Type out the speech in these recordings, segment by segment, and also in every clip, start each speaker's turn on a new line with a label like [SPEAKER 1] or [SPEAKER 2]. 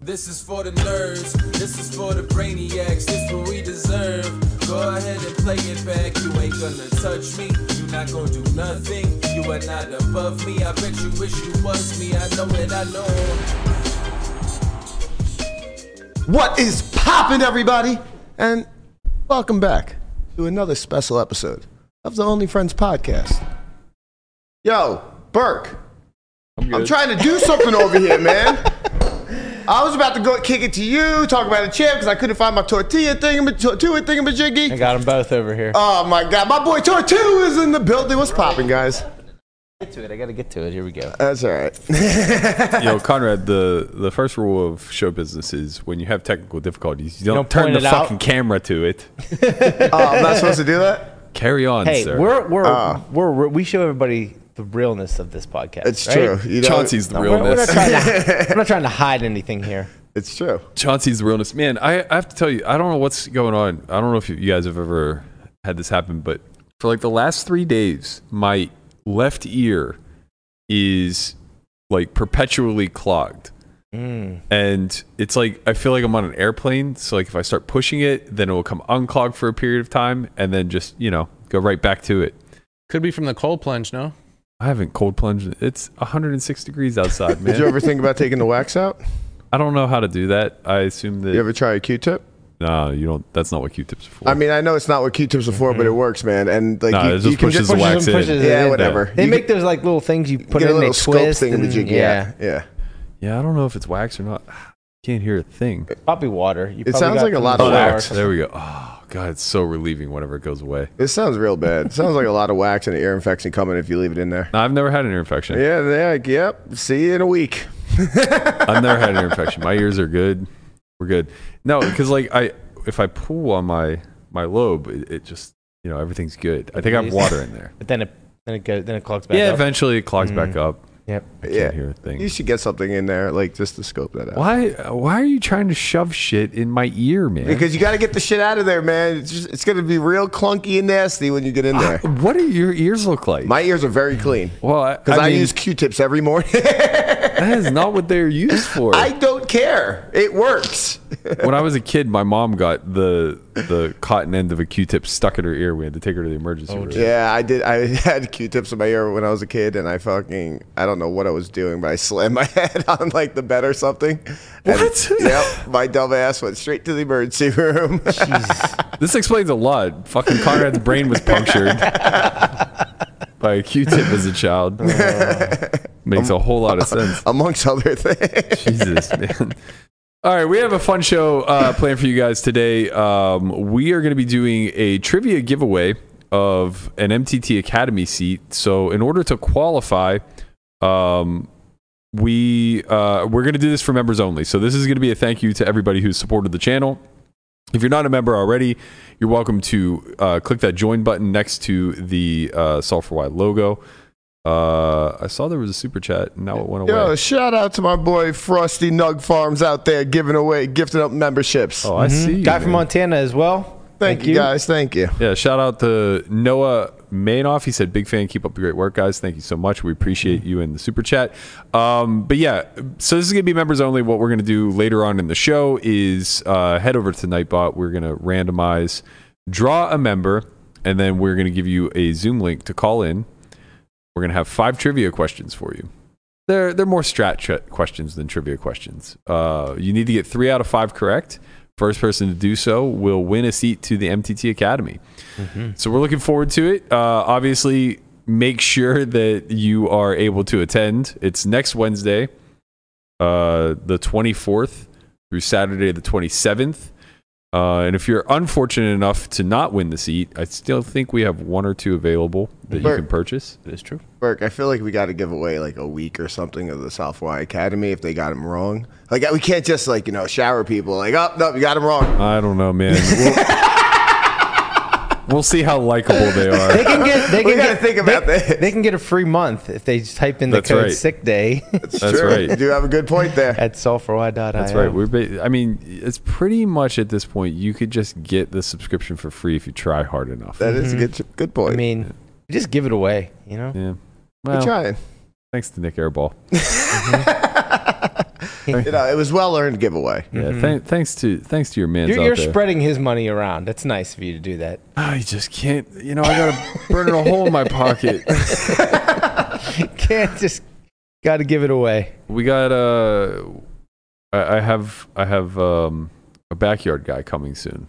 [SPEAKER 1] This is for the nerds, this is for the brainiacs, this what we deserve. Go ahead and play it back, you ain't gonna touch me, you not gonna do nothing, you are not above me. I bet you wish you was me, I know it, I know.
[SPEAKER 2] What is poppin', everybody? And welcome back to another special episode of the Only Friends podcast. Yo, Burke,
[SPEAKER 3] I'm good.
[SPEAKER 2] I'm trying to do something over here, man. I was about to go kick it to you, talk about a champ because I couldn't find my tortilla thingam- tortilla
[SPEAKER 3] I
[SPEAKER 2] thingamajiggy.
[SPEAKER 3] got them both over here.
[SPEAKER 2] Oh my god, my boy Tortu is in the building. What's poppin', guys?
[SPEAKER 3] get to it. I gotta get to it. Here we go.
[SPEAKER 2] That's all right.
[SPEAKER 4] Yo, Conrad, the, the first rule of show business is when you have technical difficulties, you don't,
[SPEAKER 3] Don't
[SPEAKER 4] turn
[SPEAKER 3] point
[SPEAKER 4] the
[SPEAKER 3] it out.
[SPEAKER 4] fucking camera to it.
[SPEAKER 2] Oh, I'm not supposed to do that.
[SPEAKER 4] Carry on,
[SPEAKER 3] Hey,
[SPEAKER 4] sir.
[SPEAKER 3] we're we're,
[SPEAKER 2] Ah.
[SPEAKER 3] we're we're we show everybody the realness of this podcast.
[SPEAKER 2] It's
[SPEAKER 3] right?
[SPEAKER 2] true. You know,
[SPEAKER 4] Chauncey's the
[SPEAKER 3] No, we're, we're not
[SPEAKER 4] realness.
[SPEAKER 3] trying to, we're not trying to hide anything here.
[SPEAKER 2] It's true.
[SPEAKER 4] Chauncey's the realness. Man, I, I have to tell you, I don't know what's going on. I don't know if you guys have ever had this happen, but for like the last three days, my left ear is like perpetually clogged.
[SPEAKER 5] Mm.
[SPEAKER 4] And it's like I feel like I'm on an airplane. So like if I start pushing it, then it will come unclogged for a period of time, and then just you know go right back to it.
[SPEAKER 5] Could be from the cold plunge, no?
[SPEAKER 4] I haven't cold plunged. It's 106 degrees outside,
[SPEAKER 2] Did you
[SPEAKER 4] man.
[SPEAKER 2] ever think about taking the wax out?
[SPEAKER 4] I don't know how to do that. I assume that
[SPEAKER 2] You ever try a Q-tip?
[SPEAKER 4] no, you don't. That's not what Q-tips are for.
[SPEAKER 2] I mean, I know it's not what Q-tips are for, but it works, man. And like,
[SPEAKER 4] Mm-hmm. Nah,
[SPEAKER 2] you,
[SPEAKER 4] it just
[SPEAKER 2] you can
[SPEAKER 4] pushes
[SPEAKER 2] just
[SPEAKER 4] the
[SPEAKER 2] push-
[SPEAKER 4] wax
[SPEAKER 3] and
[SPEAKER 4] in.
[SPEAKER 3] it
[SPEAKER 2] Yeah,
[SPEAKER 3] in.
[SPEAKER 2] whatever.
[SPEAKER 3] They
[SPEAKER 2] You
[SPEAKER 3] make those like little things you put
[SPEAKER 2] get a
[SPEAKER 3] in, they
[SPEAKER 2] little scope
[SPEAKER 3] twist.
[SPEAKER 2] thing
[SPEAKER 3] And,
[SPEAKER 2] yeah, yeah.
[SPEAKER 4] yeah, I don't know if it's wax or not. Can't hear a thing.
[SPEAKER 3] Probably water. You probably
[SPEAKER 2] sounds
[SPEAKER 3] got
[SPEAKER 2] like a
[SPEAKER 3] from
[SPEAKER 2] lot
[SPEAKER 3] the
[SPEAKER 2] of
[SPEAKER 3] shower.
[SPEAKER 2] wax.
[SPEAKER 4] There we go. Oh god, it's so relieving whenever it goes away.
[SPEAKER 2] It sounds real bad. It sounds like a lot of wax and an ear infection coming if you leave it in there.
[SPEAKER 4] No, I've never had an ear infection.
[SPEAKER 2] Yeah, they're like, yep. See you in a week.
[SPEAKER 4] I've never had an ear infection. My ears are good. We're good. No, because like I, if I pull on my my lobe, it, it just you know everything's good. I think I have water in there.
[SPEAKER 3] But then it then it goes then it clogs back
[SPEAKER 4] Yeah,
[SPEAKER 3] up.
[SPEAKER 4] eventually it clogs back
[SPEAKER 2] Mm.
[SPEAKER 4] up.
[SPEAKER 3] Yep.
[SPEAKER 4] I can't
[SPEAKER 2] Yeah.
[SPEAKER 4] hear a thing.
[SPEAKER 2] You should get something in there, like just to scope that out.
[SPEAKER 4] Why? Why are you trying to shove shit in my ear, man?
[SPEAKER 2] Because you got to get the shit out of there, man. It's, just, it's gonna be real clunky and nasty when you get in there.
[SPEAKER 4] Ah, what do your ears look like?
[SPEAKER 2] My ears are very clean
[SPEAKER 4] well, I,
[SPEAKER 2] because I,
[SPEAKER 4] mean,
[SPEAKER 2] use Q-tips every morning.
[SPEAKER 4] that is not what they're used for.
[SPEAKER 2] I don't care. It works.
[SPEAKER 4] when I was a kid, my mom got the the cotton end of a Q-tip stuck in her ear. We had to take her to the emergency room.
[SPEAKER 2] Yeah, I did. I had Q-tips in my ear when I was a kid, and I fucking I don't know what I was doing, but I slammed my head on like the bed or something. And,
[SPEAKER 4] What?
[SPEAKER 2] yep, my dumb ass went straight to the emergency room.
[SPEAKER 4] This explains a lot. Fucking Conrad's brain was punctured by a Q-tip as a child. Makes a whole lot of sense.
[SPEAKER 2] amongst other things.
[SPEAKER 4] Jesus, man. All right, we have a fun show uh, planned for you guys today. Um, we are going to be doing a trivia giveaway of an MTT Academy seat. So, in order to qualify, um, we uh, we're going to do this for members only. So, this is going to be a thank you to everybody who's supported the channel. If you're not a member already, you're welcome to uh, click that join button next to the uh, Solve for Why logo. Uh, I saw there was a super chat, and now it went away.
[SPEAKER 2] Yo, shout out to my boy Frosty Nug Farms out there giving away, gifting up memberships.
[SPEAKER 4] Oh, I see.
[SPEAKER 3] Hmm? Guy
[SPEAKER 4] man.
[SPEAKER 3] from Montana as well.
[SPEAKER 2] thank, you guys. Thank you.
[SPEAKER 4] Yeah, shout out to Noah Mainoff. He said, "Big fan. Keep up the great work, guys. Thank you so much. We appreciate you in the super chat." Um, but yeah, so this is gonna be members only. What we're gonna do later on in the show is uh, head over to Nightbot. We're gonna randomize, draw a member, and then we're gonna give you a Zoom link to call in. We're gonna have five trivia questions for you. They're they're more strat ch- questions than trivia questions. Uh, you need to get three out of five correct. First person to do so will win a seat to the MTT Academy. So we're looking forward to it. Uh, obviously, make sure that you are able to attend. It's next Wednesday, uh, the 24th through Saturday, the 27th. Uh, and if you're unfortunate enough to not win the seat, I still think we have one or two available that you
[SPEAKER 2] Bert.
[SPEAKER 4] can purchase.
[SPEAKER 3] It is true.
[SPEAKER 2] Burke, I feel like we got to give away like a week or something of the South Y Academy if they got him wrong. Like we can't just like you know shower people like oh no you got him wrong.
[SPEAKER 4] I don't know, man. We'll, we'll see how likable
[SPEAKER 3] They
[SPEAKER 4] they are.
[SPEAKER 3] can get they
[SPEAKER 2] We
[SPEAKER 3] can
[SPEAKER 2] gotta
[SPEAKER 3] get,
[SPEAKER 2] think about
[SPEAKER 3] they,
[SPEAKER 2] that.
[SPEAKER 3] They can get a free month if they just type in the
[SPEAKER 4] That's
[SPEAKER 3] code
[SPEAKER 4] right.
[SPEAKER 3] sick day
[SPEAKER 4] That's right.
[SPEAKER 2] You do have a good point there.
[SPEAKER 3] at solforwhy.io.
[SPEAKER 4] That's right. We're. Ba- I mean, it's pretty much at this point you could just get the subscription for free if you try hard enough.
[SPEAKER 2] That is a good good point.
[SPEAKER 3] I mean, just give it away, you know?
[SPEAKER 4] yeah.
[SPEAKER 2] We're
[SPEAKER 4] Well,
[SPEAKER 2] trying.
[SPEAKER 4] thanks to Nick Airball.
[SPEAKER 2] you know, it was well earned giveaway.
[SPEAKER 4] Yeah,
[SPEAKER 3] Mm-hmm.
[SPEAKER 4] thank- thanks to thanks to your man's
[SPEAKER 3] You're,
[SPEAKER 4] out
[SPEAKER 3] you're
[SPEAKER 4] there.
[SPEAKER 3] spreading his money around. That's nice of you to do that.
[SPEAKER 4] I just can't. You know, I gotta burn a hole in my pocket.
[SPEAKER 3] Can't just got to give it away.
[SPEAKER 4] We got uh, I, I have I have um a backyard guy coming soon.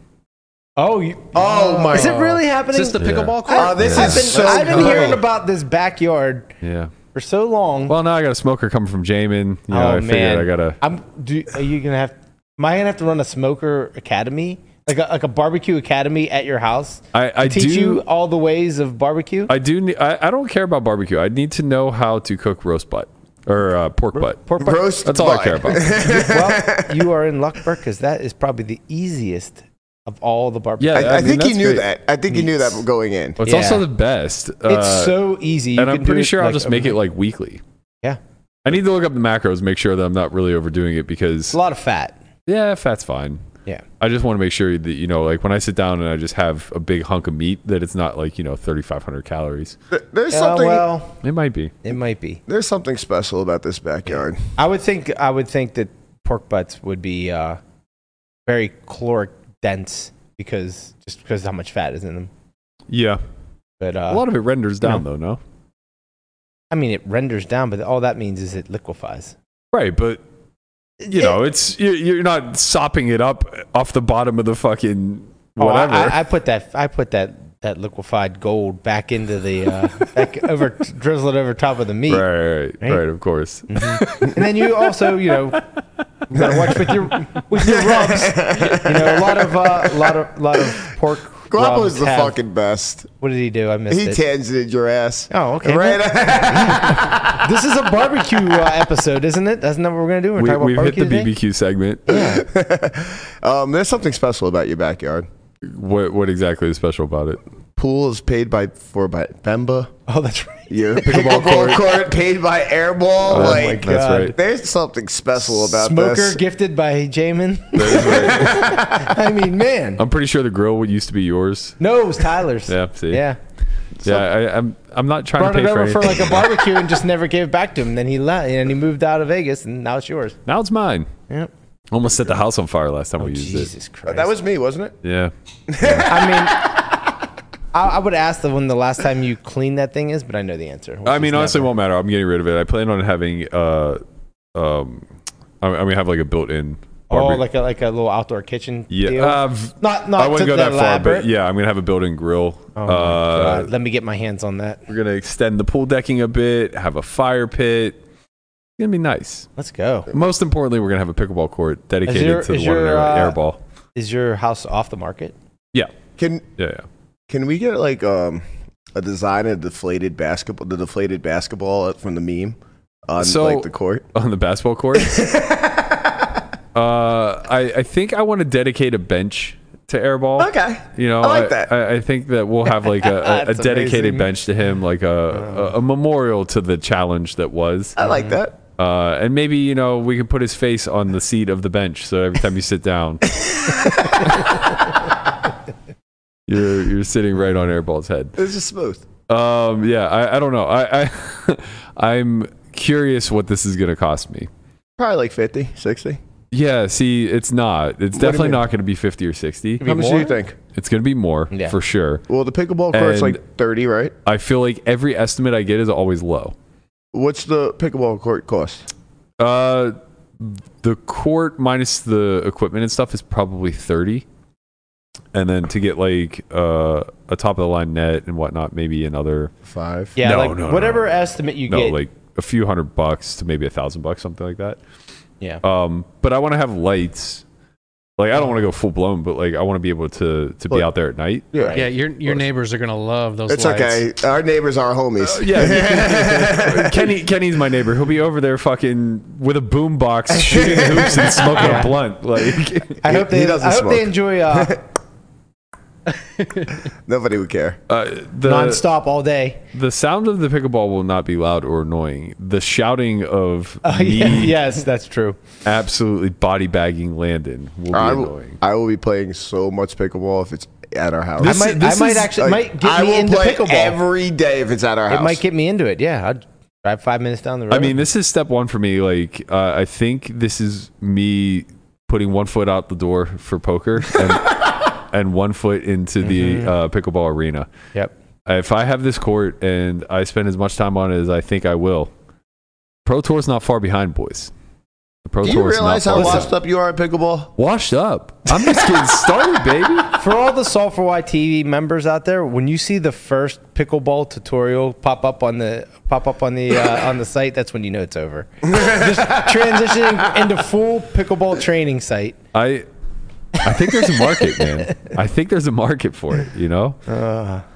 [SPEAKER 3] Oh, you,
[SPEAKER 2] Oh my!
[SPEAKER 3] is it really happening?
[SPEAKER 5] Is this the pickleball court?
[SPEAKER 2] Oh, this
[SPEAKER 4] I've
[SPEAKER 2] is
[SPEAKER 3] I've been,
[SPEAKER 2] so.
[SPEAKER 3] I've been
[SPEAKER 2] cool.
[SPEAKER 3] hearing about this backyard
[SPEAKER 4] Yeah.
[SPEAKER 3] for so long.
[SPEAKER 4] Well, now I got a smoker coming from Jamin. You know,
[SPEAKER 3] oh
[SPEAKER 4] I figured
[SPEAKER 3] man,
[SPEAKER 4] I gotta.
[SPEAKER 3] I'm. Do, are you gonna have? Am I gonna have to run a smoker academy, like a, like a barbecue academy at your house?
[SPEAKER 4] I-
[SPEAKER 3] to
[SPEAKER 4] I
[SPEAKER 3] teach
[SPEAKER 4] do-
[SPEAKER 3] you all the ways of barbecue.
[SPEAKER 4] I do. ne- I, I don't care about barbecue. I need to know how to cook roast butt or uh, pork butt.
[SPEAKER 3] Pork butt.
[SPEAKER 2] roast.
[SPEAKER 4] That's all I
[SPEAKER 2] butt.
[SPEAKER 4] care about.
[SPEAKER 3] well, you are in luck, Bert, because that is probably the easiest of all the barbecue.
[SPEAKER 4] Yeah,
[SPEAKER 2] I, I,
[SPEAKER 4] I mean,
[SPEAKER 2] think you
[SPEAKER 4] that's
[SPEAKER 2] knew
[SPEAKER 4] great.
[SPEAKER 2] that. I think you knew that going in.
[SPEAKER 4] It's
[SPEAKER 3] Yeah.
[SPEAKER 4] also the best.
[SPEAKER 3] it's so easy. You
[SPEAKER 4] uh, and
[SPEAKER 3] can
[SPEAKER 4] I'm
[SPEAKER 3] do
[SPEAKER 4] pretty
[SPEAKER 3] it,
[SPEAKER 4] sure I'll
[SPEAKER 3] like,
[SPEAKER 4] just make
[SPEAKER 3] over-
[SPEAKER 4] it like weekly.
[SPEAKER 3] Yeah,
[SPEAKER 4] I need to look up the macros, make sure that I'm not really overdoing it
[SPEAKER 3] it's
[SPEAKER 4] because
[SPEAKER 3] a lot of fat.
[SPEAKER 4] yeah, fat's fine.
[SPEAKER 3] Yeah.
[SPEAKER 4] I just want to make sure that you know, like when I sit down and I just have a big hunk of meat, that it's not like you know 3,500 calories.
[SPEAKER 2] Th- There's
[SPEAKER 3] Uh,
[SPEAKER 2] something.
[SPEAKER 3] well,
[SPEAKER 4] It might be.
[SPEAKER 3] it might be.
[SPEAKER 2] There's something special about this backyard.
[SPEAKER 3] I would think. I would think that pork butts would be uh, very caloric dense because just because how much fat is in them.
[SPEAKER 4] Yeah,
[SPEAKER 3] But
[SPEAKER 4] a
[SPEAKER 3] uh,
[SPEAKER 4] lot of it renders down though, no?
[SPEAKER 3] I mean, it renders down, but all that means is it liquefies.
[SPEAKER 4] Right, but you know, it's you- you're not sopping it up off the bottom of the fucking
[SPEAKER 3] Oh, I-
[SPEAKER 4] whatever.
[SPEAKER 3] I, I put that. I put that that liquefied gold back into the uh, back over drizzle it over top of the meat,
[SPEAKER 4] right, right, right,
[SPEAKER 3] Right.
[SPEAKER 4] of course.
[SPEAKER 3] and then you also, you know, you gotta watch with your with your rubs. You know, a lot of a uh, lot of lot of pork.
[SPEAKER 2] Guapo
[SPEAKER 3] rubs
[SPEAKER 2] is the
[SPEAKER 3] have-
[SPEAKER 2] fucking best.
[SPEAKER 3] What did he do? I missed
[SPEAKER 2] He
[SPEAKER 3] it.
[SPEAKER 2] tangented your ass.
[SPEAKER 3] Oh, okay.
[SPEAKER 2] Right?
[SPEAKER 3] this is a barbecue uh, episode, isn't it? That's not what we're gonna do. We're
[SPEAKER 4] We,
[SPEAKER 3] talking about eh?
[SPEAKER 4] we've hit
[SPEAKER 3] barbecue
[SPEAKER 4] the
[SPEAKER 3] today?
[SPEAKER 4] BBQ segment.
[SPEAKER 2] um, there's something special about your backyard.
[SPEAKER 4] What what exactly is special about it?
[SPEAKER 2] Pool is paid by for by Bemba.
[SPEAKER 3] Oh, that's right.
[SPEAKER 2] Your pickleball, court. paid by Airball.
[SPEAKER 4] Oh
[SPEAKER 2] like
[SPEAKER 4] that's
[SPEAKER 3] Oh God.
[SPEAKER 4] right.
[SPEAKER 2] there's something special about
[SPEAKER 3] Smoker
[SPEAKER 2] this.
[SPEAKER 3] gifted by Jamin.
[SPEAKER 4] That is right.
[SPEAKER 3] I mean, man.
[SPEAKER 4] I'm pretty sure the grill would used to be yours.
[SPEAKER 3] No, it was Tyler's.
[SPEAKER 4] Um, Yeah, see?
[SPEAKER 3] Yeah.
[SPEAKER 4] Yeah, I, I'm I'm not trying
[SPEAKER 3] Brought
[SPEAKER 4] to
[SPEAKER 3] it
[SPEAKER 4] pay for
[SPEAKER 3] over for
[SPEAKER 4] anything.
[SPEAKER 3] like a barbecue and just never gave it back to him. Then he left and he moved out of Vegas and now it's yours.
[SPEAKER 4] now it's mine.
[SPEAKER 3] Yep.
[SPEAKER 4] Almost set the house on fire last time we used it.
[SPEAKER 3] Oh, Jesus Christ.
[SPEAKER 2] that was me, wasn't it?
[SPEAKER 4] Yeah.
[SPEAKER 3] I mean, I, I would ask the when the last time you cleaned that thing is, but I know the answer. which
[SPEAKER 4] I
[SPEAKER 3] is
[SPEAKER 4] mean, honestly, it
[SPEAKER 3] never.
[SPEAKER 4] won't matter. I'm getting rid of it. I plan on having uh, um, I'm, I'm gonna have like a built-in.
[SPEAKER 3] oh,
[SPEAKER 4] barbecue-
[SPEAKER 3] like a, like a little outdoor kitchen. deal?
[SPEAKER 4] yeah. Uh, v-
[SPEAKER 3] not not
[SPEAKER 4] I wouldn't
[SPEAKER 3] to
[SPEAKER 4] go
[SPEAKER 3] the
[SPEAKER 4] that far,
[SPEAKER 3] elaborate.
[SPEAKER 4] but yeah, I'm gonna have a built-in grill.
[SPEAKER 3] Oh my
[SPEAKER 4] uh,
[SPEAKER 3] God. Let me get my hands on that.
[SPEAKER 4] we're gonna extend the pool decking a bit. Have a fire pit. It's gonna be nice.
[SPEAKER 3] Let's go.
[SPEAKER 4] Most importantly, we're gonna have a pickleball court dedicated
[SPEAKER 3] your-
[SPEAKER 4] to the
[SPEAKER 3] is
[SPEAKER 4] one and
[SPEAKER 3] your,
[SPEAKER 4] only
[SPEAKER 3] uh,
[SPEAKER 4] air ball.
[SPEAKER 3] Is your house off the market?
[SPEAKER 4] Yeah,
[SPEAKER 2] Can
[SPEAKER 4] yeah, yeah.
[SPEAKER 2] can we get like um a design of deflated basketball, the deflated basketball from the meme on
[SPEAKER 4] So-
[SPEAKER 2] like the court?
[SPEAKER 4] on the basketball court. uh, I, I think I want to dedicate a bench to airball.
[SPEAKER 2] Okay.
[SPEAKER 4] You know,
[SPEAKER 2] I like that.
[SPEAKER 4] I, I think that we'll have like a, a, a
[SPEAKER 3] That's
[SPEAKER 4] dedicated
[SPEAKER 3] amazing.
[SPEAKER 4] bench to him, like a, a, a memorial to the challenge that was.
[SPEAKER 2] I like that.
[SPEAKER 4] Uh, and maybe, you know, we can put his face on the seat of the bench. So every time you sit down, you're, you're sitting right on airball's head.
[SPEAKER 2] This is smooth.
[SPEAKER 4] Um, yeah, I, I don't know. I, I, I'm curious what this is going to cost me.
[SPEAKER 2] Probably like 50, 60.
[SPEAKER 4] Yeah, see, it's not. It's
[SPEAKER 2] do you
[SPEAKER 4] definitely
[SPEAKER 2] mean?
[SPEAKER 4] not going to be 50 or 60.
[SPEAKER 2] How much do you think?
[SPEAKER 4] It's going to be more
[SPEAKER 3] Yeah.
[SPEAKER 4] for sure.
[SPEAKER 2] Well, the pickleball court's
[SPEAKER 4] And-
[SPEAKER 2] like 30, right?
[SPEAKER 4] I feel like every estimate I get is always low.
[SPEAKER 2] What's the pickleball court cost?
[SPEAKER 4] Uh, the court minus the equipment and stuff is probably 30. And then to get like uh, a top of the line net and whatnot, maybe another,
[SPEAKER 2] Five.
[SPEAKER 3] Yeah,
[SPEAKER 4] No,
[SPEAKER 3] like
[SPEAKER 4] no, no,
[SPEAKER 3] whatever
[SPEAKER 4] no.
[SPEAKER 3] estimate you
[SPEAKER 4] no,
[SPEAKER 3] get.
[SPEAKER 4] like a few hundred bucks to maybe a thousand bucks, something like that.
[SPEAKER 3] yeah.
[SPEAKER 4] Um, but I want to have lights. Like, I don't want to go full blown, but like, I want to be able to, to be
[SPEAKER 2] Look.
[SPEAKER 4] out there at night.
[SPEAKER 2] Yeah.
[SPEAKER 5] Yeah, your your neighbors are gonna love those.
[SPEAKER 2] It's
[SPEAKER 5] lights.
[SPEAKER 2] okay. Our neighbors are
[SPEAKER 4] Uh,
[SPEAKER 2] homies.
[SPEAKER 4] Yeah, Kenny. Kenny's my neighbor. He'll be over there fucking with a boombox, shooting hoops and smoking a blunt. Like,
[SPEAKER 3] I
[SPEAKER 2] He-
[SPEAKER 3] hope
[SPEAKER 2] he
[SPEAKER 3] they. I
[SPEAKER 2] doesn't
[SPEAKER 3] hope they
[SPEAKER 2] smoke.
[SPEAKER 3] enjoy uh,
[SPEAKER 2] Nobody would care.
[SPEAKER 4] uh, the
[SPEAKER 3] nonstop all day.
[SPEAKER 4] the sound of the pickleball will not be loud or annoying. The shouting of
[SPEAKER 3] Oh,
[SPEAKER 4] me
[SPEAKER 3] yeah, yes, that's true.
[SPEAKER 4] absolutely body bagging Landon will be
[SPEAKER 2] I will,
[SPEAKER 4] annoying.
[SPEAKER 2] I will be playing so much pickleball if it's at our house.
[SPEAKER 3] I
[SPEAKER 4] This-
[SPEAKER 3] might. I
[SPEAKER 4] this
[SPEAKER 3] might
[SPEAKER 4] is,
[SPEAKER 3] actually.
[SPEAKER 2] Like,
[SPEAKER 3] might get
[SPEAKER 2] I
[SPEAKER 3] me
[SPEAKER 2] will
[SPEAKER 3] into
[SPEAKER 2] play
[SPEAKER 3] pickleball.
[SPEAKER 2] every day if it's at our
[SPEAKER 3] it
[SPEAKER 2] house.
[SPEAKER 3] might get me into it. Yeah. I'd, Drive five minutes down the road.
[SPEAKER 4] I mean, this is step one for me. Like, uh, I think this is me putting one foot out the door for poker and, and one foot into
[SPEAKER 3] Mm-hmm.
[SPEAKER 4] the uh, pickleball arena.
[SPEAKER 3] yep.
[SPEAKER 4] If I have this court and I spend as much time on it as I think I will, Pro Tour's not far behind, boys. The Pro
[SPEAKER 2] Do you
[SPEAKER 4] Tour's
[SPEAKER 2] realize how
[SPEAKER 4] not far
[SPEAKER 2] washed
[SPEAKER 4] behind.
[SPEAKER 2] up you are at pickleball?
[SPEAKER 4] Washed up. I'm just getting started, baby.
[SPEAKER 3] For all the Solve for Y TV members out there, when you see the first pickleball tutorial pop up on the pop up on the uh, on the site, that's when you know it's over. Just transitioning into full pickleball training site.
[SPEAKER 4] I. I think there's a market, man. I think there's a market for it, you know?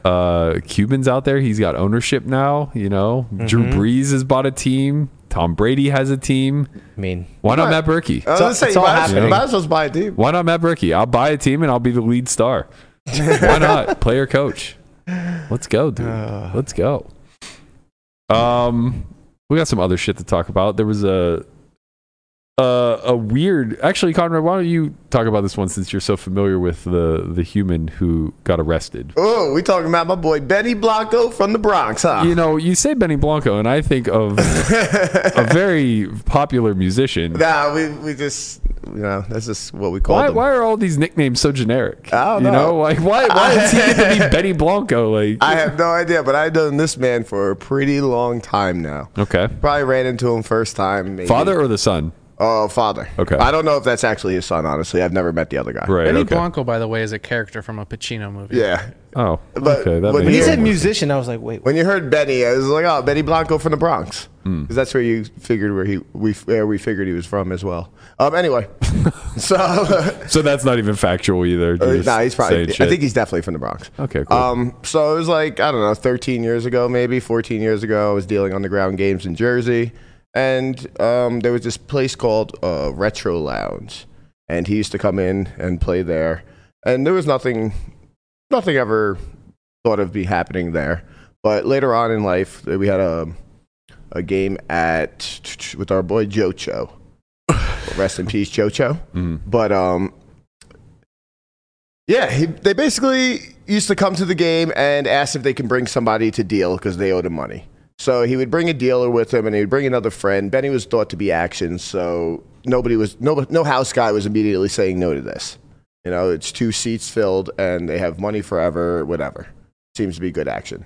[SPEAKER 4] uh, Cubans out there. He's got ownership now. You know, Drew
[SPEAKER 2] Mm-hmm.
[SPEAKER 4] Brees has bought a team. Tom Brady has a team.
[SPEAKER 3] I mean,
[SPEAKER 4] Why not Matt Berkey?
[SPEAKER 2] I was gonna
[SPEAKER 3] It's
[SPEAKER 2] say,
[SPEAKER 3] all-
[SPEAKER 2] you
[SPEAKER 3] it's all
[SPEAKER 2] might, as- you
[SPEAKER 3] happening.
[SPEAKER 2] might as well just buy a team.
[SPEAKER 4] Why not Matt Berkey? I'll buy a team and I'll be the lead star. Why not player coach? Let's go, dude. Let's go. Um, we got some other shit to talk about. There was a a, a weird. Actually, Conrad, why don't you talk about this one since you're so familiar with the the human who got arrested?
[SPEAKER 2] Oh, we talking about my boy Benny Blanco from the Bronx, huh?
[SPEAKER 4] you know, you say Benny Blanco, and I think of a very popular musician.
[SPEAKER 2] Nah, we, we just, you know, that's just what we call
[SPEAKER 4] why,
[SPEAKER 2] them.
[SPEAKER 4] why are all these nicknames so generic?
[SPEAKER 2] I don't
[SPEAKER 4] you
[SPEAKER 2] know.
[SPEAKER 4] know, like why why does he get to be Benny Blanco? Like
[SPEAKER 2] I have no idea, but I've known this man for a pretty long time now.
[SPEAKER 4] okay,
[SPEAKER 2] Probably ran into him first time. Maybe.
[SPEAKER 4] father or the son?
[SPEAKER 2] Oh, father.
[SPEAKER 4] Okay.
[SPEAKER 2] I don't know if that's actually his son, honestly. I've never met the other guy.
[SPEAKER 4] Right.
[SPEAKER 5] Benny
[SPEAKER 4] okay.
[SPEAKER 5] Blanco, by the way, is a character from a Pacino movie.
[SPEAKER 2] Yeah.
[SPEAKER 4] Oh,
[SPEAKER 2] But-
[SPEAKER 4] okay. That
[SPEAKER 2] but
[SPEAKER 4] makes
[SPEAKER 3] he
[SPEAKER 2] he's
[SPEAKER 4] sense.
[SPEAKER 3] said musician. I was like, wait,
[SPEAKER 2] When you heard Benny, I was like, oh, Benny Blanco from the Bronx.
[SPEAKER 4] Hmm.
[SPEAKER 2] Because that's where you figured where he, we, where we figured he was from as well. Um, anyway. so,
[SPEAKER 4] so that's not even factual either.
[SPEAKER 2] Uh,
[SPEAKER 4] You're
[SPEAKER 2] No,
[SPEAKER 4] just
[SPEAKER 2] he's probably.
[SPEAKER 4] saying
[SPEAKER 2] I
[SPEAKER 4] shit.
[SPEAKER 2] think he's definitely from the Bronx.
[SPEAKER 4] Okay, cool.
[SPEAKER 2] Um, so it was like I don't know, 13 years ago, maybe 14 years ago. I was dealing underground games in Jersey, and um, there was this place called uh, Retro Lounge, and he used to come in and play there, and there was nothing, nothing ever thought of be happening there. But later on in life, uh, we had a a game at with our boy Jocho. Rest in peace, Jocho.
[SPEAKER 4] Mm.
[SPEAKER 2] But um, yeah, he, they basically used to come to the game and ask if they can bring somebody to deal because they owed him money. So he would bring a dealer with him, and he would bring another friend. Benny was thought to be action, so nobody was no no house guy was immediately saying no to this. You know, it's two seats filled, and they have money forever. Whatever seems to be good action.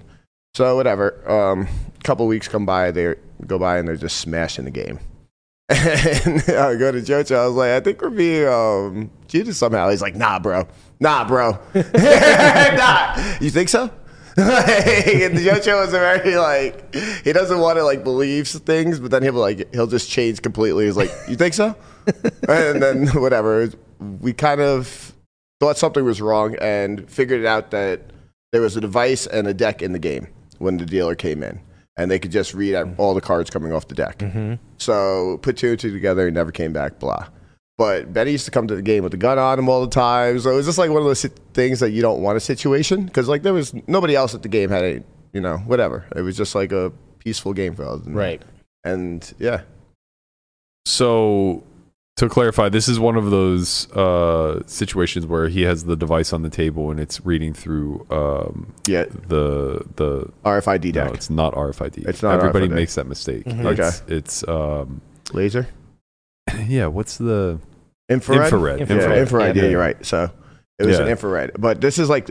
[SPEAKER 2] So whatever. Um, couple weeks come by, they go by, and they're just smashing the game. And I go to JoJo. I was like, I think we're being um, cheated somehow. He's like, Nah, bro. Nah, bro. nah. You think so? and JoJo is very like he doesn't want to like believe things, but then he'll be like he'll just change completely. He's like, You think so? and then whatever. We kind of thought something was wrong and figured it out that there was a device and a deck in the game when the dealer came in, and they could just read out all the cards coming off the deck.
[SPEAKER 3] Mm-hmm.
[SPEAKER 2] So put two and two together, he never came back. Blah. But Betty used to come to the game with a gun on him all the time. So it was just like one of those sit- things that you don't want a situation because like there was nobody else at the game had any, you know, whatever. It was just like a peaceful game for us.
[SPEAKER 3] right?
[SPEAKER 2] And yeah,
[SPEAKER 4] So to clarify, this is one of those uh, situations where he has the device on the table and it's reading through um,
[SPEAKER 2] yeah,
[SPEAKER 4] the the
[SPEAKER 2] RFID
[SPEAKER 4] No,
[SPEAKER 2] deck,
[SPEAKER 4] it's not RFID.
[SPEAKER 2] It's not
[SPEAKER 4] Everybody
[SPEAKER 2] RFID.
[SPEAKER 4] makes that mistake.
[SPEAKER 2] Mm-hmm.
[SPEAKER 3] Mhm.
[SPEAKER 4] It's, it's um,
[SPEAKER 2] laser,
[SPEAKER 4] yeah. What's the
[SPEAKER 2] infrared,
[SPEAKER 3] Infrared.
[SPEAKER 4] infrared?
[SPEAKER 2] yeah, infrared.
[SPEAKER 3] Infrared.
[SPEAKER 2] Yeah,
[SPEAKER 3] Yeah.
[SPEAKER 2] you're right. So it was
[SPEAKER 4] Yeah.
[SPEAKER 2] an infrared, but this is like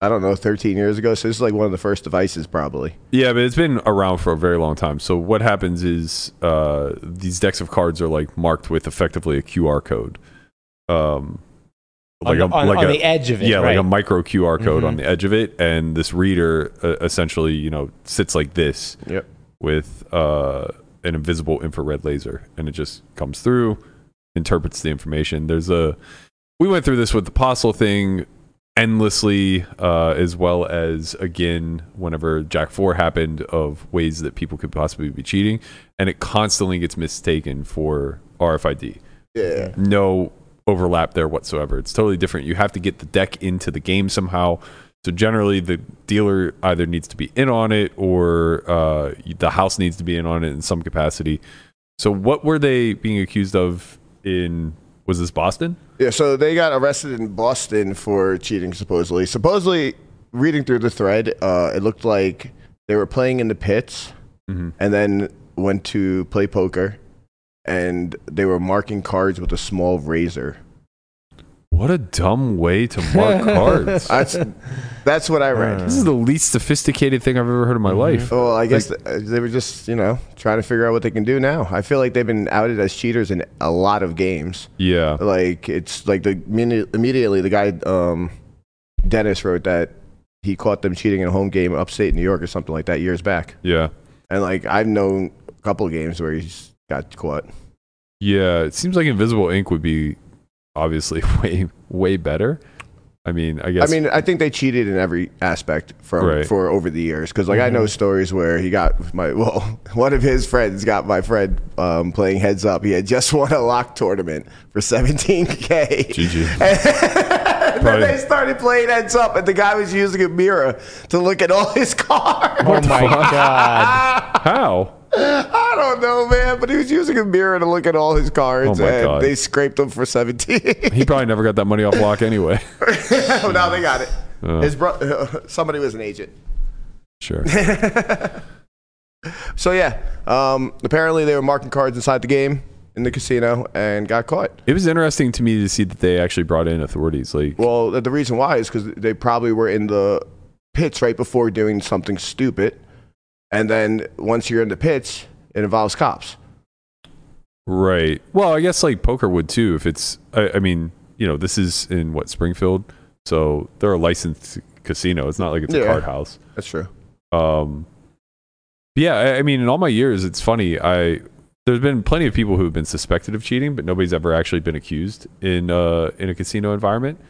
[SPEAKER 2] I don't know, 13 years ago. So this is like one of the first devices, probably.
[SPEAKER 4] Yeah, but it's been around for a very long time. So what happens is uh, these decks of cards are like marked with effectively a QR code, um,
[SPEAKER 3] on, the, on, on the edge of it,
[SPEAKER 4] yeah,
[SPEAKER 3] right?
[SPEAKER 4] like a micro QR code
[SPEAKER 3] Mhm.
[SPEAKER 4] on the edge of it, and this reader uh, essentially, you know, sits like this
[SPEAKER 2] Yep.
[SPEAKER 4] with uh, an invisible infrared laser, and it just comes through, interprets the information. There's a we went through this with the Apostle thing endlessly, uh, as well as again whenever Jack Four happened of ways that people could possibly be cheating, and it constantly gets mistaken for RFID
[SPEAKER 2] Yeah.
[SPEAKER 4] no overlap there whatsoever. It's totally different. You have to get the deck into the game somehow. So generally, the dealer either needs to be in on it or uh, the house needs to be in on it in some capacity. So what were they being accused of in? Was this Boston?
[SPEAKER 2] Yeah, so they got arrested in Boston for cheating, supposedly. Supposedly, reading through the thread, uh, it looked like they were playing in the pits and then went to play poker, and they were marking cards with a small razor.
[SPEAKER 4] What a dumb way to mark cards.
[SPEAKER 2] That's that's what I read.
[SPEAKER 4] this is the least sophisticated thing I've ever heard in my life.
[SPEAKER 2] well, I guess th- uh, they were just you know trying to figure out what they can do now. I feel like they've been outed as cheaters in a lot of games.
[SPEAKER 4] Yeah.
[SPEAKER 2] Like it's like the immedi- immediately the guy um, Dennis wrote that he caught them cheating in a home game in upstate New York or something like that years back.
[SPEAKER 4] Yeah.
[SPEAKER 2] And like I've known a couple of games where he's got caught.
[SPEAKER 4] Yeah. It seems like Invisible Ink would be obviously way, way better. I mean, I guess.
[SPEAKER 2] I mean, I think they cheated in every aspect from
[SPEAKER 4] Right. Mm-hmm.
[SPEAKER 2] for over the years because like I know stories where he got my well, one of his friends got my friend um, playing heads up. He had just won a lock tournament for 17k.
[SPEAKER 4] GG.
[SPEAKER 2] And then they started playing heads up, and the guy was using a mirror to look at all his cards.
[SPEAKER 3] Oh my god!
[SPEAKER 4] How?
[SPEAKER 2] I don't know, man, but he was using a mirror to look at all his cards,
[SPEAKER 4] Oh my
[SPEAKER 2] and
[SPEAKER 4] God.
[SPEAKER 2] they scraped them for 17.
[SPEAKER 4] He probably never got that money off lock anyway.
[SPEAKER 2] oh, now they got it. His bro- somebody was an agent.
[SPEAKER 4] Sure.
[SPEAKER 2] So yeah, um, apparently they were marking cards inside the game in the casino and got caught.
[SPEAKER 4] It was interesting to me to see that they actually brought in authorities. Like,
[SPEAKER 2] Well, the- the reason why is because they probably were in the pits right before doing something stupid, and then once you're in the pits, it involves cops.
[SPEAKER 4] right. Well, I guess like poker would too. If it's, I, I mean, you know, this is in what Springfield, so they're a licensed casino. It's not like it's a
[SPEAKER 2] Yeah.
[SPEAKER 4] card house.
[SPEAKER 2] That's true.
[SPEAKER 4] Um, yeah, I, I mean, in all my years, it's funny. I there's been plenty of people who have been suspected of cheating, but nobody's ever actually been accused in uh, in a casino environment.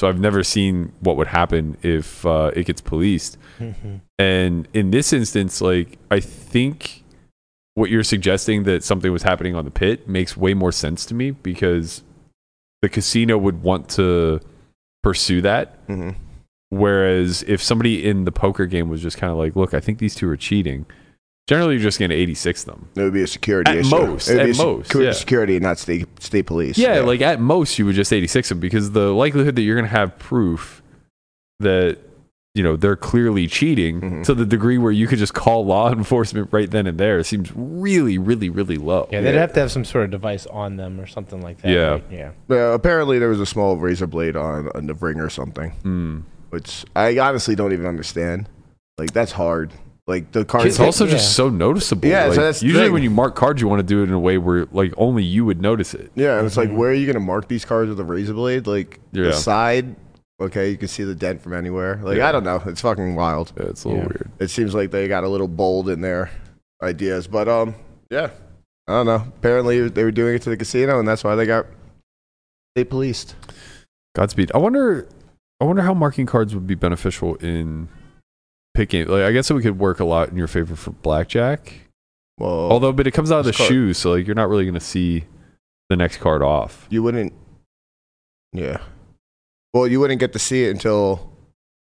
[SPEAKER 4] So I've never seen what would happen if uh, it gets policed. And in this instance, like I think what you're suggesting that something was happening on the pit makes way more sense to me because the casino would want to pursue that
[SPEAKER 2] hmm
[SPEAKER 4] Whereas if somebody in the poker game was just kind of like, look, I think these two are cheating, generally you're just going to 86 them.
[SPEAKER 2] It would be a security
[SPEAKER 4] At
[SPEAKER 2] issue.
[SPEAKER 4] most,
[SPEAKER 2] It would be
[SPEAKER 4] at
[SPEAKER 2] a sec-
[SPEAKER 4] most,
[SPEAKER 2] cur-
[SPEAKER 4] yeah.
[SPEAKER 2] security, not state state police.
[SPEAKER 4] Yeah, like at most you would just 86 them because the likelihood that you're going to have proof that, you know, they're clearly cheating to the degree where you could just call law enforcement right then and there seems really, really, really low.
[SPEAKER 3] Yeah, they'd have to have some sort of device on them or something like that.
[SPEAKER 4] Yeah.
[SPEAKER 3] right? yeah.
[SPEAKER 2] Uh, apparently there was a small razor blade on, on the ring or something,
[SPEAKER 4] Mm.
[SPEAKER 2] which I honestly don't even understand. Like that's hard. Like the cards.
[SPEAKER 4] It's also just so noticeable.
[SPEAKER 2] Yeah, so
[SPEAKER 4] like,
[SPEAKER 2] that's the
[SPEAKER 4] usually
[SPEAKER 2] thing.
[SPEAKER 4] when you mark cards, you want to do it in a way where like only you would notice it.
[SPEAKER 2] Yeah, and it's
[SPEAKER 3] Mm-hmm.
[SPEAKER 2] like, where are you gonna mark these cards with a razor blade? Like
[SPEAKER 4] Yeah.
[SPEAKER 2] the side. Okay, you can see the dent from anywhere. Like
[SPEAKER 4] Yeah.
[SPEAKER 2] I don't know, it's fucking wild.
[SPEAKER 4] Yeah, it's a little
[SPEAKER 3] Yeah.
[SPEAKER 4] weird.
[SPEAKER 2] It seems like they got a little bold in their ideas, but um, yeah, I don't know. Apparently they were doing it to the casino, and that's why they got they policed.
[SPEAKER 4] Godspeed. I wonder. I wonder how marking cards would be beneficial in picking. Like, I guess it could work a lot in your favor for blackjack.
[SPEAKER 2] Well,
[SPEAKER 4] Although, but it comes out of the
[SPEAKER 2] This card-
[SPEAKER 4] shoe, so like you're not really going to see the next card off.
[SPEAKER 2] you wouldn't. Yeah. Well, you wouldn't get to see it until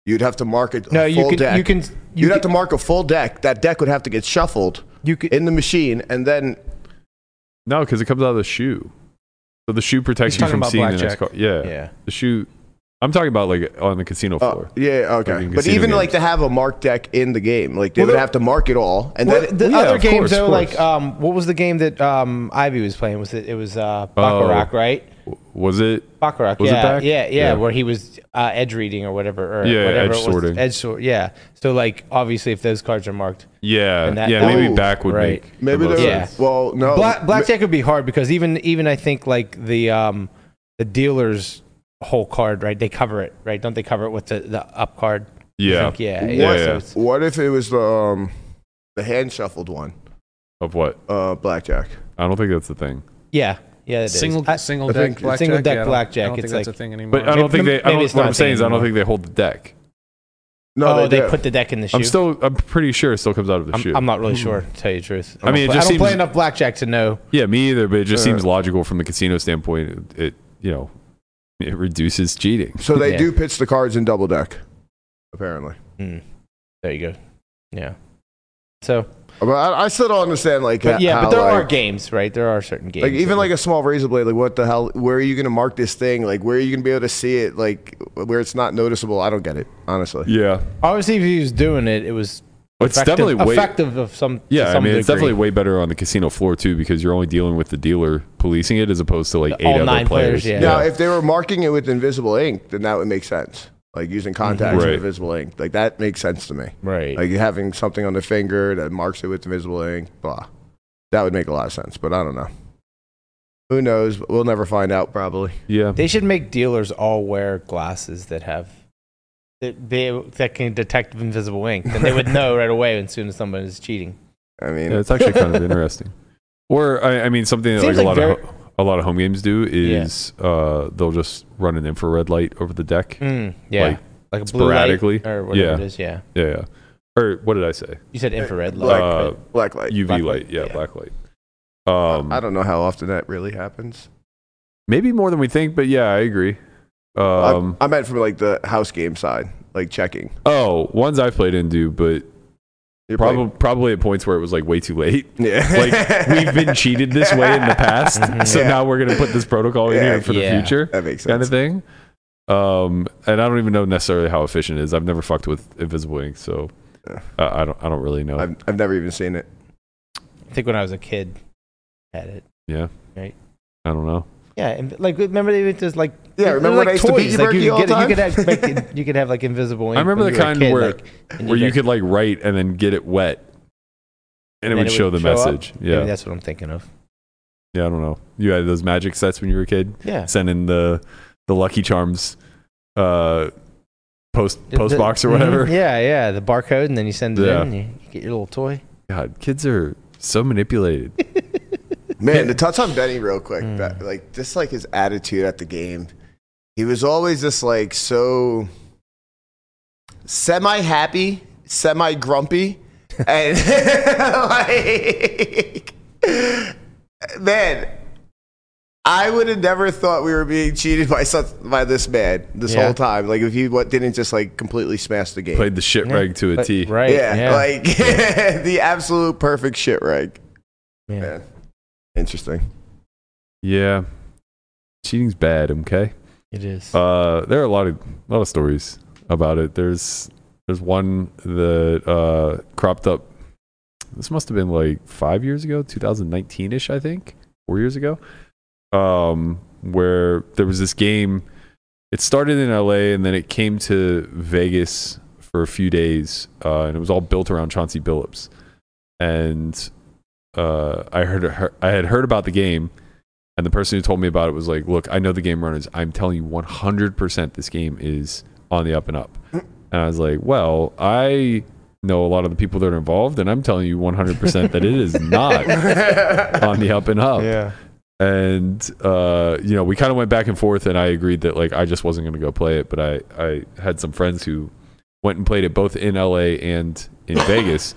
[SPEAKER 2] you'd have to mark it. a
[SPEAKER 3] No, you
[SPEAKER 2] full
[SPEAKER 3] can,
[SPEAKER 2] deck.
[SPEAKER 3] you can. You
[SPEAKER 2] You'd
[SPEAKER 3] can.
[SPEAKER 2] have to mark a full deck. That deck would have to get shuffled
[SPEAKER 3] You can.
[SPEAKER 2] in the machine, and then
[SPEAKER 4] No, because it comes out of the shoe. So the shoe protects
[SPEAKER 5] He's
[SPEAKER 4] you
[SPEAKER 5] talking
[SPEAKER 4] from
[SPEAKER 5] about
[SPEAKER 4] seeing the next
[SPEAKER 5] blackjack.
[SPEAKER 4] card. Yeah.
[SPEAKER 3] yeah.
[SPEAKER 4] The shoe. I'm talking about like on the casino
[SPEAKER 2] Oh,
[SPEAKER 4] floor.
[SPEAKER 2] yeah, okay.
[SPEAKER 4] Like in
[SPEAKER 2] but
[SPEAKER 4] casino
[SPEAKER 2] even like
[SPEAKER 4] games.
[SPEAKER 2] to have a mark deck in the game, like they
[SPEAKER 3] Well,
[SPEAKER 2] would
[SPEAKER 3] the-
[SPEAKER 2] have to mark it all, and
[SPEAKER 3] Well,
[SPEAKER 2] then
[SPEAKER 3] the
[SPEAKER 4] Well, yeah,
[SPEAKER 3] other
[SPEAKER 4] of
[SPEAKER 3] games
[SPEAKER 4] course,
[SPEAKER 3] though,
[SPEAKER 4] of
[SPEAKER 3] like
[SPEAKER 4] course.
[SPEAKER 3] um, what was the game that um, Ivy was playing? Was it it was uh, Baccarat, right?
[SPEAKER 4] W- Was it?
[SPEAKER 3] Baccarat,
[SPEAKER 4] Oh. Was it
[SPEAKER 3] yeah,
[SPEAKER 4] back?
[SPEAKER 3] yeah, yeah,
[SPEAKER 4] Yeah.
[SPEAKER 3] Where he was uh, edge reading or whatever, or
[SPEAKER 4] Yeah,
[SPEAKER 3] whatever
[SPEAKER 4] edge
[SPEAKER 3] it was,
[SPEAKER 4] sorting.
[SPEAKER 3] edge sort, yeah. So like obviously, if those cards are marked,
[SPEAKER 4] Yeah.
[SPEAKER 3] And that-
[SPEAKER 4] yeah.
[SPEAKER 3] that
[SPEAKER 4] maybe
[SPEAKER 2] was-
[SPEAKER 4] back would
[SPEAKER 3] right.
[SPEAKER 4] make. the
[SPEAKER 2] maybe
[SPEAKER 4] most
[SPEAKER 2] there.
[SPEAKER 3] Yeah.
[SPEAKER 4] sense.
[SPEAKER 2] Well, no,
[SPEAKER 3] Black, blackjack would be hard because even even I think like the um, the dealer's whole card, right? They cover it, right? Don't they cover it with the, the up card? I
[SPEAKER 4] Yeah.
[SPEAKER 3] think, yeah,
[SPEAKER 2] What,
[SPEAKER 4] Yeah,
[SPEAKER 3] So
[SPEAKER 4] yeah.
[SPEAKER 3] it's-
[SPEAKER 2] what if it was the um, the hand shuffled one,
[SPEAKER 4] Of what?
[SPEAKER 2] uh, blackjack?
[SPEAKER 4] I don't think that's the thing.
[SPEAKER 3] yeah, yeah. It is.
[SPEAKER 5] Single
[SPEAKER 3] I-
[SPEAKER 5] single
[SPEAKER 2] I
[SPEAKER 5] deck
[SPEAKER 2] think-
[SPEAKER 5] blackjack.
[SPEAKER 3] single deck
[SPEAKER 5] Yeah, I don't-
[SPEAKER 3] blackjack,
[SPEAKER 5] I don't think
[SPEAKER 3] it's
[SPEAKER 5] that's
[SPEAKER 3] like-
[SPEAKER 5] a thing anymore.
[SPEAKER 4] But I don't
[SPEAKER 3] Maybe-
[SPEAKER 4] think they. I
[SPEAKER 3] maybe
[SPEAKER 4] don't,
[SPEAKER 3] it's
[SPEAKER 4] what
[SPEAKER 3] not
[SPEAKER 4] I'm
[SPEAKER 3] a
[SPEAKER 4] saying
[SPEAKER 3] thing
[SPEAKER 4] is I don't
[SPEAKER 3] anymore.
[SPEAKER 4] think they hold the deck.
[SPEAKER 2] No,
[SPEAKER 3] oh, they,
[SPEAKER 2] did.
[SPEAKER 3] put the deck in the shoe.
[SPEAKER 4] I'm still. I'm pretty sure it still comes out of the
[SPEAKER 3] I'm,
[SPEAKER 4] shoe.
[SPEAKER 3] I'm not really sure, to tell you the truth.
[SPEAKER 4] Hmm. I mean,
[SPEAKER 3] don't play,
[SPEAKER 4] it just
[SPEAKER 3] I don't play
[SPEAKER 4] seems-
[SPEAKER 3] enough blackjack to know.
[SPEAKER 4] Yeah, me either. But it just
[SPEAKER 2] Uh,
[SPEAKER 4] seems logical from the casino standpoint. It, it, you know, it reduces cheating.
[SPEAKER 2] so they
[SPEAKER 3] Yeah.
[SPEAKER 2] do pitch the cards in double deck, apparently.
[SPEAKER 3] Mm. There you go. Yeah. So,
[SPEAKER 2] But I, I still don't understand, like,
[SPEAKER 3] but yeah,
[SPEAKER 2] how,
[SPEAKER 3] but there
[SPEAKER 2] like,
[SPEAKER 3] are games, right? There are certain games.
[SPEAKER 2] Like even
[SPEAKER 3] that-
[SPEAKER 2] like a small razor blade, like what the hell? Where are you gonna mark this thing? Like where are you gonna be able to see it? Like where it's not noticeable? I don't get it, honestly.
[SPEAKER 4] Yeah,
[SPEAKER 3] obviously, if he was doing it, it was
[SPEAKER 4] It's definitely way.
[SPEAKER 3] effective of some. to
[SPEAKER 4] Yeah, I
[SPEAKER 3] some
[SPEAKER 4] mean, it's
[SPEAKER 3] degree.
[SPEAKER 4] definitely way better on the casino floor too because you're only dealing with the dealer policing it as opposed to like eight
[SPEAKER 3] All
[SPEAKER 4] other
[SPEAKER 3] nine
[SPEAKER 4] players.
[SPEAKER 3] players, yeah.
[SPEAKER 2] Now, if they were marking it with invisible ink, then that would make sense. Like using contacts
[SPEAKER 4] Right.
[SPEAKER 2] with invisible ink, like that makes sense to me.
[SPEAKER 3] Right.
[SPEAKER 2] Like having something on the finger that marks it with invisible ink, blah. That would make a lot of sense, but I don't know. Who knows? We'll never find out, probably.
[SPEAKER 4] yeah.
[SPEAKER 3] They should make dealers all wear glasses that have that they that can detect invisible ink, and they would know right away as soon as someone is cheating.
[SPEAKER 2] I mean,
[SPEAKER 4] Yeah, it's actually kind of interesting. Or I, I mean, something that like,
[SPEAKER 3] Seems
[SPEAKER 4] a lot
[SPEAKER 3] like
[SPEAKER 4] of ho- a lot of home games do is uh, they'll just run an infrared light over the deck.
[SPEAKER 3] Mm, yeah,
[SPEAKER 4] Like,
[SPEAKER 3] like, a blue light
[SPEAKER 4] sporadically?
[SPEAKER 3] or whatever
[SPEAKER 4] Yeah.
[SPEAKER 3] it is. Yeah,
[SPEAKER 4] Yeah, yeah. Or what did I say?
[SPEAKER 3] you said infrared
[SPEAKER 2] Like,
[SPEAKER 3] light.
[SPEAKER 4] uh,
[SPEAKER 2] black light.
[SPEAKER 4] UV
[SPEAKER 3] black
[SPEAKER 4] light.
[SPEAKER 3] light,
[SPEAKER 4] Yeah,
[SPEAKER 3] yeah.
[SPEAKER 4] black light. Um,
[SPEAKER 2] I don't know how often that really happens.
[SPEAKER 4] maybe more than we think, but yeah, I agree. Um,
[SPEAKER 2] I, I meant from like the house game side, like checking.
[SPEAKER 4] oh, ones I've played into, but
[SPEAKER 2] You're
[SPEAKER 4] probably probably at points where it was like way too late.
[SPEAKER 2] playing- yeah.
[SPEAKER 4] Like we've been cheated this way in the past, so
[SPEAKER 2] Mm-hmm. Yeah.
[SPEAKER 4] now we're gonna put this protocol in
[SPEAKER 2] Yeah,
[SPEAKER 4] here for the
[SPEAKER 3] yeah.
[SPEAKER 4] future.
[SPEAKER 2] that makes
[SPEAKER 4] kind of
[SPEAKER 2] sense.
[SPEAKER 4] thing. Um, and I don't even know necessarily how efficient it is. I've never fucked with invisible ink, so
[SPEAKER 2] Yeah.
[SPEAKER 4] uh, I don't. I don't really know.
[SPEAKER 2] I've, I've never even seen it.
[SPEAKER 3] I think when I was a kid, I had it.
[SPEAKER 4] I don't know.
[SPEAKER 3] Yeah, and like remember they would just like
[SPEAKER 2] Yeah,
[SPEAKER 3] they were
[SPEAKER 2] remember when
[SPEAKER 3] like
[SPEAKER 2] I used to beat you,
[SPEAKER 3] like
[SPEAKER 2] Berkey,
[SPEAKER 3] you,
[SPEAKER 2] all
[SPEAKER 3] could
[SPEAKER 2] the
[SPEAKER 3] you could
[SPEAKER 2] time?
[SPEAKER 3] have like, you could have like invisible ink.
[SPEAKER 4] remember
[SPEAKER 3] when
[SPEAKER 4] the
[SPEAKER 3] you were a
[SPEAKER 4] kind
[SPEAKER 3] kid,
[SPEAKER 4] where-
[SPEAKER 3] like, and
[SPEAKER 4] Where you could like write and then get it wet, and it
[SPEAKER 3] and
[SPEAKER 4] would
[SPEAKER 3] then
[SPEAKER 4] show the
[SPEAKER 3] up.
[SPEAKER 4] message. Yeah,
[SPEAKER 3] Maybe that's what I'm thinking of.
[SPEAKER 4] yeah. I don't know. You had those magic sets when you were a kid,
[SPEAKER 3] Yeah,
[SPEAKER 4] sending the the Lucky Charms, uh, post post
[SPEAKER 3] The-
[SPEAKER 4] box or
[SPEAKER 3] mhm,
[SPEAKER 4] whatever.
[SPEAKER 3] Yeah, yeah, the barcode, and then you send it
[SPEAKER 4] Yeah.
[SPEAKER 3] in. And you, you get your little toy.
[SPEAKER 4] God, kids are so manipulated.
[SPEAKER 2] Man, to touch on Benny real quick,
[SPEAKER 3] Hmm.
[SPEAKER 2] that- like just like his attitude at the game, he was always just like so semi happy, semi grumpy, and like man, I would have never thought we were being cheated by such by this man this
[SPEAKER 3] Yeah.
[SPEAKER 2] whole time. Like if he wa- didn't just like completely smash the game,
[SPEAKER 4] Played the shit rag to a
[SPEAKER 3] But-
[SPEAKER 4] T.
[SPEAKER 3] Right.
[SPEAKER 2] yeah,
[SPEAKER 3] Yeah.
[SPEAKER 2] like the absolute perfect shit rag.
[SPEAKER 3] Yeah.
[SPEAKER 2] Man, interesting.
[SPEAKER 4] Yeah, cheating's bad. Okay.
[SPEAKER 3] It is.
[SPEAKER 4] Uh, there are a lot of lot of stories about it. There's there's one that uh, cropped up. This must have been like five years ago, 2019 ish, I think, four years ago, um, where there was this game. It started in LA and then it came to Vegas for a few days, uh, and it was all built around Chauncey Billups. And uh, I heard I had heard about the game, and the person who told me about it was like, "Look, I know the game runners. I'm telling you 100% this game is on the up and up." And I was like, "Well, I know a lot of the people that are involved and I'm telling you 100% that it is not on the up and up."
[SPEAKER 3] yeah.
[SPEAKER 4] And uh, you know, we kind of went back and forth and I agreed that like I just wasn't going to go play it, but I I had some friends who went and played it both in LA and in Vegas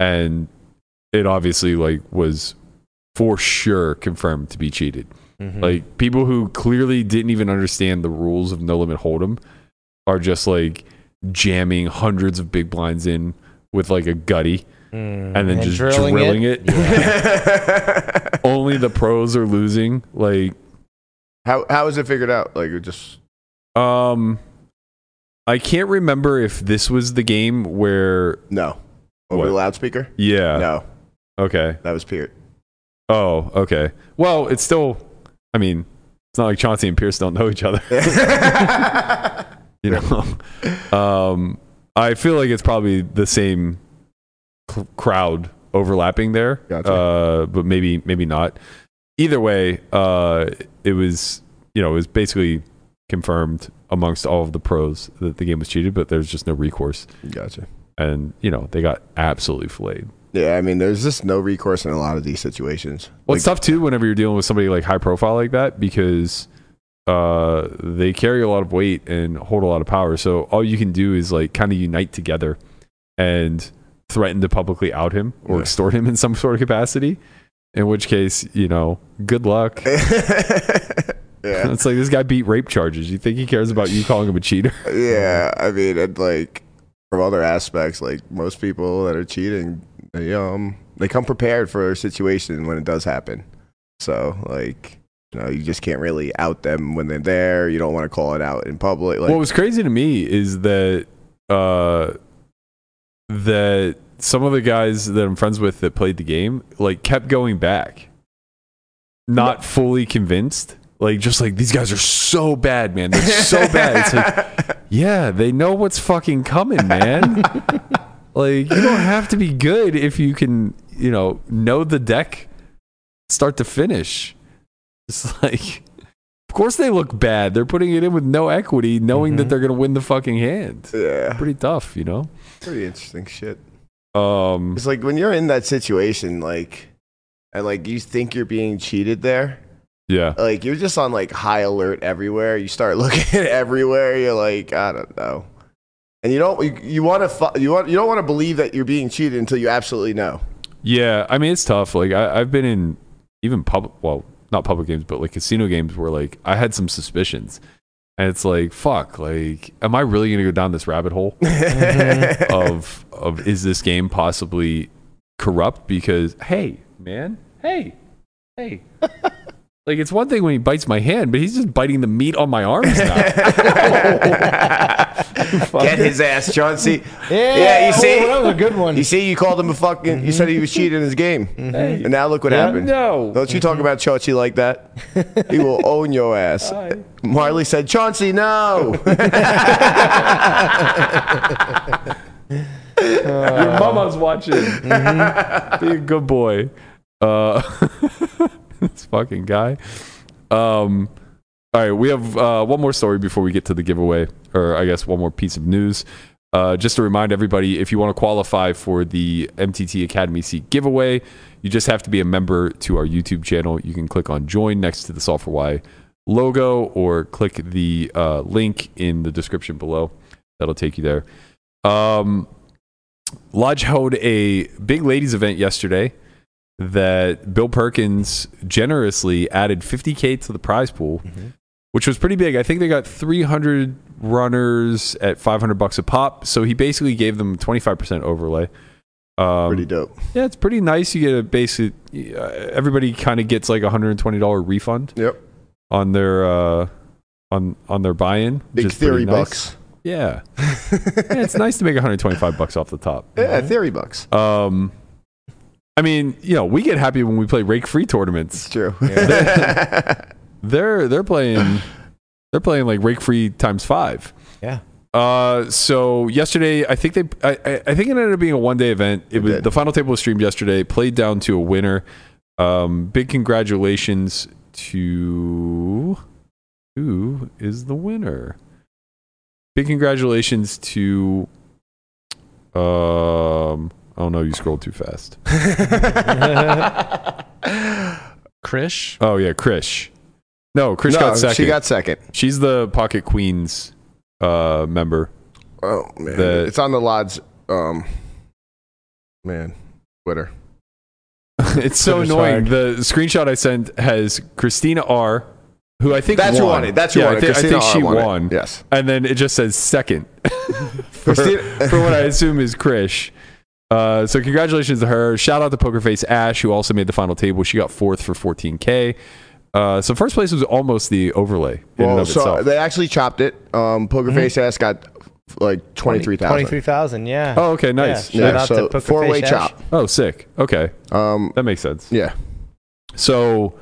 [SPEAKER 4] and it obviously like was for sure confirmed to be cheated.
[SPEAKER 3] Mhm.
[SPEAKER 4] Like people who clearly didn't even understand the rules of no limit hold'em are just like jamming hundreds of big blinds in with like a gutty
[SPEAKER 3] Mm.
[SPEAKER 4] and then just drilling, it. Only the pros are losing. Like
[SPEAKER 2] How how was it figured out? Like it just
[SPEAKER 4] um I can't remember if this was the game where
[SPEAKER 2] no over
[SPEAKER 4] What?
[SPEAKER 2] the loudspeaker.
[SPEAKER 4] yeah.
[SPEAKER 2] no,
[SPEAKER 4] Okay.
[SPEAKER 2] that was Peart.
[SPEAKER 4] Oh, okay. Well, it's still I mean, it's not like Chauncey and Pierce don't know each other. you know um i feel like it's probably the same c- crowd overlapping there
[SPEAKER 2] Gotcha.
[SPEAKER 4] uh but maybe maybe not either way uh it was you know it was basically confirmed amongst all of the pros that the game was cheated but there's just no recourse
[SPEAKER 2] gotcha.
[SPEAKER 4] and you know they got absolutely flayed
[SPEAKER 2] Yeah, I mean, there's just no recourse in a lot of these situations.
[SPEAKER 4] well it's tough too whenever you're dealing with somebody like high profile like that because uh they carry a lot of weight and hold a lot of power so all you can do is like kind of unite together and threaten to publicly out him or
[SPEAKER 2] Yeah.
[SPEAKER 4] extort him in some sort of capacity in which case you know good luck
[SPEAKER 2] yeah,
[SPEAKER 4] it's like this guy beat rape charges you think he cares about you calling him a cheater
[SPEAKER 2] yeah. I mean, and like from other aspects, like most people that are cheating, they um they come prepared for a situation when it does happen. So like, you know, you just can't really out them when they're there. You don't want to call it out in public. Like,
[SPEAKER 4] what was crazy to me is that uh that some of the guys that I'm friends with that played the game like kept going back, not fully convinced. Like just like these guys are so bad, man. They're so bad. It's like, yeah, they know what's fucking coming, man. like you don't have to be good if you can, you know, know the deck start to finish. It's like, of course they look bad. They're putting it in with no equity, knowing that they're gonna win the fucking hand.
[SPEAKER 2] Yeah,
[SPEAKER 4] Pretty tough, you know.
[SPEAKER 2] pretty interesting shit.
[SPEAKER 4] Um,
[SPEAKER 2] It's like when you're in that situation, like, and like you think you're being cheated there,
[SPEAKER 4] yeah.
[SPEAKER 2] like you're just on like high alert everywhere. You start looking everywhere. You're like, I don't know, and you don't you, you want to fu- you want you don't want to believe that you're being cheated until you absolutely know.
[SPEAKER 4] Yeah, I mean it's tough. Like I, I've been in even public, well, not public games, but like casino games where like I had some suspicions, and it's like, fuck, like, am I really gonna go down this rabbit hole Mm-hmm. of of is this game possibly corrupt? Because hey, man, hey, hey. Like it's one thing when he bites my hand, but he's just biting the meat on my arms now.
[SPEAKER 2] Get his ass, John. See,
[SPEAKER 3] Yeah,
[SPEAKER 2] you
[SPEAKER 3] oh,
[SPEAKER 2] see,
[SPEAKER 3] that was a good one.
[SPEAKER 2] You see, you called him a fucking. You said he was cheating in his game, and now look what happened.
[SPEAKER 4] no.
[SPEAKER 2] don't you talk about Chauncey like that. he will own your ass. Marley said, "Chauncey, no."
[SPEAKER 4] Your mama's watching. Be a good boy. Uh, this fucking guy. Um, all right, we have uh, one more story before we get to the giveaway, or I guess one more piece of news. Uh, just to remind everybody, if you want to qualify for the MTT Academy seat giveaway, you just have to be a member to our YouTube channel. You can click on join next to the Software Y logo or click the uh, link in the description below. That'll take you there. Um, Lodge held a big ladies event yesterday that Bill Perkins generously added 50k to the prize pool, which was pretty big. I think they got 300 runners at 500 bucks a pop, so he basically gave them 25% overlay. Um,
[SPEAKER 2] Pretty dope.
[SPEAKER 4] yeah, it's pretty nice. You get a basic. Uh, everybody kind of gets like a hundred and twenty dollar refund
[SPEAKER 2] Yep.
[SPEAKER 4] on their uh, on on their buy in.
[SPEAKER 2] Big theory bucks.
[SPEAKER 4] Yeah.
[SPEAKER 3] Mm-hmm.
[SPEAKER 4] Yeah, it's nice to make one hundred twenty five bucks off the top.
[SPEAKER 2] Yeah, theory bucks.
[SPEAKER 4] Um, I mean, you know, we get happy when we play rake free tournaments.
[SPEAKER 2] It's true.
[SPEAKER 4] They're they're playing they're playing like rake free times five.
[SPEAKER 3] yeah.
[SPEAKER 4] Uh, so yesterday, I think they, I, I I think it ended up being a one day event. It was
[SPEAKER 2] did.
[SPEAKER 4] the final table was streamed yesterday. Played down to a winner. Um, big congratulations to who is the winner? Big congratulations to um. Oh no, you scrolled too fast.
[SPEAKER 5] Krish.
[SPEAKER 4] Oh yeah, Krish. No, Krish
[SPEAKER 2] no,
[SPEAKER 4] got second.
[SPEAKER 2] she got second.
[SPEAKER 4] She's the Pocket Queens uh member.
[SPEAKER 2] Oh man,
[SPEAKER 4] The-
[SPEAKER 2] it's on the lodge. Um, man, Twitter.
[SPEAKER 4] it's so
[SPEAKER 3] Twitter's
[SPEAKER 4] annoying.
[SPEAKER 3] hard.
[SPEAKER 4] The screenshot I sent has Christina R, who I think
[SPEAKER 2] That's
[SPEAKER 4] won.
[SPEAKER 2] who won it. That's who
[SPEAKER 4] yeah,
[SPEAKER 2] won
[SPEAKER 4] I
[SPEAKER 2] it.
[SPEAKER 4] think, I
[SPEAKER 2] Christina
[SPEAKER 4] think
[SPEAKER 2] R
[SPEAKER 4] she
[SPEAKER 2] Oh, won it.
[SPEAKER 4] won.
[SPEAKER 2] Yes.
[SPEAKER 4] and then it just says second for,
[SPEAKER 2] Christina-
[SPEAKER 4] for what I assume is Krish. Uh, so congratulations to her. Shout out to Poker Face Ash, who also made the final table. She got fourth for 14k. Uh, so first place was almost the overlay in and
[SPEAKER 2] Well,
[SPEAKER 4] of
[SPEAKER 2] so
[SPEAKER 4] itself.
[SPEAKER 2] they actually chopped it. Um, Poker Face ass got like twenty three thousand.
[SPEAKER 3] 23,000, yeah.
[SPEAKER 4] Oh, okay, nice.
[SPEAKER 3] Yeah, shout
[SPEAKER 2] Yeah,
[SPEAKER 3] out
[SPEAKER 2] so
[SPEAKER 3] to Poker
[SPEAKER 2] four-way
[SPEAKER 3] Face Ash.
[SPEAKER 2] chop.
[SPEAKER 4] oh, sick. Okay,
[SPEAKER 2] Um,
[SPEAKER 4] that makes sense.
[SPEAKER 2] yeah.
[SPEAKER 4] So,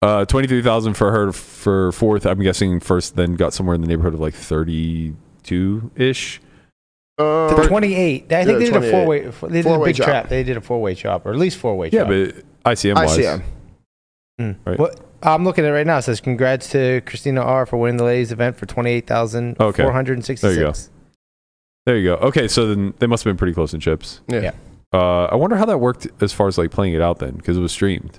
[SPEAKER 4] uh, twenty three thousand for her for fourth. I'm guessing first, then got somewhere in the neighborhood of like thirty two ish.
[SPEAKER 2] Um,
[SPEAKER 3] The 28. I think
[SPEAKER 2] Yeah,
[SPEAKER 3] they did a
[SPEAKER 2] 28.
[SPEAKER 3] four way. They did a
[SPEAKER 2] Four-way
[SPEAKER 3] big
[SPEAKER 2] chop.
[SPEAKER 3] trap. They did a four way chop, or at least four way
[SPEAKER 4] Yeah,
[SPEAKER 3] chop.
[SPEAKER 4] but ICM wise,
[SPEAKER 2] ICM.
[SPEAKER 3] Mm.
[SPEAKER 4] Right.
[SPEAKER 3] What I'm looking at it right now it says congrats to Christina R for winning the ladies event for twenty eight thousand four hundred and sixty six.
[SPEAKER 4] there you go. Okay, so then they must have been pretty close in chips.
[SPEAKER 2] Yeah.
[SPEAKER 3] Yeah.
[SPEAKER 4] Uh, I wonder how that worked as far as like playing it out then, because it was streamed.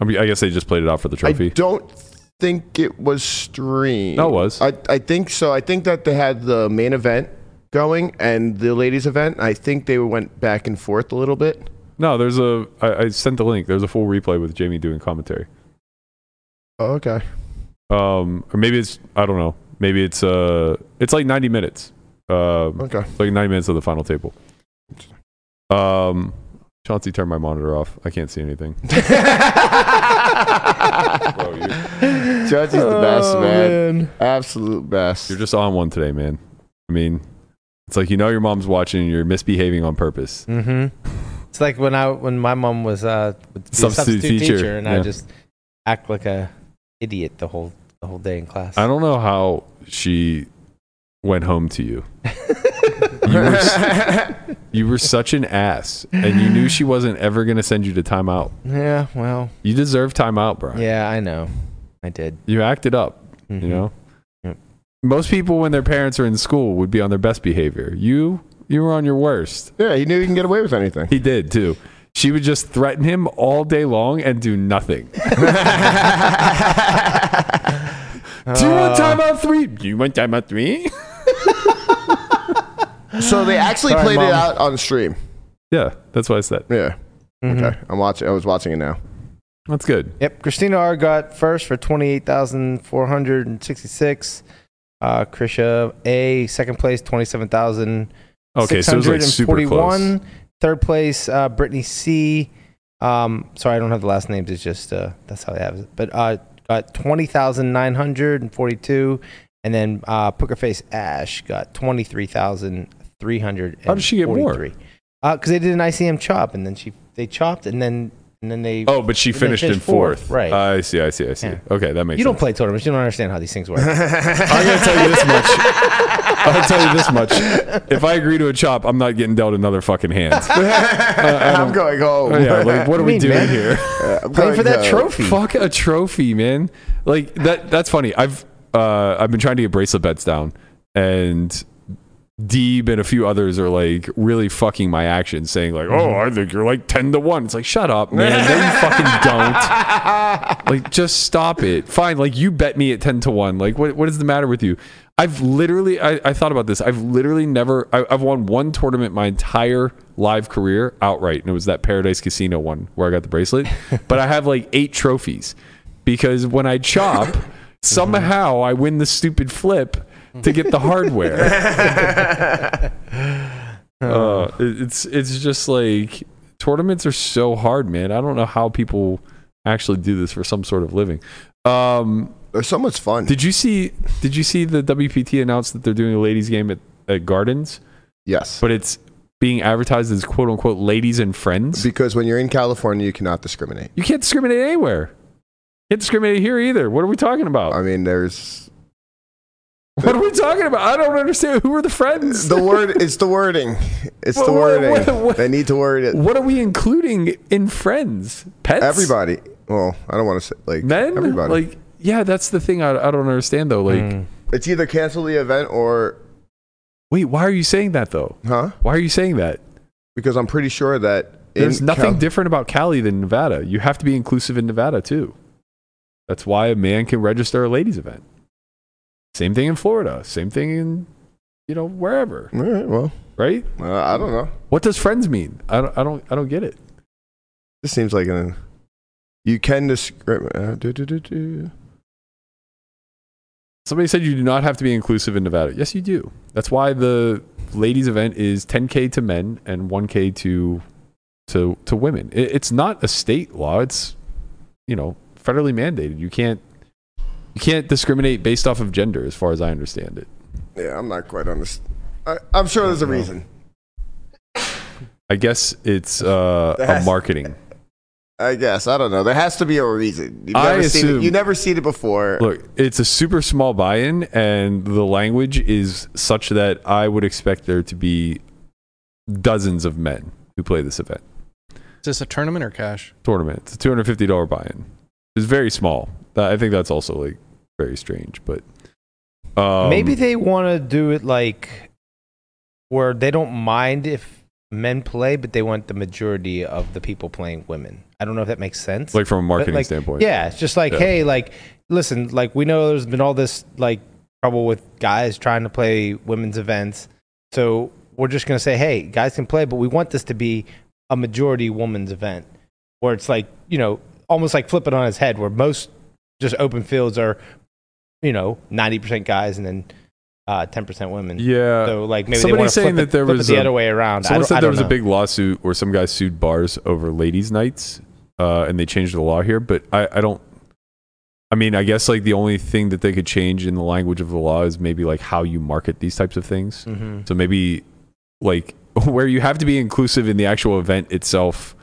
[SPEAKER 4] I mean, I guess they just played it out for the
[SPEAKER 2] I
[SPEAKER 4] trophy.
[SPEAKER 2] don't think it was streamed.
[SPEAKER 4] No, it was.
[SPEAKER 2] I, I think so. I think that they had the main event going and the ladies event. I think they went back and forth a little bit.
[SPEAKER 4] No, there's a. I, I sent the link. There's a full replay with Jamie doing commentary.
[SPEAKER 2] Oh, okay.
[SPEAKER 4] Um, or maybe it's I don't know. Maybe it's uh, it's like 90 minutes. Um,
[SPEAKER 2] Okay.
[SPEAKER 4] It's like 90 minutes of the final table. Um, Chauncey turned my monitor off. I can't see anything. Bro, you're,
[SPEAKER 3] Oh,
[SPEAKER 2] Judge is the best, man. Absolute best.
[SPEAKER 4] you're just on one today, man. I mean, It's like you know your mom's watching and you're misbehaving on purpose.
[SPEAKER 3] Mm-hmm. It's like when I when my mom was uh, would be a
[SPEAKER 4] Substitute
[SPEAKER 3] substitute
[SPEAKER 4] teacher,
[SPEAKER 3] teacher, and I
[SPEAKER 4] yeah.
[SPEAKER 3] just act like a idiot the whole the whole day in class.
[SPEAKER 4] I don't know how she went home to you. you, were, s- you were such an ass, and you knew she wasn't ever going to send you to timeout.
[SPEAKER 3] yeah, well,
[SPEAKER 4] You deserve timeout, Brian.
[SPEAKER 3] yeah, I know, I did. Mm-hmm.
[SPEAKER 4] You acted up. you know
[SPEAKER 3] Yep.
[SPEAKER 4] most people when their parents are in school would be on their best behavior you you were on your worst
[SPEAKER 2] Yeah, he knew he can get away with anything.
[SPEAKER 4] he did too she would just threaten him all day long and do nothing
[SPEAKER 3] Uh.
[SPEAKER 4] do you want timeout three do you want timeout three
[SPEAKER 2] So they actually
[SPEAKER 3] Sorry,
[SPEAKER 2] played
[SPEAKER 3] Mom.
[SPEAKER 2] it out on stream.
[SPEAKER 4] yeah that's what i said
[SPEAKER 2] Yeah.
[SPEAKER 3] Mm-hmm.
[SPEAKER 4] Mm-hmm.
[SPEAKER 2] Okay. I'm watching. I was watching it now.
[SPEAKER 4] that's good
[SPEAKER 3] Yep, Christina R got first for twenty eight thousand four hundred and sixty six. Uh, Krisha A second place twenty seven thousand
[SPEAKER 4] okay so it was like super close
[SPEAKER 3] 641. Third place, uh, Brittany C. Um, sorry, I don't have the last names. It's just uh, that's how they have it. But uh, got twenty thousand nine hundred and forty-two, and then uh, Poker Face Ash got twenty-three thousand three hundred.
[SPEAKER 4] How did she get more?
[SPEAKER 3] Because they did an ICM chop, and then she they chopped, and then and then they.
[SPEAKER 4] oh but she
[SPEAKER 3] They
[SPEAKER 4] finished in
[SPEAKER 3] finished fourth,
[SPEAKER 4] fourth,
[SPEAKER 3] right.
[SPEAKER 4] i see i see i see
[SPEAKER 3] Yeah.
[SPEAKER 4] okay that makes
[SPEAKER 3] you don't
[SPEAKER 4] sense
[SPEAKER 3] play tournaments. You don't understand how these things work.
[SPEAKER 4] i'm gonna tell you this much i'll tell you this much if i agree to a chop i'm not getting dealt another fucking hand
[SPEAKER 2] I'm going home.
[SPEAKER 4] Oh, yeah, like what are we
[SPEAKER 3] mean,
[SPEAKER 4] doing
[SPEAKER 3] man?
[SPEAKER 4] here?
[SPEAKER 2] I'm
[SPEAKER 3] Playing for
[SPEAKER 2] going
[SPEAKER 3] that
[SPEAKER 2] home.
[SPEAKER 3] trophy.
[SPEAKER 4] Fuck a trophy, man. Like that. That's funny. I've uh, I've been trying to get bracelet bets down, and Deeb and a few others are like really fucking my action, saying like, "Oh, I think you're like ten to one." It's like, shut up, man. no, you fucking don't. Like, just stop it. Fine. Like, you bet me at ten to one. Like, what what is the matter with you? I've literally, I, I thought about this. I've literally never, I, I've won one tournament my entire live career outright, and it was that Paradise Casino one where I got the bracelet. but I have like eight trophies because when I chop, somehow I win the stupid flip to get the hardware. uh, it- it's it's just like tournaments are so hard, man. I don't know how people actually do this for some sort of living. Um,
[SPEAKER 2] There's so much fun.
[SPEAKER 4] did you see? Did you see the WPT announced that they're doing a ladies' game at, at Gardens,
[SPEAKER 2] yes.
[SPEAKER 4] but it's being advertised as "quote unquote" ladies and friends.
[SPEAKER 2] because when you're in California, you cannot discriminate.
[SPEAKER 4] You can't discriminate anywhere. You can't discriminate here either. What are we talking about?
[SPEAKER 2] I mean, there's
[SPEAKER 4] What are we talking about? I don't understand. Who are the friends?
[SPEAKER 2] the word. It's the wording. It's the
[SPEAKER 4] What- what-
[SPEAKER 2] wording.
[SPEAKER 4] what- what-
[SPEAKER 2] They need to word it.
[SPEAKER 4] what are we including in friends? Pets?
[SPEAKER 2] Everybody. Well, I don't want to say like
[SPEAKER 4] Men?
[SPEAKER 2] Everybody. Mm.
[SPEAKER 4] Like, yeah, that's the thing I, I don't understand though. Like,
[SPEAKER 3] Hmm.
[SPEAKER 2] it's either cancel the event or
[SPEAKER 4] wait, why are you saying that though?
[SPEAKER 2] huh?
[SPEAKER 4] Why are you saying that?
[SPEAKER 2] Because I'm pretty sure that in
[SPEAKER 4] There's nothing
[SPEAKER 2] Cal-
[SPEAKER 4] different about Cali than Nevada. You have to be inclusive in Nevada too. That's why a man can register a ladies' event. Same thing in Florida. Same thing in, you know, wherever.
[SPEAKER 2] All right. Well,
[SPEAKER 4] Right?
[SPEAKER 2] uh, I don't know.
[SPEAKER 4] What does friends mean? I don't. I don't. I don't get it.
[SPEAKER 2] This seems like an. You can discriminate. Uh, do, do, do, do.
[SPEAKER 4] Somebody said you do not have to be inclusive in Nevada. Yes, you do. That's why the ladies' event is 10k to men and 1k to to to women. It, it's not a state law. It's you know federally mandated. You can't you can't discriminate based off of gender, as far as I understand it.
[SPEAKER 2] Yeah, I'm not quite understand. I, I'm sure there's a reason.
[SPEAKER 4] I guess it's uh, a
[SPEAKER 2] That's-
[SPEAKER 4] marketing.
[SPEAKER 2] I guess I don't know. There has to be a reason. You've
[SPEAKER 4] I
[SPEAKER 2] never seen
[SPEAKER 4] assume-
[SPEAKER 2] it. You never seen it before.
[SPEAKER 4] Look, it's a super small buy-in, and the language is such that I would expect there to be dozens of men who play this event.
[SPEAKER 5] Is this a tournament or cash?
[SPEAKER 4] tournament. It's a two hundred fifty dollar buy in. It's very small. That- I think that's also like very strange, but um,
[SPEAKER 3] Maybe they want to do it like where they don't mind if men play, but they want the majority of the people playing women. I don't know if that makes sense.
[SPEAKER 4] like from a
[SPEAKER 3] But,
[SPEAKER 4] marketing
[SPEAKER 3] like,
[SPEAKER 4] standpoint.
[SPEAKER 3] Yeah, it's just like,
[SPEAKER 4] Yeah.
[SPEAKER 3] hey, like, listen, like, we know there's been all this like trouble with guys trying to play women's events. So we're just going to say, hey, guys can play, but we want this to be a majority woman's event where it's like, you know, almost like flip it on his head where most just open fields are, you know, 90% guys and then uh, 10% women.
[SPEAKER 4] Yeah.
[SPEAKER 3] So like maybe
[SPEAKER 4] Somebody's
[SPEAKER 3] they want to
[SPEAKER 4] saying
[SPEAKER 3] flip, it,
[SPEAKER 4] that there
[SPEAKER 3] flip it
[SPEAKER 4] was
[SPEAKER 3] the
[SPEAKER 4] a-
[SPEAKER 3] other way around. I
[SPEAKER 4] Someone
[SPEAKER 3] don't, I
[SPEAKER 4] said
[SPEAKER 3] don't
[SPEAKER 4] there was
[SPEAKER 3] know.
[SPEAKER 4] a big lawsuit where some guy sued bars over ladies' nights, uh, and they changed the law here. But I, I don't. I mean, I guess like the only thing that they could change in the language of the law is maybe like how you market these types of things.
[SPEAKER 3] Mm-hmm.
[SPEAKER 4] So maybe like where you have to be inclusive in the actual event itself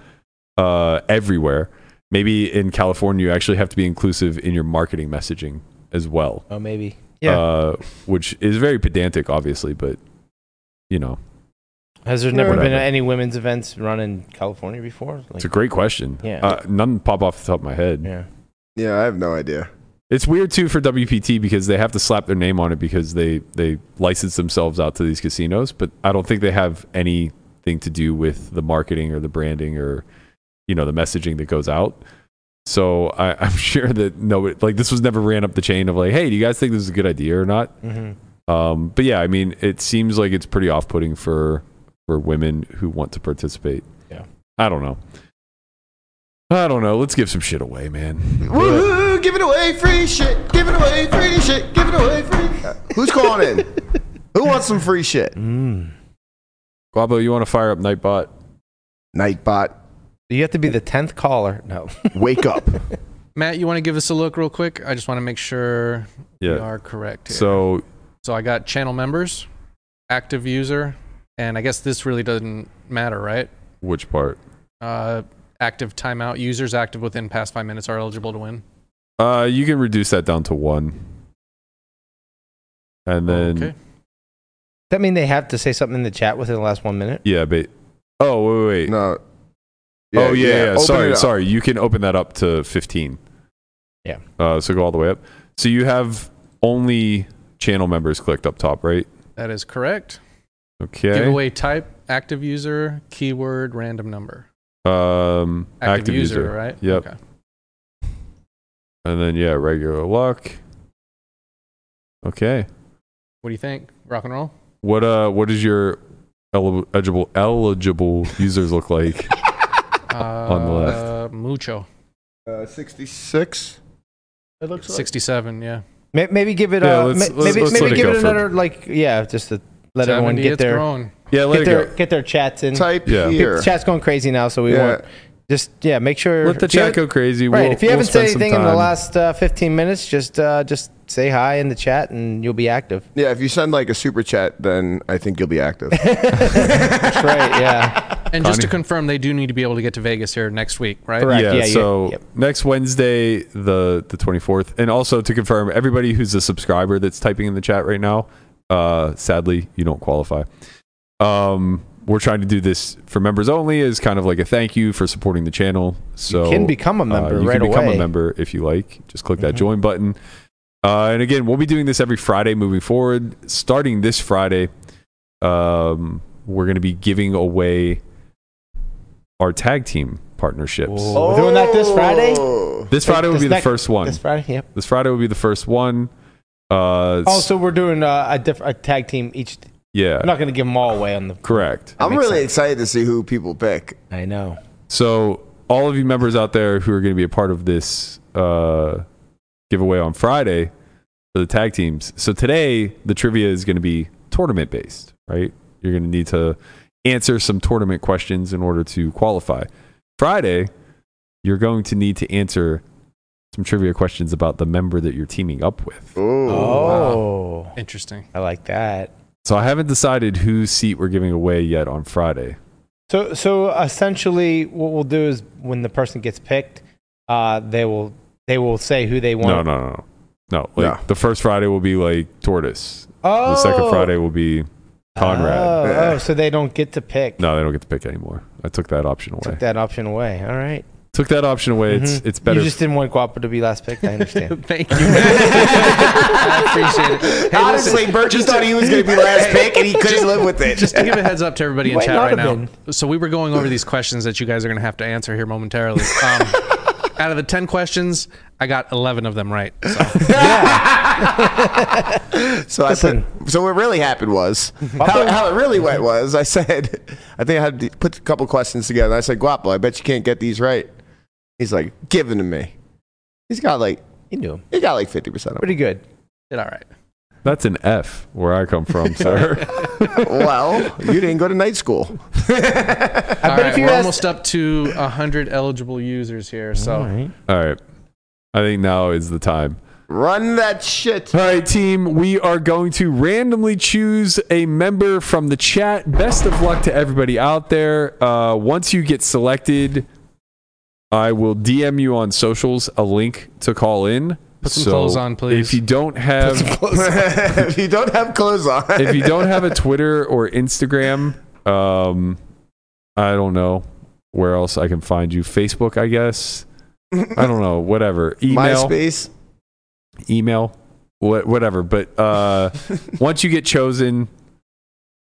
[SPEAKER 4] uh, everywhere. Maybe in California, you actually have to be inclusive in your marketing messaging as well,
[SPEAKER 3] Oh, maybe. Yeah.
[SPEAKER 4] uh, which is very pedantic, obviously, but you know,
[SPEAKER 3] Has there never been
[SPEAKER 4] Whatever.
[SPEAKER 3] any women's events run in California before? Like,
[SPEAKER 4] it's a great question.
[SPEAKER 3] Yeah.
[SPEAKER 4] Uh, none pop off the top of my head.
[SPEAKER 3] yeah.
[SPEAKER 2] Yeah, I have no idea.
[SPEAKER 4] It's weird too for WPT because they have to slap their name on it because they they license themselves out to these casinos, but I don't think they have anything to do with the marketing or the branding or you know the messaging that goes out. So I, I'm sure that no, like this was never ran up the chain of like, hey, do you guys think this is a good idea or not?
[SPEAKER 3] hmm
[SPEAKER 4] Um, but yeah, I mean, it seems like it's pretty off-putting for for women who want to participate.
[SPEAKER 3] Yeah.
[SPEAKER 4] I don't know. I don't know. Let's give some shit away, man.
[SPEAKER 2] Woohoo! Give it away, free shit. Give it away, free shit. Give it away, free. Uh, Who's calling in? Who wants some free shit?
[SPEAKER 3] Hmm.
[SPEAKER 4] Guabo, you want to fire up Nightbot?
[SPEAKER 2] Nightbot,
[SPEAKER 3] You have to be the tenth caller. No.
[SPEAKER 2] wake up.
[SPEAKER 5] Matt, you want to give us a look real quick? I just want to make sure we are correct here.
[SPEAKER 4] So
[SPEAKER 5] So I got channel members, active user, and I guess this really doesn't matter, right?
[SPEAKER 4] which part?
[SPEAKER 5] Uh, active timeout users active within past five minutes are eligible to win.
[SPEAKER 4] Uh, you can reduce that down to one, and then
[SPEAKER 5] Oh, okay.
[SPEAKER 3] that mean they have to say something in the chat within the last one minute?
[SPEAKER 4] yeah, but oh wait, wait, wait.
[SPEAKER 2] No.
[SPEAKER 4] oh yeah, yeah.
[SPEAKER 2] Open it
[SPEAKER 4] Sorry,
[SPEAKER 2] up.
[SPEAKER 4] sorry. You can open that up to fifteen.
[SPEAKER 3] Yeah.
[SPEAKER 4] Uh, so go all the way up. So you have only channel members clicked up top, right?
[SPEAKER 5] That is correct.
[SPEAKER 4] Okay.
[SPEAKER 5] Giveaway type, active user, keyword, random number.
[SPEAKER 4] Um, active, user,
[SPEAKER 5] right?
[SPEAKER 4] Yep.
[SPEAKER 5] Okay.
[SPEAKER 4] And then yeah, regular luck. Okay.
[SPEAKER 5] What do you think? Rock and roll?
[SPEAKER 4] What uh? What does your el- eligible eligible users look like?
[SPEAKER 5] Uh,
[SPEAKER 4] On the left.
[SPEAKER 5] Mucho.
[SPEAKER 2] Uh, 66.
[SPEAKER 3] It looks
[SPEAKER 5] 67, yeah.
[SPEAKER 3] May- Maybe give it.
[SPEAKER 4] Yeah,
[SPEAKER 3] uh,
[SPEAKER 4] let's-
[SPEAKER 3] ma-
[SPEAKER 4] let's-
[SPEAKER 3] maybe
[SPEAKER 4] let's let
[SPEAKER 3] maybe
[SPEAKER 4] it
[SPEAKER 3] give
[SPEAKER 4] go
[SPEAKER 3] it
[SPEAKER 4] for-
[SPEAKER 3] another like yeah, just to let everyone
[SPEAKER 5] 70,
[SPEAKER 3] get
[SPEAKER 5] it's
[SPEAKER 3] their
[SPEAKER 5] growing.
[SPEAKER 4] Yeah, let
[SPEAKER 3] get
[SPEAKER 4] it
[SPEAKER 3] their
[SPEAKER 4] go.
[SPEAKER 3] get their chats in.
[SPEAKER 2] Type
[SPEAKER 4] Yeah.
[SPEAKER 2] here.
[SPEAKER 3] The chat's going crazy now, so we
[SPEAKER 2] Yeah.
[SPEAKER 3] want just yeah make sure
[SPEAKER 4] Let the
[SPEAKER 3] if you
[SPEAKER 4] chat
[SPEAKER 3] haven't-
[SPEAKER 4] go crazy.
[SPEAKER 3] Right.
[SPEAKER 4] We'll-
[SPEAKER 3] if you
[SPEAKER 4] we'll
[SPEAKER 3] haven't said
[SPEAKER 4] spend some
[SPEAKER 3] anything in the
[SPEAKER 4] time.
[SPEAKER 3] last uh, 15 minutes, just uh, just say hi in the chat and you'll be active.
[SPEAKER 2] Yeah, if you send like a super chat, then I think you'll be active.
[SPEAKER 3] That's right. Yeah.
[SPEAKER 5] And just to
[SPEAKER 4] Connie.
[SPEAKER 5] confirm, they do need to be able to get to Vegas here next week, right?
[SPEAKER 3] Correct.
[SPEAKER 4] yeah,
[SPEAKER 3] Yeah, yeah,
[SPEAKER 4] so
[SPEAKER 3] yep.
[SPEAKER 4] next Wednesday, the the twenty fourth, and also to confirm, everybody who's a subscriber that's typing in the chat right now, uh, sadly, you don't qualify. Um, we're trying to do this for members only as kind of like a thank you for supporting the channel. So uh,
[SPEAKER 3] can become a member
[SPEAKER 4] you
[SPEAKER 3] right
[SPEAKER 4] can become
[SPEAKER 3] away. Mm-hmm.
[SPEAKER 4] a member if you like. Just click that join button. Uh, and again, we'll be doing this every Friday moving forward. Starting this Friday, um, we're going to be giving away our tag team partnerships.
[SPEAKER 3] Ooh. We're doing that this Friday?
[SPEAKER 2] Oh.
[SPEAKER 4] This Friday will
[SPEAKER 3] Oh. This
[SPEAKER 4] be the
[SPEAKER 3] next-
[SPEAKER 4] first one.
[SPEAKER 3] This Friday. Yep.
[SPEAKER 4] This Friday will be the first one. Uh,
[SPEAKER 3] Oh, so we're doing uh, a, diff- a tag team each.
[SPEAKER 4] yeah,
[SPEAKER 3] I'm not going to give them all away on the.
[SPEAKER 4] correct.
[SPEAKER 2] I'm
[SPEAKER 3] makes
[SPEAKER 2] really excited to see who people pick.
[SPEAKER 3] I know.
[SPEAKER 4] So all of you members out there who are going to be a part of this uh, giveaway on Friday for the tag teams. So today the trivia is going to be tournament based, right? You're going to need to answer some tournament questions in order to qualify. Friday, you're going to need to answer some trivia questions about the member that you're teaming up with.
[SPEAKER 3] Oh,
[SPEAKER 5] Interesting.
[SPEAKER 3] I like that.
[SPEAKER 4] So I haven't decided whose seat we're giving away yet on Friday.
[SPEAKER 3] So, so essentially, what we'll do is when the person gets picked, uh, they will they will say who they want.
[SPEAKER 4] No, no, no, no. No, like
[SPEAKER 2] No.
[SPEAKER 4] the first Friday will be like Tortoise.
[SPEAKER 3] Oh,
[SPEAKER 4] The second Friday will be Conrad.
[SPEAKER 3] Oh,
[SPEAKER 2] Yeah.
[SPEAKER 3] oh, so they don't get to pick.
[SPEAKER 4] No, they don't get to pick anymore. I took that option away.
[SPEAKER 3] Took that option away. All right.
[SPEAKER 4] Took that option away. It's
[SPEAKER 3] Mhm.
[SPEAKER 4] it's better.
[SPEAKER 3] You just didn't want Guapo to be last picked. I understand.
[SPEAKER 5] Thank you. I appreciate it. Hey,
[SPEAKER 2] Honestly,
[SPEAKER 5] listen,
[SPEAKER 2] Bert just thought he was going to be last pick, and he couldn't live with it.
[SPEAKER 5] just to give a heads up to everybody in
[SPEAKER 3] Might
[SPEAKER 5] chat
[SPEAKER 3] not
[SPEAKER 5] right now.
[SPEAKER 3] have
[SPEAKER 5] So we were going over these questions that you guys are going to have to answer here momentarily. Um, out of the 10 questions, I got 11 of them right. So
[SPEAKER 2] So I said,
[SPEAKER 3] Listen.
[SPEAKER 2] so what really happened was how, how it really went was I said, I think I had to put a couple questions together. I said, Guapo, I bet you can't get these right. He's like, give them to me. He's got like
[SPEAKER 3] you knew him.
[SPEAKER 2] he got like fifty percent of
[SPEAKER 3] Pretty good.
[SPEAKER 5] did all right.
[SPEAKER 4] That's an F where I come from, sir.
[SPEAKER 2] it. well, you didn't go to night school.
[SPEAKER 3] I
[SPEAKER 5] All
[SPEAKER 3] bet
[SPEAKER 5] right,
[SPEAKER 3] if you
[SPEAKER 5] we're
[SPEAKER 3] asked,
[SPEAKER 5] almost up to 100 eligible users here. So
[SPEAKER 3] All right.
[SPEAKER 4] All right. I think now is the time.
[SPEAKER 2] Run that shit.
[SPEAKER 4] All right, team, we are going to randomly choose a member from the chat. Best of luck to everybody out there. Uh, once you get selected, I will DM you on socials a link to call in.
[SPEAKER 5] Put some clothes on, please.
[SPEAKER 4] If you don't have
[SPEAKER 2] if you don't have clothes on,
[SPEAKER 4] if you don't have a Twitter or Instagram, um, I don't know where else I can find you. Facebook, I guess.
[SPEAKER 3] uh,
[SPEAKER 4] I don't know. Whatever. Email
[SPEAKER 2] MySpace.
[SPEAKER 4] email, wha- whatever. But uh, once you get chosen,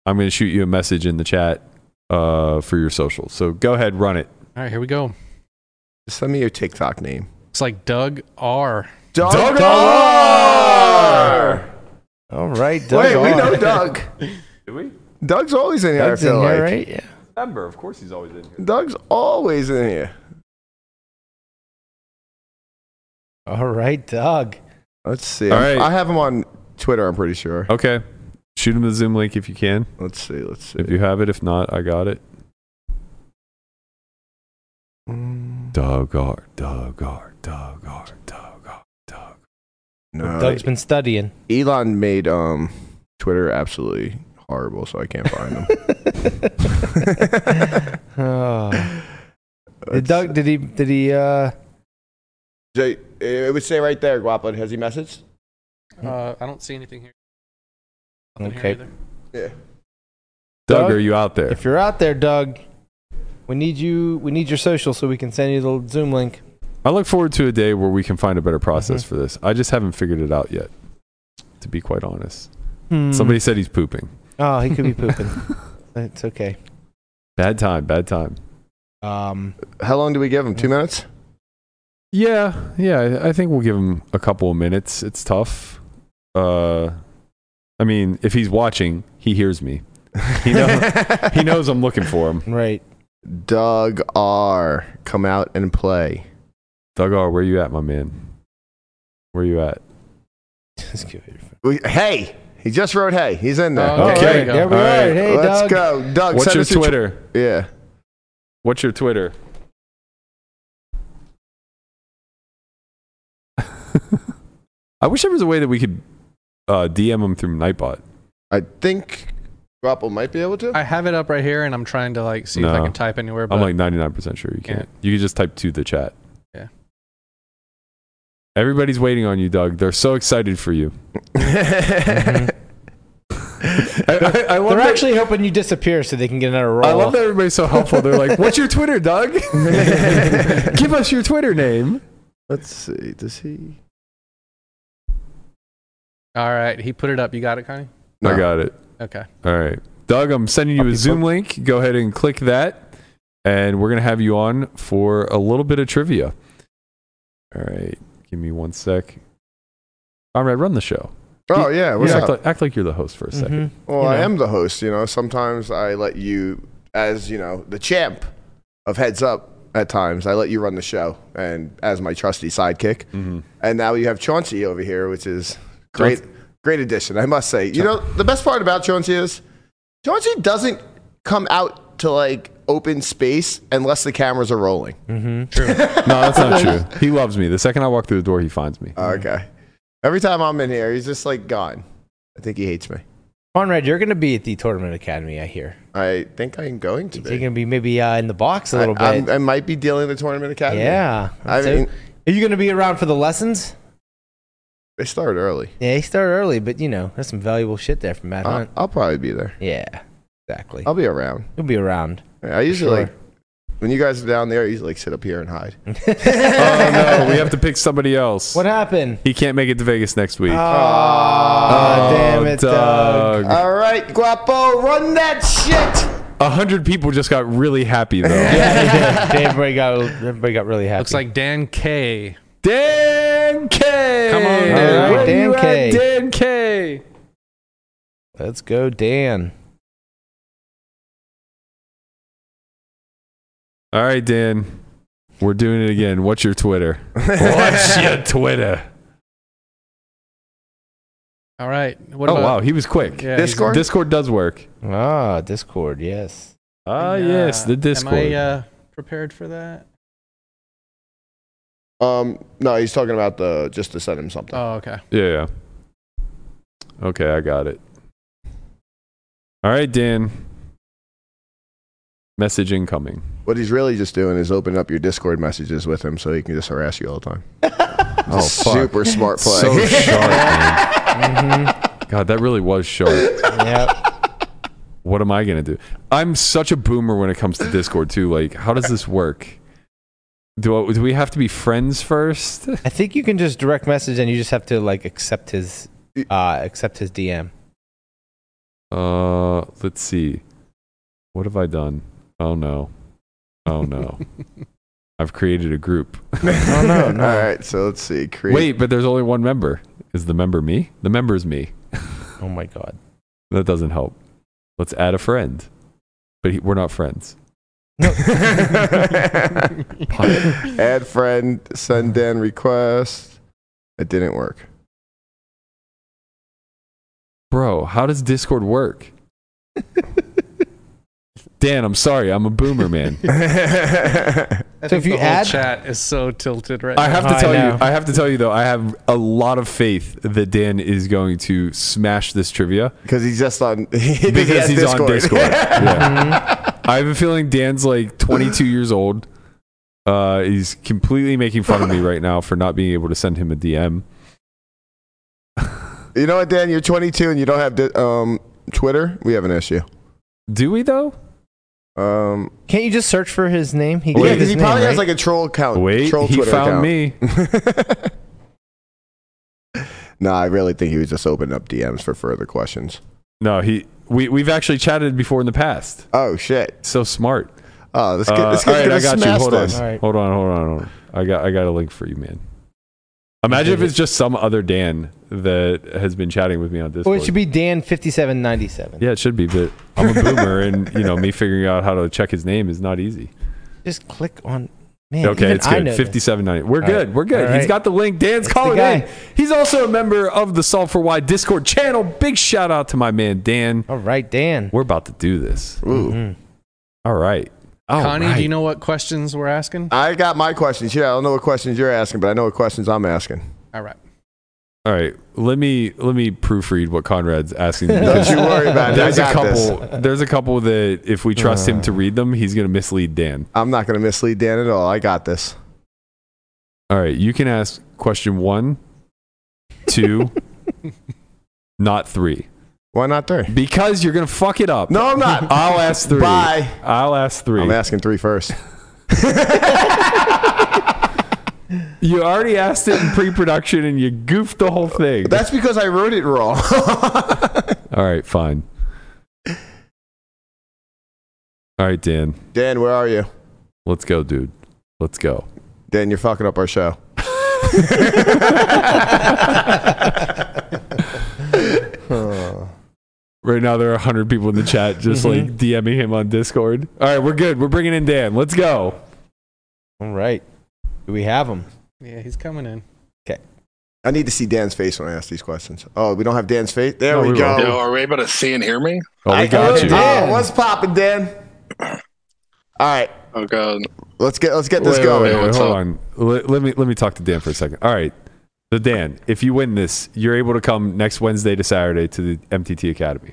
[SPEAKER 4] I'm going to shoot you a message in the chat uh, for your socials. So go ahead, run it.
[SPEAKER 5] All right, here we go.
[SPEAKER 2] Just send me your TikTok name.
[SPEAKER 5] It's like Doug R.
[SPEAKER 2] Doug,
[SPEAKER 4] Doug
[SPEAKER 2] R!
[SPEAKER 3] All right, Doug.
[SPEAKER 2] Wait, we
[SPEAKER 3] R.
[SPEAKER 2] know Doug.
[SPEAKER 4] Do we?
[SPEAKER 2] Doug's always in here.
[SPEAKER 3] Doug's
[SPEAKER 2] I feel
[SPEAKER 3] in here,
[SPEAKER 2] like.
[SPEAKER 3] right? Yeah.
[SPEAKER 4] Remember, of course, he's always in here.
[SPEAKER 2] Doug's always in here.
[SPEAKER 3] All right, Doug.
[SPEAKER 2] Let's see.
[SPEAKER 4] All right.
[SPEAKER 2] I have him on Twitter. I'm pretty sure.
[SPEAKER 4] Okay. Shoot him the Zoom link if you can.
[SPEAKER 2] Let's see. Let's see.
[SPEAKER 4] If you have it, if not, I got it.
[SPEAKER 2] Mm,
[SPEAKER 4] Doug R, Doug R, Doug R, Doug R, Doug. Uh,
[SPEAKER 2] no,
[SPEAKER 3] Doug's been studying.
[SPEAKER 2] Elon made um Twitter absolutely horrible, so I can't find him.
[SPEAKER 3] oh.
[SPEAKER 4] Uh,
[SPEAKER 3] Did
[SPEAKER 2] Let's-
[SPEAKER 3] Doug? Did he? Did he? Uh,
[SPEAKER 2] Jay, it would say right there, Guapo. Has he messaged?
[SPEAKER 5] Uh, I don't see anything here. Nothing
[SPEAKER 3] Okay.
[SPEAKER 5] Here either.
[SPEAKER 2] Yeah.
[SPEAKER 4] Doug,
[SPEAKER 3] Doug?
[SPEAKER 4] are you out there?
[SPEAKER 3] if you're out there, Doug, we need you. We need your social so we can send you the Zoom link.
[SPEAKER 4] I look forward to a day where we can find a better process for this. I just haven't figured it out yet, to be quite honest.
[SPEAKER 3] Hmm.
[SPEAKER 4] Somebody said he's pooping.
[SPEAKER 3] Oh, he could be pooping. it's okay.
[SPEAKER 4] Bad time, bad time.
[SPEAKER 3] Um.
[SPEAKER 2] How long do we give him? Two minutes?
[SPEAKER 4] Yeah, yeah. I- I think we'll give him a couple of minutes. It's tough. Uh, I mean, if he's watching, he hears me. He, know, he knows I'm looking for him.
[SPEAKER 3] Right.
[SPEAKER 2] Doug R. Come out and play.
[SPEAKER 4] Doug R, where you at, my man? Where you at?
[SPEAKER 3] Just give it your phone.
[SPEAKER 2] We, hey, he just wrote. Hey, he's in there.
[SPEAKER 5] Oh, Okay. there you go.
[SPEAKER 3] There we
[SPEAKER 4] All
[SPEAKER 3] are.
[SPEAKER 4] right.
[SPEAKER 3] Hey,
[SPEAKER 2] Let's
[SPEAKER 3] Doug.
[SPEAKER 2] go, Doug.
[SPEAKER 4] What's
[SPEAKER 2] send
[SPEAKER 4] your
[SPEAKER 2] us tw-
[SPEAKER 4] Twitter?
[SPEAKER 2] yeah.
[SPEAKER 4] What's your Twitter? I wish there was a way that we could uh, DM him through Nightbot.
[SPEAKER 2] I think Guapo might be able to.
[SPEAKER 5] I have it up right here, and I'm trying to like see if I
[SPEAKER 4] No.
[SPEAKER 5] can type anywhere. But
[SPEAKER 4] I'm like 99% sure you can't. You can just type to the chat.
[SPEAKER 5] Yeah.
[SPEAKER 4] Everybody's waiting on you, Doug. They're so excited for you. I, I- I love
[SPEAKER 3] They're
[SPEAKER 4] that-
[SPEAKER 3] actually hoping you disappear so they can get another roll.
[SPEAKER 4] I love that everybody's so helpful. They're like, "What's your Twitter, Doug? Give us your Twitter name."
[SPEAKER 2] Let's see. Does he?
[SPEAKER 5] all right, he put it up. You got it, Connie?
[SPEAKER 4] I got it.
[SPEAKER 5] Okay.
[SPEAKER 4] All right, Doug. I'm sending you a Zoom link. Go ahead and click that, and we're gonna have you on for a little bit of trivia. All right, give me one sec. All right, run the show.
[SPEAKER 2] Oh yeah. What's
[SPEAKER 4] Yeah,
[SPEAKER 2] up?
[SPEAKER 4] act, like, act like you're the host for a 2nd
[SPEAKER 3] Mhm.
[SPEAKER 2] well,
[SPEAKER 3] you
[SPEAKER 2] I
[SPEAKER 3] know.
[SPEAKER 2] am the host. You know, sometimes I let you, as you know, the champ of heads up. At times, I let you run the show, and as my trusty sidekick. And now you have Chauncey over here, which is great, great addition. I must say. You know, the best part about Chauncey is Chauncey doesn't come out to like open space unless the cameras are rolling.
[SPEAKER 3] Mm-hmm.
[SPEAKER 4] No, that's not true. He loves me. The second I walk through the door, he finds me. Oh,
[SPEAKER 2] Okay. Every time I'm in here, he's just like gone. I think he hates me.
[SPEAKER 3] Conrad, you're going to be at the Tournament Academy, I hear.
[SPEAKER 2] I think I'm going to
[SPEAKER 3] So you're
[SPEAKER 2] be.
[SPEAKER 3] going to be maybe uh, in the box a little
[SPEAKER 2] I, I'm-
[SPEAKER 3] bit.
[SPEAKER 2] I might be dealing the tournament academy.
[SPEAKER 3] yeah.
[SPEAKER 2] I
[SPEAKER 3] So-
[SPEAKER 2] mean-
[SPEAKER 3] are you going to be around for the lessons?
[SPEAKER 2] They start early.
[SPEAKER 3] Yeah, they start early, but you know, there's some valuable shit there from Matt
[SPEAKER 2] I-
[SPEAKER 3] Hunt.
[SPEAKER 2] I'll probably be there.
[SPEAKER 3] Yeah, exactly.
[SPEAKER 2] I'll be around.
[SPEAKER 3] You'll be around.
[SPEAKER 2] I usually
[SPEAKER 3] Sure.
[SPEAKER 2] like when you guys are down there. I usually like sit up here and hide.
[SPEAKER 4] oh no, we have to pick somebody else.
[SPEAKER 3] What happened?
[SPEAKER 4] He can't make it to Vegas next week.
[SPEAKER 3] Oh,
[SPEAKER 4] Oh,
[SPEAKER 3] damn it, Doug.
[SPEAKER 2] All right, Guapo, run that shit.
[SPEAKER 4] A hundred people just got really happy though.
[SPEAKER 3] everybody, got, everybody got really happy.
[SPEAKER 5] Looks like Dan K.
[SPEAKER 4] Dan K.
[SPEAKER 5] Come on,
[SPEAKER 3] Dan.
[SPEAKER 4] Where
[SPEAKER 3] Dan
[SPEAKER 4] you at,
[SPEAKER 3] K.
[SPEAKER 4] Dan K.
[SPEAKER 3] Let's go, Dan.
[SPEAKER 4] All right, Dan. We're doing it again. What's your Twitter? What's your Twitter?
[SPEAKER 5] All right. What
[SPEAKER 4] Oh
[SPEAKER 5] about,
[SPEAKER 4] wow, he was quick.
[SPEAKER 5] Yeah, he's-
[SPEAKER 2] Discord.
[SPEAKER 4] Discord does work.
[SPEAKER 3] Ah, Discord, yes.
[SPEAKER 4] Ah,
[SPEAKER 5] Yeah.
[SPEAKER 4] yes, the Discord.
[SPEAKER 5] Am I uh, prepared for that?
[SPEAKER 2] Um, no, he's talking about the just to send him something.
[SPEAKER 5] Oh, okay.
[SPEAKER 4] Yeah. Okay, I got it. All right, Dan. Message incoming.
[SPEAKER 2] What he's really just doing is opening up your Discord messages with him so he can just harass you all the time.
[SPEAKER 4] Oh, fuck.
[SPEAKER 2] Super smart play.
[SPEAKER 4] So sharp. man.
[SPEAKER 3] Mm-hmm.
[SPEAKER 4] God, that really was sharp.
[SPEAKER 3] Yeah.
[SPEAKER 4] What am I gonna do? I'm such a boomer when it comes to Discord too. Like, how does this work? Do I, do we have to be friends first?
[SPEAKER 3] I think you can just direct message and you just have to like accept his uh accept his DM.
[SPEAKER 4] Uh, let's see. What have I done? Oh no. Oh no. I've created a group.
[SPEAKER 3] No, no, no.
[SPEAKER 2] all right, so let's see. Create.
[SPEAKER 4] Wait, but there's only one member. Is the member me? The member is me.
[SPEAKER 3] Oh my god.
[SPEAKER 4] That doesn't help. Let's add a friend. But he, we're not friends.
[SPEAKER 2] Add friend, send Dan request. It didn't work.
[SPEAKER 4] Bro, how does Discord work? Dan, I'm sorry. I'm a boomer, man.
[SPEAKER 5] I
[SPEAKER 3] So
[SPEAKER 5] think
[SPEAKER 3] if you
[SPEAKER 5] the whole
[SPEAKER 3] add-
[SPEAKER 5] chat is so tilted right
[SPEAKER 4] I
[SPEAKER 5] now.
[SPEAKER 4] have to
[SPEAKER 3] I
[SPEAKER 4] tell you.
[SPEAKER 3] know.
[SPEAKER 4] I have to tell you though. I have a lot of faith that Dan is going to smash this trivia
[SPEAKER 2] Because he's just on.
[SPEAKER 4] because he's on Discord. Yeah.
[SPEAKER 3] Mhm.
[SPEAKER 4] I have a feeling Dan's like 22 years old. Uh, he's completely making fun of me right now for not being able to send him a DM.
[SPEAKER 2] You know what, Dan? You're 22 and you don't have di- um, Twitter. We have an issue.
[SPEAKER 4] Do we though?
[SPEAKER 2] Um,
[SPEAKER 3] Can't you just search for his name? He
[SPEAKER 2] yeah,
[SPEAKER 3] gave
[SPEAKER 2] 'cause
[SPEAKER 3] his
[SPEAKER 2] he
[SPEAKER 3] name,
[SPEAKER 2] probably has
[SPEAKER 3] right?
[SPEAKER 2] like a troll account.
[SPEAKER 4] Wait,
[SPEAKER 2] Oh, troll
[SPEAKER 4] he
[SPEAKER 2] Twitter
[SPEAKER 4] found
[SPEAKER 2] account.
[SPEAKER 4] me.
[SPEAKER 2] Nah, I really think he was just opening up DMs for further questions.
[SPEAKER 4] No, he. We we've actually chatted before in the past.
[SPEAKER 2] Oh shit!
[SPEAKER 4] So smart.
[SPEAKER 2] Oh, this kid,
[SPEAKER 4] Uh,
[SPEAKER 2] this kid's
[SPEAKER 4] all right,
[SPEAKER 2] gonna
[SPEAKER 4] I got you.
[SPEAKER 2] smash
[SPEAKER 4] Hold on.
[SPEAKER 2] this.
[SPEAKER 3] All right.
[SPEAKER 4] hold on. Hold on. Hold on. I got I got a link for you, man. Imagine if it's just some other Dan that has been chatting with me on
[SPEAKER 3] Or
[SPEAKER 4] Discord.
[SPEAKER 3] it should be Dan fifty seven ninety seven.
[SPEAKER 4] yeah, it should be, but I'm a boomer, and you know me figuring out how to check his name is not easy.
[SPEAKER 3] Just click on man.
[SPEAKER 4] okay,
[SPEAKER 3] even
[SPEAKER 4] it's
[SPEAKER 3] I know
[SPEAKER 4] good.
[SPEAKER 3] this.
[SPEAKER 4] Fifty-seven ninety. We're
[SPEAKER 3] All
[SPEAKER 4] good.
[SPEAKER 3] right.
[SPEAKER 4] We're good.
[SPEAKER 3] All
[SPEAKER 4] He's
[SPEAKER 3] right.
[SPEAKER 4] got the link. Dan's
[SPEAKER 3] the
[SPEAKER 4] calling
[SPEAKER 3] guy.
[SPEAKER 4] in. He's also a member of the Solve for Why Discord channel. Big shout out to my man Dan.
[SPEAKER 3] All right, Dan. Mm.
[SPEAKER 4] We're about to do this.
[SPEAKER 2] Ooh.
[SPEAKER 4] All right. All
[SPEAKER 5] Connie, do you
[SPEAKER 4] right. Uh,
[SPEAKER 5] know what questions we're asking?
[SPEAKER 2] I got my questions. Yeah, I don't know what questions you're asking, but I know what questions I'm asking.
[SPEAKER 5] All right.
[SPEAKER 4] All right. Let me let me proofread what Conrad's asking you
[SPEAKER 2] Don't
[SPEAKER 4] because
[SPEAKER 2] you worry about it. I
[SPEAKER 4] there's a
[SPEAKER 2] got this. Uh.
[SPEAKER 4] couple. There's a couple that if we trust him to read them, he's gonna mislead Dan.
[SPEAKER 2] I'm not gonna mislead Dan at all. I got this.
[SPEAKER 4] All right. You can ask question one, two, not three,
[SPEAKER 2] Why not three?
[SPEAKER 4] because you're gonna fuck it up.
[SPEAKER 2] No, I'm not.
[SPEAKER 4] I'll ask three.
[SPEAKER 2] Bye.
[SPEAKER 4] I'll ask three.
[SPEAKER 2] I'm asking three first.
[SPEAKER 4] You already asked it in pre-production, and you goofed the whole thing.
[SPEAKER 2] That's because I wrote it wrong.
[SPEAKER 4] All right, fine. All right, Dan,
[SPEAKER 2] Dan, where are you?
[SPEAKER 4] let's go, dude. Let's go.
[SPEAKER 2] Dan, you're fucking up our show.
[SPEAKER 4] Right now, there are 100 people in the chat just
[SPEAKER 2] Mm-hmm.
[SPEAKER 4] like DMing him on Discord. All right, we're good. We're bringing in Dan. Let's go.
[SPEAKER 3] All right. Do we have him?
[SPEAKER 5] Yeah, he's coming in.
[SPEAKER 2] I need to see Dan's face when I ask these questions. Oh, we don't have Dan's face. There
[SPEAKER 4] No,
[SPEAKER 2] we,
[SPEAKER 4] we will.
[SPEAKER 2] go.
[SPEAKER 6] Yo, are we able to see and hear me?
[SPEAKER 4] Oh,
[SPEAKER 2] I
[SPEAKER 4] we got you.
[SPEAKER 2] Dan. what's popping, Dan? All right,
[SPEAKER 6] Oh god.
[SPEAKER 2] let's get let's get this
[SPEAKER 4] Wait, wait,
[SPEAKER 2] going.
[SPEAKER 4] wait, wait,
[SPEAKER 6] What's
[SPEAKER 4] hold
[SPEAKER 6] up?
[SPEAKER 4] on. Let, let me let me talk to Dan for a second. All right, so Dan, if you win this, you're able to come next Wednesday to Saturday to the MTT Academy.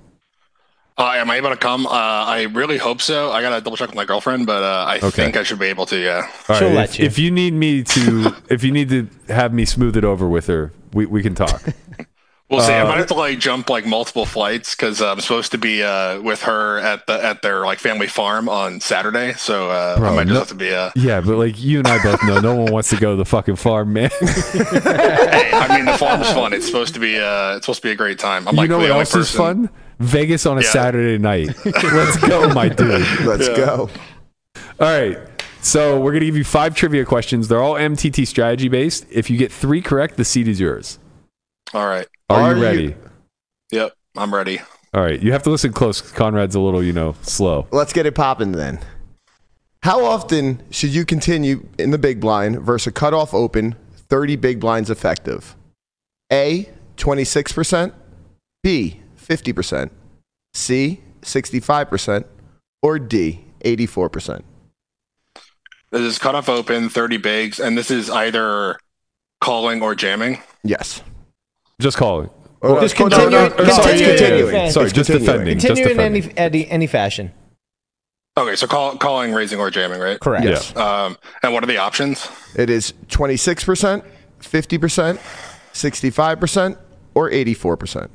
[SPEAKER 6] Uh, am I able to come? Uh, I really hope so. I gotta double check with my girlfriend, but uh, I
[SPEAKER 4] Okay.
[SPEAKER 6] think I should be able to. Yeah.
[SPEAKER 4] All
[SPEAKER 3] She'll
[SPEAKER 4] right,
[SPEAKER 3] let
[SPEAKER 4] if,
[SPEAKER 3] you.
[SPEAKER 4] if you need me to, if you need to have me smooth it over with her, we, we can talk.
[SPEAKER 6] We'll see. I
[SPEAKER 4] Uh,
[SPEAKER 6] might have to like jump like multiple flights because I'm supposed to be uh, with her at the at their like family farm on Saturday. So uh,
[SPEAKER 4] Bro,
[SPEAKER 6] I might just
[SPEAKER 4] no-
[SPEAKER 6] have to be. Uh,
[SPEAKER 4] Yeah, but like you and I both know, no one wants to go to the fucking farm, man.
[SPEAKER 6] hey, I mean the farm's fun. It's supposed to be. Uh, it's supposed to be a great time. I'm
[SPEAKER 4] you
[SPEAKER 6] like
[SPEAKER 4] know
[SPEAKER 6] the
[SPEAKER 4] what
[SPEAKER 6] only
[SPEAKER 4] else is
[SPEAKER 6] person-
[SPEAKER 4] fun? Vegas on a
[SPEAKER 6] Yeah.
[SPEAKER 4] Saturday night. Let's go, my dude.
[SPEAKER 2] Let's go.
[SPEAKER 4] All right. So we're gonna give you five trivia questions. They're all MTT strategy based. If you get three correct, the seat is yours.
[SPEAKER 6] All right.
[SPEAKER 4] Are,
[SPEAKER 2] Are
[SPEAKER 4] you
[SPEAKER 2] you-
[SPEAKER 4] ready?
[SPEAKER 6] Yep. I'm ready.
[SPEAKER 4] All right. You have to listen close. 'cause Conrad's a little, you know, slow.
[SPEAKER 2] Let's get it popping then. How often should you continue in the big blind versus a cutoff open 30 big blinds effective? A, 26%, B, 50%, C, 65%, or D, 84%?
[SPEAKER 6] This is cutoff open, 30 bigs, and this is either calling or jamming.
[SPEAKER 2] Yes.
[SPEAKER 4] Just calling.
[SPEAKER 2] Well,
[SPEAKER 3] Just
[SPEAKER 2] no,
[SPEAKER 3] continue-
[SPEAKER 2] no, no, sorry, it's
[SPEAKER 3] continue.
[SPEAKER 2] continuing.
[SPEAKER 4] Sorry,
[SPEAKER 2] It's
[SPEAKER 4] just
[SPEAKER 2] continuing.
[SPEAKER 4] defending. Just
[SPEAKER 3] Continue in any,
[SPEAKER 4] defending.
[SPEAKER 3] any any fashion.
[SPEAKER 6] Okay, so call, calling, raising, or jamming, right?
[SPEAKER 3] Correct.
[SPEAKER 4] Yeah.
[SPEAKER 6] Um, and what are the options?
[SPEAKER 2] It is 26%, 50%, 65%, or 84%.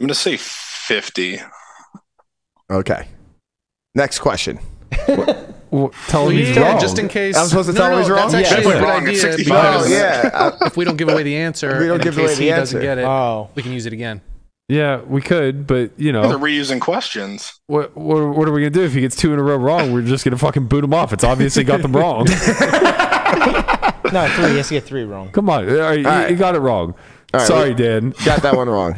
[SPEAKER 6] I'm gonna say 50.
[SPEAKER 2] Okay. Next question.
[SPEAKER 4] Tell him he's
[SPEAKER 5] yeah,
[SPEAKER 4] wrong.
[SPEAKER 5] just in case.
[SPEAKER 2] I'm supposed to tell him he's wrong?
[SPEAKER 5] That's actually
[SPEAKER 6] Yeah.
[SPEAKER 5] a good
[SPEAKER 6] Wrong,
[SPEAKER 5] idea.
[SPEAKER 6] it's 65.
[SPEAKER 5] because
[SPEAKER 2] Oh, yeah. Uh,
[SPEAKER 5] If we don't give away the answer,
[SPEAKER 2] We don't
[SPEAKER 5] and
[SPEAKER 2] give
[SPEAKER 5] in
[SPEAKER 2] away
[SPEAKER 5] case
[SPEAKER 2] the
[SPEAKER 5] he
[SPEAKER 2] answer.
[SPEAKER 5] doesn't
[SPEAKER 2] Uh,
[SPEAKER 5] get it,
[SPEAKER 3] Oh.
[SPEAKER 5] we can use it again.
[SPEAKER 4] yeah, we could, but you
[SPEAKER 6] They're
[SPEAKER 4] know,
[SPEAKER 6] reusing questions.
[SPEAKER 4] what, what what are we gonna do if he gets two in a row wrong? We're just gonna fucking boot him off. It's obviously got them wrong.
[SPEAKER 3] No, three. He has to get three wrong.
[SPEAKER 4] Come on, All right, you-
[SPEAKER 2] right.
[SPEAKER 4] you got it wrong.
[SPEAKER 2] right,
[SPEAKER 4] Sorry,
[SPEAKER 2] we-
[SPEAKER 4] Dan.
[SPEAKER 2] got that one wrong.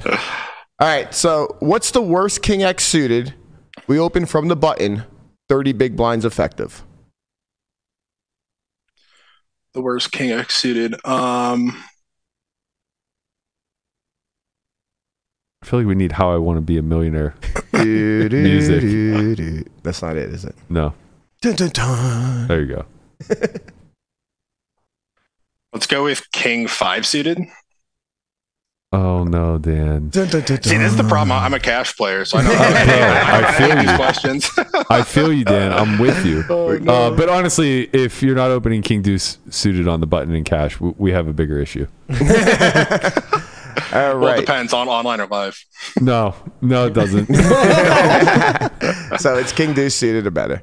[SPEAKER 2] All right. So, what's the worst King X suited? We open from the button 30 big blinds effective.
[SPEAKER 6] The worst king X suited. Um,
[SPEAKER 4] I feel like we need how I want to be a millionaire.
[SPEAKER 2] Do, do,
[SPEAKER 4] Music.
[SPEAKER 2] do, do. That's not it, is it?
[SPEAKER 4] No,
[SPEAKER 2] Dun, dun, dun.
[SPEAKER 4] there you go.
[SPEAKER 6] let's go with king five suited.
[SPEAKER 4] Oh no, Dan.
[SPEAKER 2] Dun, dun, dun,
[SPEAKER 6] See, this is the
[SPEAKER 2] dun.
[SPEAKER 6] problem. I'm a cash player, so I know how to
[SPEAKER 4] I
[SPEAKER 6] I
[SPEAKER 4] feel
[SPEAKER 6] hate
[SPEAKER 4] you.
[SPEAKER 6] these questions.
[SPEAKER 4] I feel you, Dan. I'm with you. uh, but honestly, if you're not opening King Deuce suited on the button in cash, we, we have a bigger issue.
[SPEAKER 2] All
[SPEAKER 6] Well, it
[SPEAKER 2] right.
[SPEAKER 6] depends on online or live.
[SPEAKER 4] No, no, it doesn't.
[SPEAKER 2] so, it's King Deuce suited or better.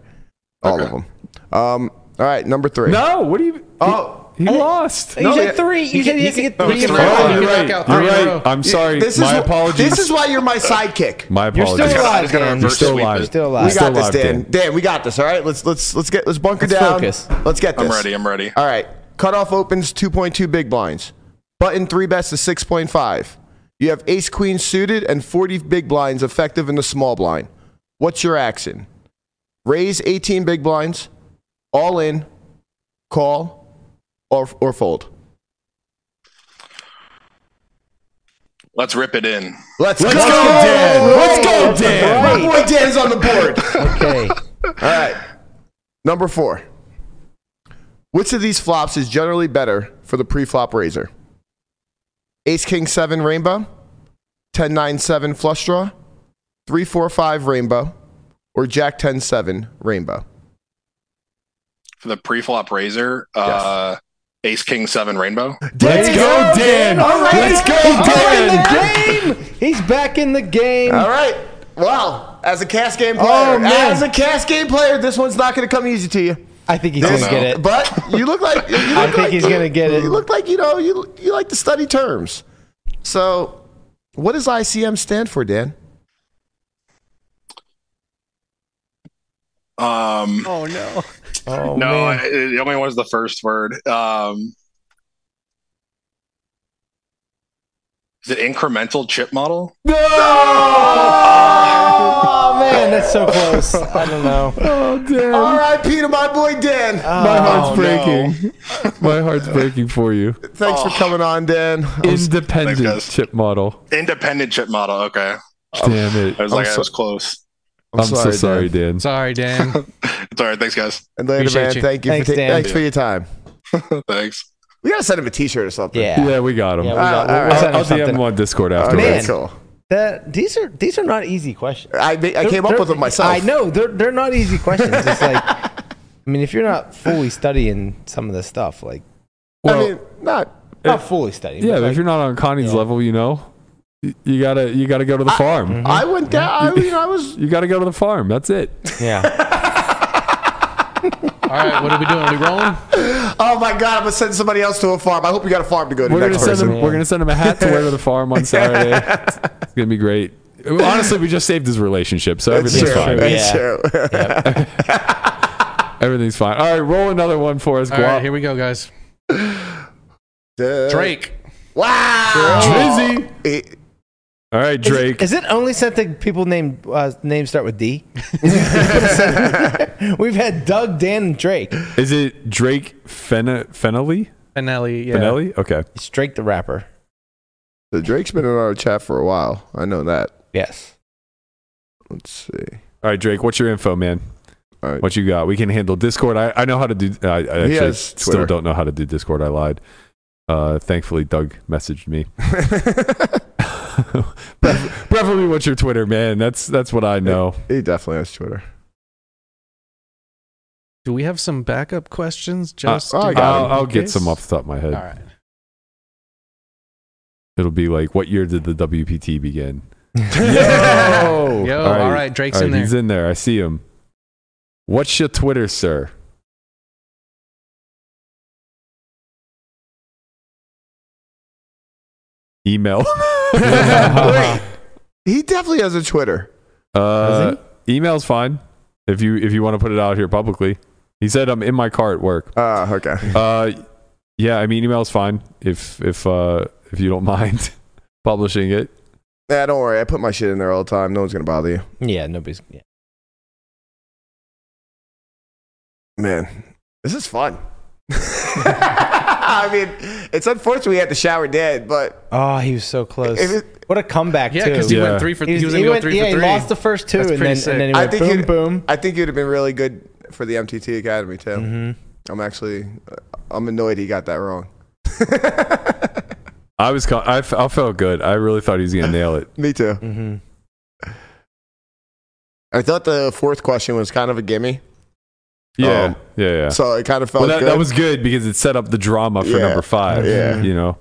[SPEAKER 2] All of them. Um, all right. Number three.
[SPEAKER 4] no, what do you?
[SPEAKER 2] Oh.
[SPEAKER 4] he, he lost.
[SPEAKER 3] you said three. You said he has to get three.
[SPEAKER 5] can-
[SPEAKER 3] in a
[SPEAKER 5] no,
[SPEAKER 3] row.
[SPEAKER 5] Oh,
[SPEAKER 4] Oh,
[SPEAKER 5] you
[SPEAKER 4] you're
[SPEAKER 5] can
[SPEAKER 4] right.
[SPEAKER 5] knock out
[SPEAKER 4] You're
[SPEAKER 5] three in a
[SPEAKER 4] right.
[SPEAKER 5] row.
[SPEAKER 4] I'm sorry.
[SPEAKER 2] This is
[SPEAKER 4] My
[SPEAKER 2] wh-
[SPEAKER 4] apologies.
[SPEAKER 2] This is why you're my sidekick.
[SPEAKER 4] My
[SPEAKER 3] You're
[SPEAKER 4] apologies.
[SPEAKER 3] still alive,
[SPEAKER 6] gotta
[SPEAKER 3] Dan.
[SPEAKER 6] reverse
[SPEAKER 4] still
[SPEAKER 6] sweep
[SPEAKER 4] alive.
[SPEAKER 6] it.
[SPEAKER 3] Still
[SPEAKER 2] We
[SPEAKER 3] alive.
[SPEAKER 4] Still
[SPEAKER 2] got this,
[SPEAKER 4] live,
[SPEAKER 2] Dan.
[SPEAKER 4] Dan.
[SPEAKER 2] Dan. we got this. All right, let's let's let's get let's bunker
[SPEAKER 3] Let's
[SPEAKER 2] down.
[SPEAKER 3] focus.
[SPEAKER 2] Let's get this.
[SPEAKER 6] I'm ready. I'm ready.
[SPEAKER 2] All right, cutoff opens 2.2 big blinds. Button three bets to 6.5. You have ace queen suited and 40 big blinds effective in the small blind. What's your action? Raise 18 big blinds, all in, call, or or fold.
[SPEAKER 6] Let's rip it in.
[SPEAKER 2] Let's,
[SPEAKER 4] Let's
[SPEAKER 2] go,
[SPEAKER 4] go, Dan.
[SPEAKER 2] Let's go,
[SPEAKER 4] Let's
[SPEAKER 2] Dan.
[SPEAKER 4] go.
[SPEAKER 2] My boy Dan's on the board.
[SPEAKER 3] Okay.
[SPEAKER 2] All right. Number four. Which of these flops is generally better for the pre-flop raiser? Ace King seven rainbow, 10 9 7 flush draw, 3 4 5 rainbow, or Jack 10 7 rainbow.
[SPEAKER 6] For the pre-flop razor, uh, Ace King Seven Rainbow.
[SPEAKER 4] Let's go, Dan.
[SPEAKER 2] All right.
[SPEAKER 4] Let's go,
[SPEAKER 2] All right.
[SPEAKER 4] Dan.
[SPEAKER 3] Game. He's back in the game.
[SPEAKER 2] All right. Wow. As a cast game player,
[SPEAKER 3] Oh, man.
[SPEAKER 2] as a cast game player, this one's not going to come easy to you.
[SPEAKER 3] I think he's gonna
[SPEAKER 6] no.
[SPEAKER 3] get it.
[SPEAKER 2] But you look like you look
[SPEAKER 3] I think
[SPEAKER 2] like-
[SPEAKER 3] he's gonna get it.
[SPEAKER 2] You look like you know you you like to study terms. So, what does ICM stand for, Dan?
[SPEAKER 6] Um,
[SPEAKER 3] Oh no.
[SPEAKER 6] no, I, it only was the first word. Um, is it incremental chip model?
[SPEAKER 3] Oh man, that's so close. I don't know.
[SPEAKER 4] Oh, Dan.
[SPEAKER 2] R.I.P. to my boy Dan.
[SPEAKER 3] Uh,
[SPEAKER 4] My heart's
[SPEAKER 6] no.
[SPEAKER 4] breaking. My heart's breaking for you.
[SPEAKER 2] Thanks
[SPEAKER 3] oh.
[SPEAKER 2] for coming on, Dan. I'm s-
[SPEAKER 4] Independent
[SPEAKER 6] guys.
[SPEAKER 4] chip model.
[SPEAKER 6] Independent chip model. Okay,
[SPEAKER 4] Damn it.
[SPEAKER 6] I was
[SPEAKER 4] I'm
[SPEAKER 6] like, I
[SPEAKER 4] so-
[SPEAKER 6] was close.
[SPEAKER 2] I'm
[SPEAKER 4] I'm so
[SPEAKER 2] sorry,
[SPEAKER 4] sorry, Dan.
[SPEAKER 5] Sorry, Dan.
[SPEAKER 6] It's all right. Thanks, guys.
[SPEAKER 2] Atlanta
[SPEAKER 5] Appreciate
[SPEAKER 2] man,
[SPEAKER 5] you.
[SPEAKER 2] thank you.
[SPEAKER 3] Thanks,
[SPEAKER 2] for ta-
[SPEAKER 3] Dan.
[SPEAKER 2] Thanks for your time.
[SPEAKER 6] Thanks.
[SPEAKER 2] We gotta send him a T-shirt or something.
[SPEAKER 3] Yeah.
[SPEAKER 4] Yeah, we got him.
[SPEAKER 3] Yeah, we
[SPEAKER 2] Ah,
[SPEAKER 3] got, we'll,
[SPEAKER 2] all
[SPEAKER 3] we'll
[SPEAKER 2] right.
[SPEAKER 4] I'll,
[SPEAKER 3] send him
[SPEAKER 4] I'll DM
[SPEAKER 3] something.
[SPEAKER 4] him on Discord
[SPEAKER 2] Okay,
[SPEAKER 4] afterwards.
[SPEAKER 3] man.
[SPEAKER 2] cool.
[SPEAKER 3] That- these are these are not easy questions.
[SPEAKER 2] I ma- I came up
[SPEAKER 3] They're-
[SPEAKER 2] with them myself.
[SPEAKER 3] I know they're they're not easy questions. It's like, I mean, if you're not fully studying some of this stuff, like
[SPEAKER 2] I
[SPEAKER 4] Well,
[SPEAKER 2] mean, not.
[SPEAKER 3] not fully studying.
[SPEAKER 4] yeah,
[SPEAKER 3] but
[SPEAKER 4] but
[SPEAKER 3] like,
[SPEAKER 4] if you're not on Connie's level, you know, y- you gotta you gotta go to the farm.
[SPEAKER 2] I Mm-hmm. went down. I mean, I was.
[SPEAKER 4] You gotta go to the farm. That's it.
[SPEAKER 3] yeah.
[SPEAKER 5] All right, what are we doing? Are we rolling?
[SPEAKER 2] Oh my god! I'm gonna send somebody else to a farm. I hope you got a farm to go to.
[SPEAKER 4] We're gonna
[SPEAKER 2] next
[SPEAKER 4] send
[SPEAKER 2] person.
[SPEAKER 4] him. We're gonna send him a hat to wear to the farm on Saturday. it's gonna be great. Honestly, we just saved his relationship, so
[SPEAKER 2] That's
[SPEAKER 4] everything's
[SPEAKER 2] true.
[SPEAKER 4] fine.
[SPEAKER 2] That's true.
[SPEAKER 4] Everything's fine. All right, roll another one for us,
[SPEAKER 5] All right,
[SPEAKER 4] Guap.
[SPEAKER 5] here we go, guys.
[SPEAKER 2] Duh.
[SPEAKER 5] Drake.
[SPEAKER 4] Oh.
[SPEAKER 2] Wow.
[SPEAKER 4] Drizzy.
[SPEAKER 2] It-
[SPEAKER 4] All right, Drake.
[SPEAKER 3] Is it only something people named uh, names start with D? We've had Doug, Dan, and Drake.
[SPEAKER 4] Is it Drake Fena Fennelly?
[SPEAKER 5] Benelli. Yeah.
[SPEAKER 4] Fennelly? Okay.
[SPEAKER 3] It's Drake the rapper.
[SPEAKER 2] So Drake's been in our chat for a while. I know that.
[SPEAKER 3] Yes.
[SPEAKER 2] Let's see.
[SPEAKER 4] All right, Drake, what's your info, man?
[SPEAKER 2] All right.
[SPEAKER 4] What you got? We can handle Discord. I, I know how to do. I, I actually
[SPEAKER 2] has
[SPEAKER 4] still
[SPEAKER 2] Twitter.
[SPEAKER 4] don't know how to do Discord. I lied. Uh, thankfully, Doug messaged me. Pref- Preferably, what's your Twitter, man? That's that's what I know.
[SPEAKER 2] He definitely has Twitter.
[SPEAKER 5] Do we have some backup
[SPEAKER 4] Uh,
[SPEAKER 5] questions? Just
[SPEAKER 2] oh, I
[SPEAKER 5] in
[SPEAKER 2] got
[SPEAKER 4] I'll, I'll get
[SPEAKER 5] case?
[SPEAKER 4] some off the top of my head.
[SPEAKER 5] All right.
[SPEAKER 4] It'll be like, what year did the WPT begin?
[SPEAKER 5] Yo,
[SPEAKER 4] All
[SPEAKER 5] all
[SPEAKER 4] right.
[SPEAKER 5] right. Drake's
[SPEAKER 4] All right,
[SPEAKER 5] in there.
[SPEAKER 4] He's in there. I see him. What's your Twitter, sir? Email.
[SPEAKER 2] Wait, he definitely has a Twitter.
[SPEAKER 4] Uh, email's fine if you if you want to put it out here publicly. He said I'm in my car at work.
[SPEAKER 2] Ah, okay.
[SPEAKER 4] Uh, yeah, I mean email's fine if if uh, if you don't mind publishing it.
[SPEAKER 2] Nah, don't worry. I put my shit in there all the time. No one's gonna bother you,
[SPEAKER 3] Yeah, nobody's. Yeah.
[SPEAKER 2] man. This is fun. I mean, it's unfortunate we had to shower dead, but
[SPEAKER 3] Oh, he was so close.
[SPEAKER 2] if it,
[SPEAKER 3] what a comeback
[SPEAKER 5] Yeah,
[SPEAKER 3] too.
[SPEAKER 5] because he
[SPEAKER 4] Yeah.
[SPEAKER 5] went three for. He was,
[SPEAKER 3] He, was,
[SPEAKER 5] gonna
[SPEAKER 3] he
[SPEAKER 5] go
[SPEAKER 3] went,
[SPEAKER 5] three
[SPEAKER 3] yeah,
[SPEAKER 5] for
[SPEAKER 3] he
[SPEAKER 5] three.
[SPEAKER 3] lost the first two,
[SPEAKER 5] That's
[SPEAKER 3] and
[SPEAKER 5] pretty
[SPEAKER 3] then,
[SPEAKER 5] sick.
[SPEAKER 3] and then he
[SPEAKER 2] I
[SPEAKER 3] went
[SPEAKER 2] think
[SPEAKER 3] boom,
[SPEAKER 2] you'd-
[SPEAKER 3] boom.
[SPEAKER 2] I think you'd have been really good for the MTT Academy too.
[SPEAKER 3] Mhm.
[SPEAKER 2] I'm actually, uh, I'm annoyed he got that wrong.
[SPEAKER 4] I was co- I, f- I felt good. I really thought he was gonna nail it.
[SPEAKER 2] Me too.
[SPEAKER 3] Mhm.
[SPEAKER 2] I thought the fourth question was kind of a gimme,
[SPEAKER 4] Yeah,
[SPEAKER 2] Um,
[SPEAKER 4] yeah, yeah.
[SPEAKER 2] so it kind of felt
[SPEAKER 4] well, that,
[SPEAKER 2] good.
[SPEAKER 4] that was good because it set up the drama for
[SPEAKER 2] Yeah.
[SPEAKER 4] number five.
[SPEAKER 2] Yeah.
[SPEAKER 4] you know.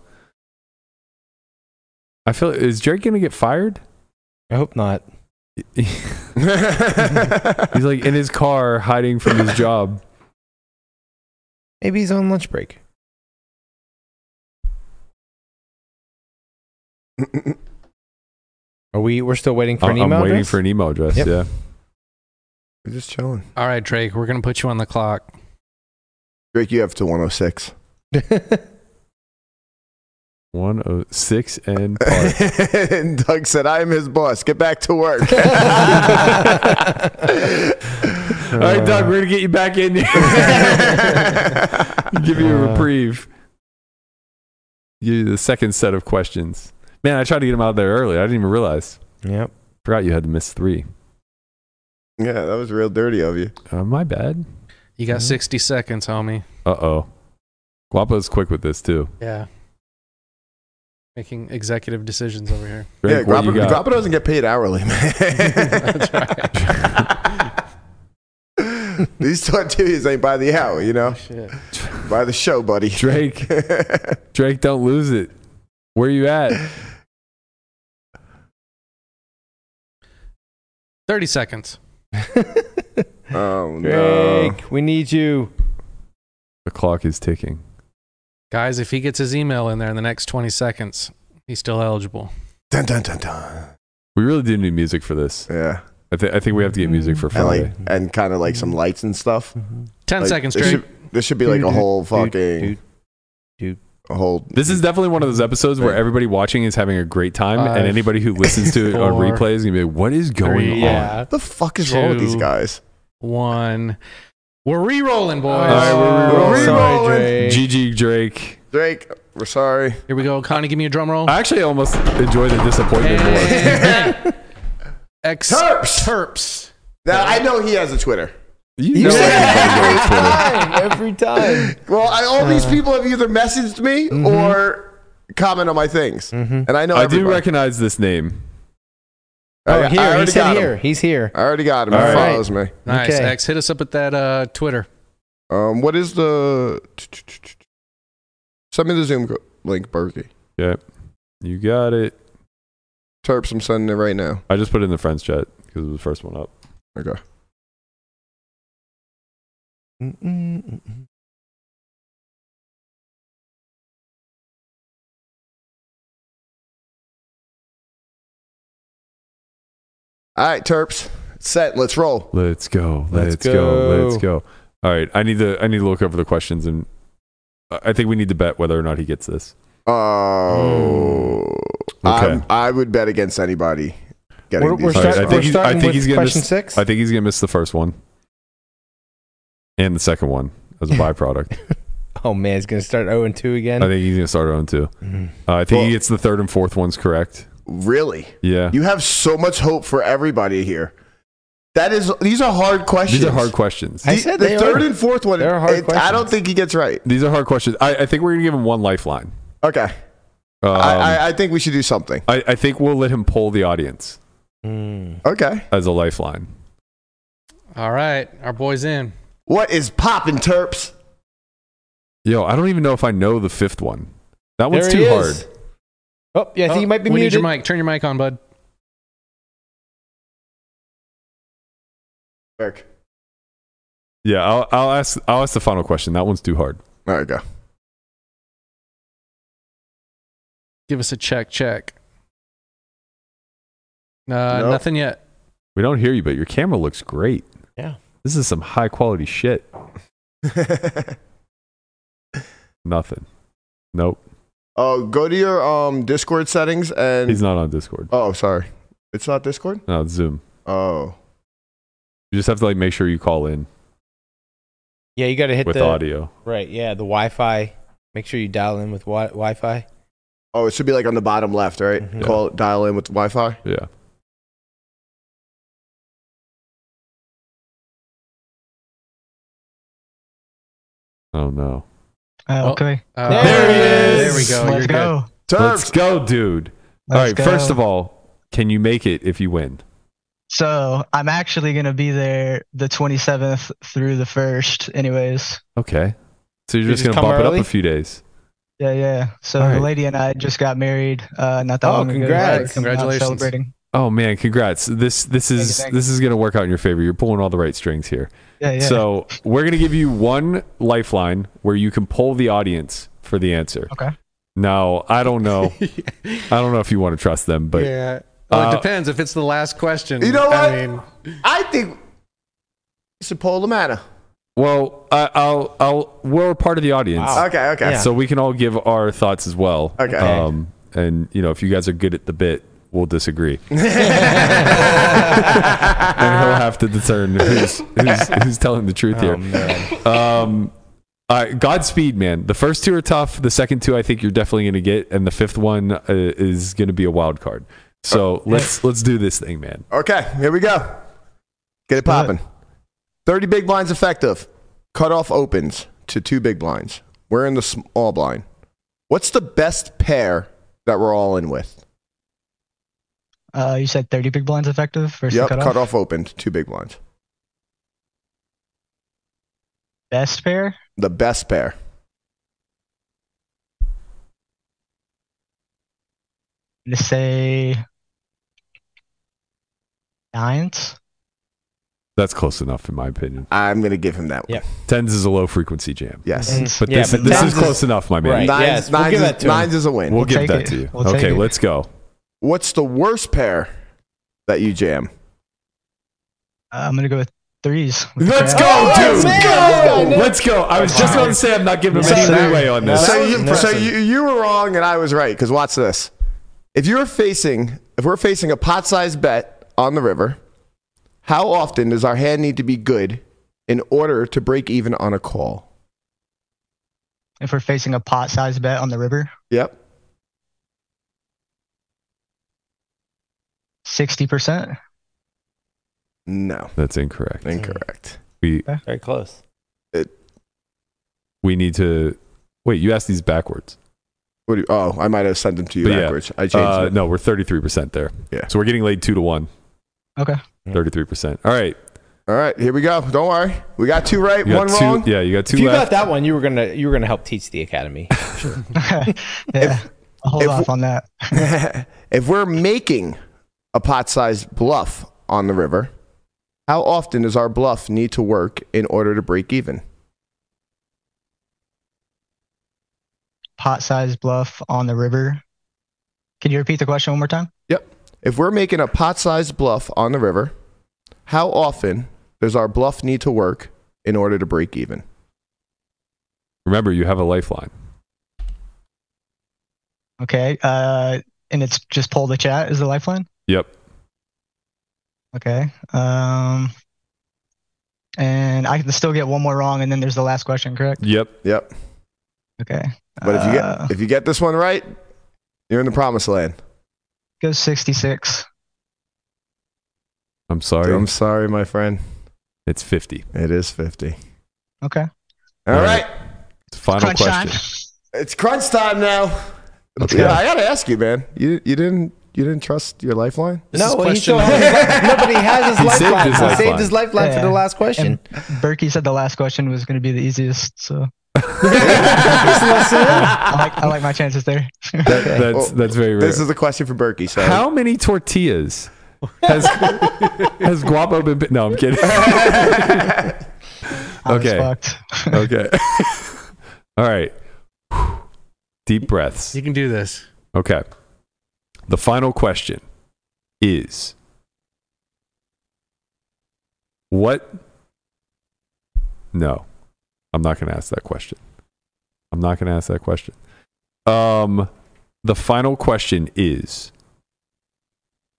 [SPEAKER 4] I feel is Drake gonna get fired?
[SPEAKER 3] I hope not.
[SPEAKER 4] He's like in his car hiding from his job.
[SPEAKER 3] Maybe he's on lunch break. Are we? We're still waiting for an
[SPEAKER 4] I'm
[SPEAKER 3] email.
[SPEAKER 4] waiting
[SPEAKER 3] address?
[SPEAKER 4] for an email address.
[SPEAKER 3] Yep.
[SPEAKER 4] Yeah.
[SPEAKER 2] We're just chilling.
[SPEAKER 5] All right, Drake, we're gonna put you on the clock.
[SPEAKER 2] Drake, you have to 106.
[SPEAKER 4] One oh six and part.
[SPEAKER 2] and Doug said, "I am his boss. Get back to work."
[SPEAKER 4] All right, Doug, we're gonna get you back in here. Give you
[SPEAKER 3] Uh.
[SPEAKER 4] a reprieve. Give you the second set of questions. Man, I tried to get him out there early. I didn't even realize.
[SPEAKER 3] yep.
[SPEAKER 4] Forgot you had to miss three.
[SPEAKER 2] yeah, that was real dirty of you.
[SPEAKER 4] Uh, my bad.
[SPEAKER 5] You
[SPEAKER 4] Mm-hmm.
[SPEAKER 5] got sixty seconds, homie.
[SPEAKER 4] Uh oh. Guapo's quick with this too.
[SPEAKER 5] Yeah. Making executive decisions over here.
[SPEAKER 4] Drake,
[SPEAKER 2] yeah,
[SPEAKER 4] what you
[SPEAKER 2] Grappa,
[SPEAKER 4] got?
[SPEAKER 2] Grappa doesn't get paid hourly, man.
[SPEAKER 5] That's
[SPEAKER 2] These tortillas ain't by the hour, you know,
[SPEAKER 5] Shit.
[SPEAKER 2] by the show, buddy.
[SPEAKER 4] Drake, Drake, don't lose it. Where you at?
[SPEAKER 5] Thirty seconds.
[SPEAKER 2] oh no!
[SPEAKER 3] Drake, we need you.
[SPEAKER 4] The clock is ticking.
[SPEAKER 5] Guys, if he gets his email in there in the next twenty seconds, he's still eligible.
[SPEAKER 2] Dun, dun, dun, dun.
[SPEAKER 4] We really do need music for this.
[SPEAKER 2] Yeah,
[SPEAKER 4] I, th- I think we have to get music for
[SPEAKER 2] and
[SPEAKER 4] Friday.
[SPEAKER 2] like and kind of like some lights and stuff.
[SPEAKER 5] Ten
[SPEAKER 2] Like,
[SPEAKER 5] seconds,
[SPEAKER 2] this
[SPEAKER 5] Drake.
[SPEAKER 2] should, this should be like a whole fucking
[SPEAKER 3] Dude,
[SPEAKER 2] a whole.
[SPEAKER 4] This is definitely one of those episodes where everybody watching is having a great time,
[SPEAKER 5] Five,
[SPEAKER 4] and anybody who listens to it on
[SPEAKER 5] four,
[SPEAKER 4] replay is gonna be like, "What is going on?"
[SPEAKER 5] Three, yeah.
[SPEAKER 2] the fuck is wrong with these
[SPEAKER 5] Two.
[SPEAKER 2] guys?
[SPEAKER 5] One. We're re-rolling, boys.
[SPEAKER 4] All right, we're
[SPEAKER 3] Oh,
[SPEAKER 4] re-rolling.
[SPEAKER 3] sorry,
[SPEAKER 2] Re-rolling.
[SPEAKER 3] Drake.
[SPEAKER 4] GG Drake.
[SPEAKER 2] Drake, we're sorry.
[SPEAKER 5] Here we go. Connie, give me a drum roll.
[SPEAKER 4] I actually almost enjoy the disappointment more.
[SPEAKER 5] And- Ex-
[SPEAKER 2] Terps!
[SPEAKER 5] Terps.
[SPEAKER 2] Now I know he has a Twitter.
[SPEAKER 4] You know
[SPEAKER 3] said
[SPEAKER 4] everybody goes Twitter.
[SPEAKER 3] every time.
[SPEAKER 2] Well, I, all these people have either messaged me or comment on my things,
[SPEAKER 3] Mm-hmm.
[SPEAKER 2] and I know.
[SPEAKER 4] I do
[SPEAKER 2] everybody.
[SPEAKER 4] recognize this name.
[SPEAKER 3] Oh,
[SPEAKER 2] I- I
[SPEAKER 3] here. He
[SPEAKER 2] already
[SPEAKER 3] said
[SPEAKER 2] got him.
[SPEAKER 3] here. He's here.
[SPEAKER 2] I already got him.
[SPEAKER 4] All
[SPEAKER 2] he
[SPEAKER 4] right.
[SPEAKER 2] follows me.
[SPEAKER 5] Nice.
[SPEAKER 3] Okay.
[SPEAKER 5] X, hit us up at that uh, Twitter.
[SPEAKER 2] Um, what is the? Send me the Zoom co- link, Berkey.
[SPEAKER 4] Yep, you got it.
[SPEAKER 2] Terps, I'm sending it right now.
[SPEAKER 4] I just put it in the friends chat because it was the first one up.
[SPEAKER 2] Okay.
[SPEAKER 3] Mm, Mm-mm-mm-mm.
[SPEAKER 2] All right, Terps, set. Let's roll.
[SPEAKER 4] Let's go. Let's,
[SPEAKER 3] Let's
[SPEAKER 4] go. Let's go. All right, I need to. I need to look over the questions, and I I think we need to bet whether or not he gets this.
[SPEAKER 2] Oh, I'm- I would bet against anybody. Getting
[SPEAKER 3] We're,
[SPEAKER 2] these
[SPEAKER 3] we're,
[SPEAKER 4] All right,
[SPEAKER 3] start,
[SPEAKER 4] I
[SPEAKER 2] things
[SPEAKER 4] think
[SPEAKER 3] we're
[SPEAKER 2] wrong.
[SPEAKER 4] he's- I
[SPEAKER 3] starting
[SPEAKER 4] think
[SPEAKER 3] with
[SPEAKER 4] he's gonna
[SPEAKER 3] question
[SPEAKER 4] s-
[SPEAKER 3] six.
[SPEAKER 4] I think he's gonna miss the first one and the second one as a byproduct.
[SPEAKER 3] oh man, he's gonna start zero and two again.
[SPEAKER 4] I think he's gonna start on two.
[SPEAKER 3] Mhm.
[SPEAKER 4] Uh, I think he
[SPEAKER 2] Well-
[SPEAKER 4] gets the third and fourth ones correct.
[SPEAKER 2] really,
[SPEAKER 4] Yeah,
[SPEAKER 2] you have so much hope for everybody here. That is, these are hard questions.
[SPEAKER 4] These are hard questions.
[SPEAKER 3] I
[SPEAKER 2] The-
[SPEAKER 3] said
[SPEAKER 2] the
[SPEAKER 3] they
[SPEAKER 2] third
[SPEAKER 3] are.
[SPEAKER 2] and fourth one.
[SPEAKER 3] They're hard
[SPEAKER 2] it- I don't
[SPEAKER 3] questions.
[SPEAKER 2] think he gets right.
[SPEAKER 4] These are hard questions. I, I think we're gonna give him one lifeline.
[SPEAKER 2] Okay, I,
[SPEAKER 4] Um,
[SPEAKER 2] I, I think we should do something.
[SPEAKER 4] I, I think we'll let him poll the audience
[SPEAKER 3] Mm.
[SPEAKER 2] Okay,
[SPEAKER 4] as a lifeline.
[SPEAKER 5] All right, our boy's in.
[SPEAKER 2] what is poppin' terps?
[SPEAKER 4] Yo, I don't even know if I know the fifth one. That
[SPEAKER 3] There
[SPEAKER 4] one's
[SPEAKER 3] he
[SPEAKER 4] too
[SPEAKER 3] is.
[SPEAKER 4] hard.
[SPEAKER 3] Oh, yeah, I think you might be
[SPEAKER 5] we
[SPEAKER 3] muted.
[SPEAKER 5] need your mic. Turn your mic on, bud.
[SPEAKER 2] Eric.
[SPEAKER 4] Yeah, I'll, I'll ask. I'll ask the final question. That one's too hard.
[SPEAKER 2] There we go.
[SPEAKER 5] Give us a check, check. Uh,
[SPEAKER 2] Nope.
[SPEAKER 5] Nothing yet.
[SPEAKER 4] We don't hear you, but your camera looks great.
[SPEAKER 3] Yeah.
[SPEAKER 4] this is some high quality shit. Nothing. Nope.
[SPEAKER 2] oh, go to your um Discord settings and.
[SPEAKER 4] He's not on Discord.
[SPEAKER 2] oh, sorry, it's not Discord.
[SPEAKER 4] No, it's Zoom.
[SPEAKER 2] Oh,
[SPEAKER 4] You just have to like make sure you call in
[SPEAKER 3] yeah, you got to hit
[SPEAKER 4] with
[SPEAKER 3] the
[SPEAKER 4] audio.
[SPEAKER 3] right. Yeah, the Wi-Fi. Make sure you dial in with wi- Wi-Fi.
[SPEAKER 2] oh, it should be like on the bottom left, right?
[SPEAKER 3] Mhm.
[SPEAKER 2] Call dial in with Wi-Fi.
[SPEAKER 4] Yeah. Oh no.
[SPEAKER 5] Oh,
[SPEAKER 7] okay.
[SPEAKER 5] Uh,
[SPEAKER 3] There he
[SPEAKER 5] There we
[SPEAKER 3] is.
[SPEAKER 5] go.
[SPEAKER 7] Let's
[SPEAKER 5] You're good.
[SPEAKER 7] go.
[SPEAKER 4] Let's
[SPEAKER 2] Terps.
[SPEAKER 4] go, dude. all right. First of all, can you make it if you win?
[SPEAKER 7] So I'm actually gonna be there the 27th through the 1st, anyways.
[SPEAKER 4] Okay. So you're
[SPEAKER 3] You
[SPEAKER 4] just,
[SPEAKER 3] just
[SPEAKER 4] gonna
[SPEAKER 3] come
[SPEAKER 4] bump it
[SPEAKER 3] early?
[SPEAKER 4] up a few days.
[SPEAKER 7] Yeah, yeah. So
[SPEAKER 4] All
[SPEAKER 7] the
[SPEAKER 4] right.
[SPEAKER 7] lady and I just got married. Uh, not that
[SPEAKER 3] Oh,
[SPEAKER 7] long ago.
[SPEAKER 3] congrats.
[SPEAKER 7] We're coming out
[SPEAKER 5] Congratulations.
[SPEAKER 7] Celebrating.
[SPEAKER 4] Oh man, congrats. This this
[SPEAKER 7] you,
[SPEAKER 4] is
[SPEAKER 7] thank you.
[SPEAKER 4] this is gonna work out in your favor. You're pulling all the right strings here.
[SPEAKER 7] Yeah, yeah.
[SPEAKER 4] So we're gonna give you one lifeline where you can poll the audience for the answer.
[SPEAKER 7] Okay.
[SPEAKER 4] No, I don't know. I don't know if you want to trust them, but
[SPEAKER 5] yeah. Oh,
[SPEAKER 4] Uh,
[SPEAKER 5] it depends. If it's the last question,
[SPEAKER 2] You know
[SPEAKER 5] I mean,
[SPEAKER 2] I think it's a poll of matter.
[SPEAKER 4] well, I, I'll I'll we're a part of the audience,
[SPEAKER 3] Wow.
[SPEAKER 2] Okay, okay.
[SPEAKER 3] Yeah.
[SPEAKER 4] so we can all give our thoughts as well.
[SPEAKER 2] Okay.
[SPEAKER 4] Um, and you know, if you guys are good at the bit, we'll disagree, and he'll have to discern who's who's, who's telling the truth here.
[SPEAKER 3] Oh, man.
[SPEAKER 4] Um, all right, Godspeed, man. The first two are tough. The second two, I think you're definitely going to get, and the fifth one uh, is going to be a wild card. So let's let's do this thing, man.
[SPEAKER 2] Okay, here we go. Get it popping. 30 big blinds effective. Cutoff opens to two big blinds. We're in the small blind. What's the best pair that we're all in with?
[SPEAKER 7] Uh, you said 30 big blinds effective versus
[SPEAKER 2] yep,
[SPEAKER 7] cutoff.
[SPEAKER 2] cutoff opened, two big blinds.
[SPEAKER 7] Best pair.
[SPEAKER 2] The best pair.
[SPEAKER 7] I'm gonna say nines.
[SPEAKER 4] That's close enough, in my opinion.
[SPEAKER 2] I'm going to give him that one.
[SPEAKER 3] Yep.
[SPEAKER 4] Tens is a low frequency jam,
[SPEAKER 2] Yes.
[SPEAKER 7] Mm.
[SPEAKER 4] but
[SPEAKER 3] Yeah,
[SPEAKER 4] this,
[SPEAKER 3] but
[SPEAKER 4] this
[SPEAKER 2] tens
[SPEAKER 4] is
[SPEAKER 2] is-
[SPEAKER 4] close enough, my man.
[SPEAKER 3] Right.
[SPEAKER 2] Nines,
[SPEAKER 3] Mm-hmm. yes, we'll
[SPEAKER 2] nines,
[SPEAKER 3] give
[SPEAKER 2] is,
[SPEAKER 3] that to him.
[SPEAKER 2] nines is a win.
[SPEAKER 4] We'll, give
[SPEAKER 7] take
[SPEAKER 4] that
[SPEAKER 7] it.
[SPEAKER 4] to you.
[SPEAKER 7] We'll take
[SPEAKER 4] okay,
[SPEAKER 7] it.
[SPEAKER 4] let's go.
[SPEAKER 2] What's the worst pair that you jam?
[SPEAKER 7] Uh, I'm gonna go with threes.
[SPEAKER 4] Let's
[SPEAKER 7] Yeah.
[SPEAKER 4] go,
[SPEAKER 2] let's
[SPEAKER 4] dude.
[SPEAKER 2] go.
[SPEAKER 4] Let's go. I was just going to say I'm not giving him
[SPEAKER 7] Yes,
[SPEAKER 4] any
[SPEAKER 7] sir.
[SPEAKER 4] leeway on this.
[SPEAKER 2] so
[SPEAKER 3] was
[SPEAKER 2] you, so
[SPEAKER 3] impressive.
[SPEAKER 2] you, you were wrong and I was right because watch this. If you're facing, if we're facing a pot-sized bet on the river, how often does our hand need to be good in order to break even on a call?
[SPEAKER 7] If we're facing a pot size bet on the river,
[SPEAKER 2] Yep.
[SPEAKER 7] 60%.
[SPEAKER 2] No.
[SPEAKER 4] That's incorrect.
[SPEAKER 2] Incorrect.
[SPEAKER 4] We
[SPEAKER 3] Very close.
[SPEAKER 4] we need to wait. You asked these backwards.
[SPEAKER 2] What do you, oh, I might have sent them to you
[SPEAKER 4] But yeah,
[SPEAKER 2] backwards. I changed
[SPEAKER 4] Uh,
[SPEAKER 2] it.
[SPEAKER 4] no, we're 33% there.
[SPEAKER 2] Yeah.
[SPEAKER 4] So we're getting laid two to one.
[SPEAKER 7] Okay.
[SPEAKER 4] 33%. All right.
[SPEAKER 2] All right, here we go. Don't worry. We got two right,
[SPEAKER 4] You
[SPEAKER 2] one
[SPEAKER 4] got two,
[SPEAKER 2] wrong.
[SPEAKER 4] Yeah, you got two
[SPEAKER 3] if you
[SPEAKER 4] left.
[SPEAKER 3] got that one, you were gonna you were gonna help teach the academy.
[SPEAKER 7] yeah. I'll hold
[SPEAKER 2] if-
[SPEAKER 7] off on that.
[SPEAKER 2] if we're making a pot-sized bluff on the river, how often does our bluff need to work in order to break even?
[SPEAKER 7] Pot size bluff on the river. Can you repeat the question one more time?
[SPEAKER 2] Yep. If we're making a pot-sized bluff on the river, how often does our bluff need to work in order to break even?
[SPEAKER 4] Remember, you have a lifeline.
[SPEAKER 7] Okay. Uh, and it's just pull the chat is the lifeline.
[SPEAKER 4] Yep.
[SPEAKER 7] Okay. Um, and I can still get one more wrong, and then there's the last question, correct?
[SPEAKER 4] Yep.
[SPEAKER 2] Yep.
[SPEAKER 7] Okay.
[SPEAKER 2] But if you
[SPEAKER 7] Uh,
[SPEAKER 2] get if you get this one right, you're in the promised land.
[SPEAKER 7] go 66.
[SPEAKER 4] I'm sorry.
[SPEAKER 2] I'm sorry, my friend.
[SPEAKER 4] it's 50.
[SPEAKER 2] It is 50.
[SPEAKER 7] Okay.
[SPEAKER 2] All right.
[SPEAKER 4] It's final
[SPEAKER 7] Crunch
[SPEAKER 4] question.
[SPEAKER 7] time.
[SPEAKER 2] It's crunch time now.
[SPEAKER 4] Let's
[SPEAKER 2] Yeah,
[SPEAKER 4] go.
[SPEAKER 2] I gotta ask you, man. You you didn't you didn't trust your lifeline?
[SPEAKER 5] This is
[SPEAKER 3] no, he
[SPEAKER 5] question
[SPEAKER 3] still
[SPEAKER 5] number-
[SPEAKER 3] has his life- no, but he has his
[SPEAKER 4] He saved
[SPEAKER 3] lifeline.
[SPEAKER 4] his
[SPEAKER 3] He saved
[SPEAKER 4] lifeline.
[SPEAKER 3] his lifeline for
[SPEAKER 7] Yeah.
[SPEAKER 3] the last question.
[SPEAKER 7] And Berkey said the last question was going to be the easiest, so I like I like my chances there.
[SPEAKER 4] That- that's,
[SPEAKER 2] Well,
[SPEAKER 4] that's very rare.
[SPEAKER 2] Oh, This is a question for Berkey. So
[SPEAKER 4] How many tortillas has has Guapo been? pi- No, I'm kidding.
[SPEAKER 7] I was
[SPEAKER 4] Okay.
[SPEAKER 7] fucked.
[SPEAKER 4] Okay. All right. Deep breaths.
[SPEAKER 5] You can do this.
[SPEAKER 4] Okay. The final question is what? No, I'm not going to ask that question. I'm not going to ask that question. Um, the final question is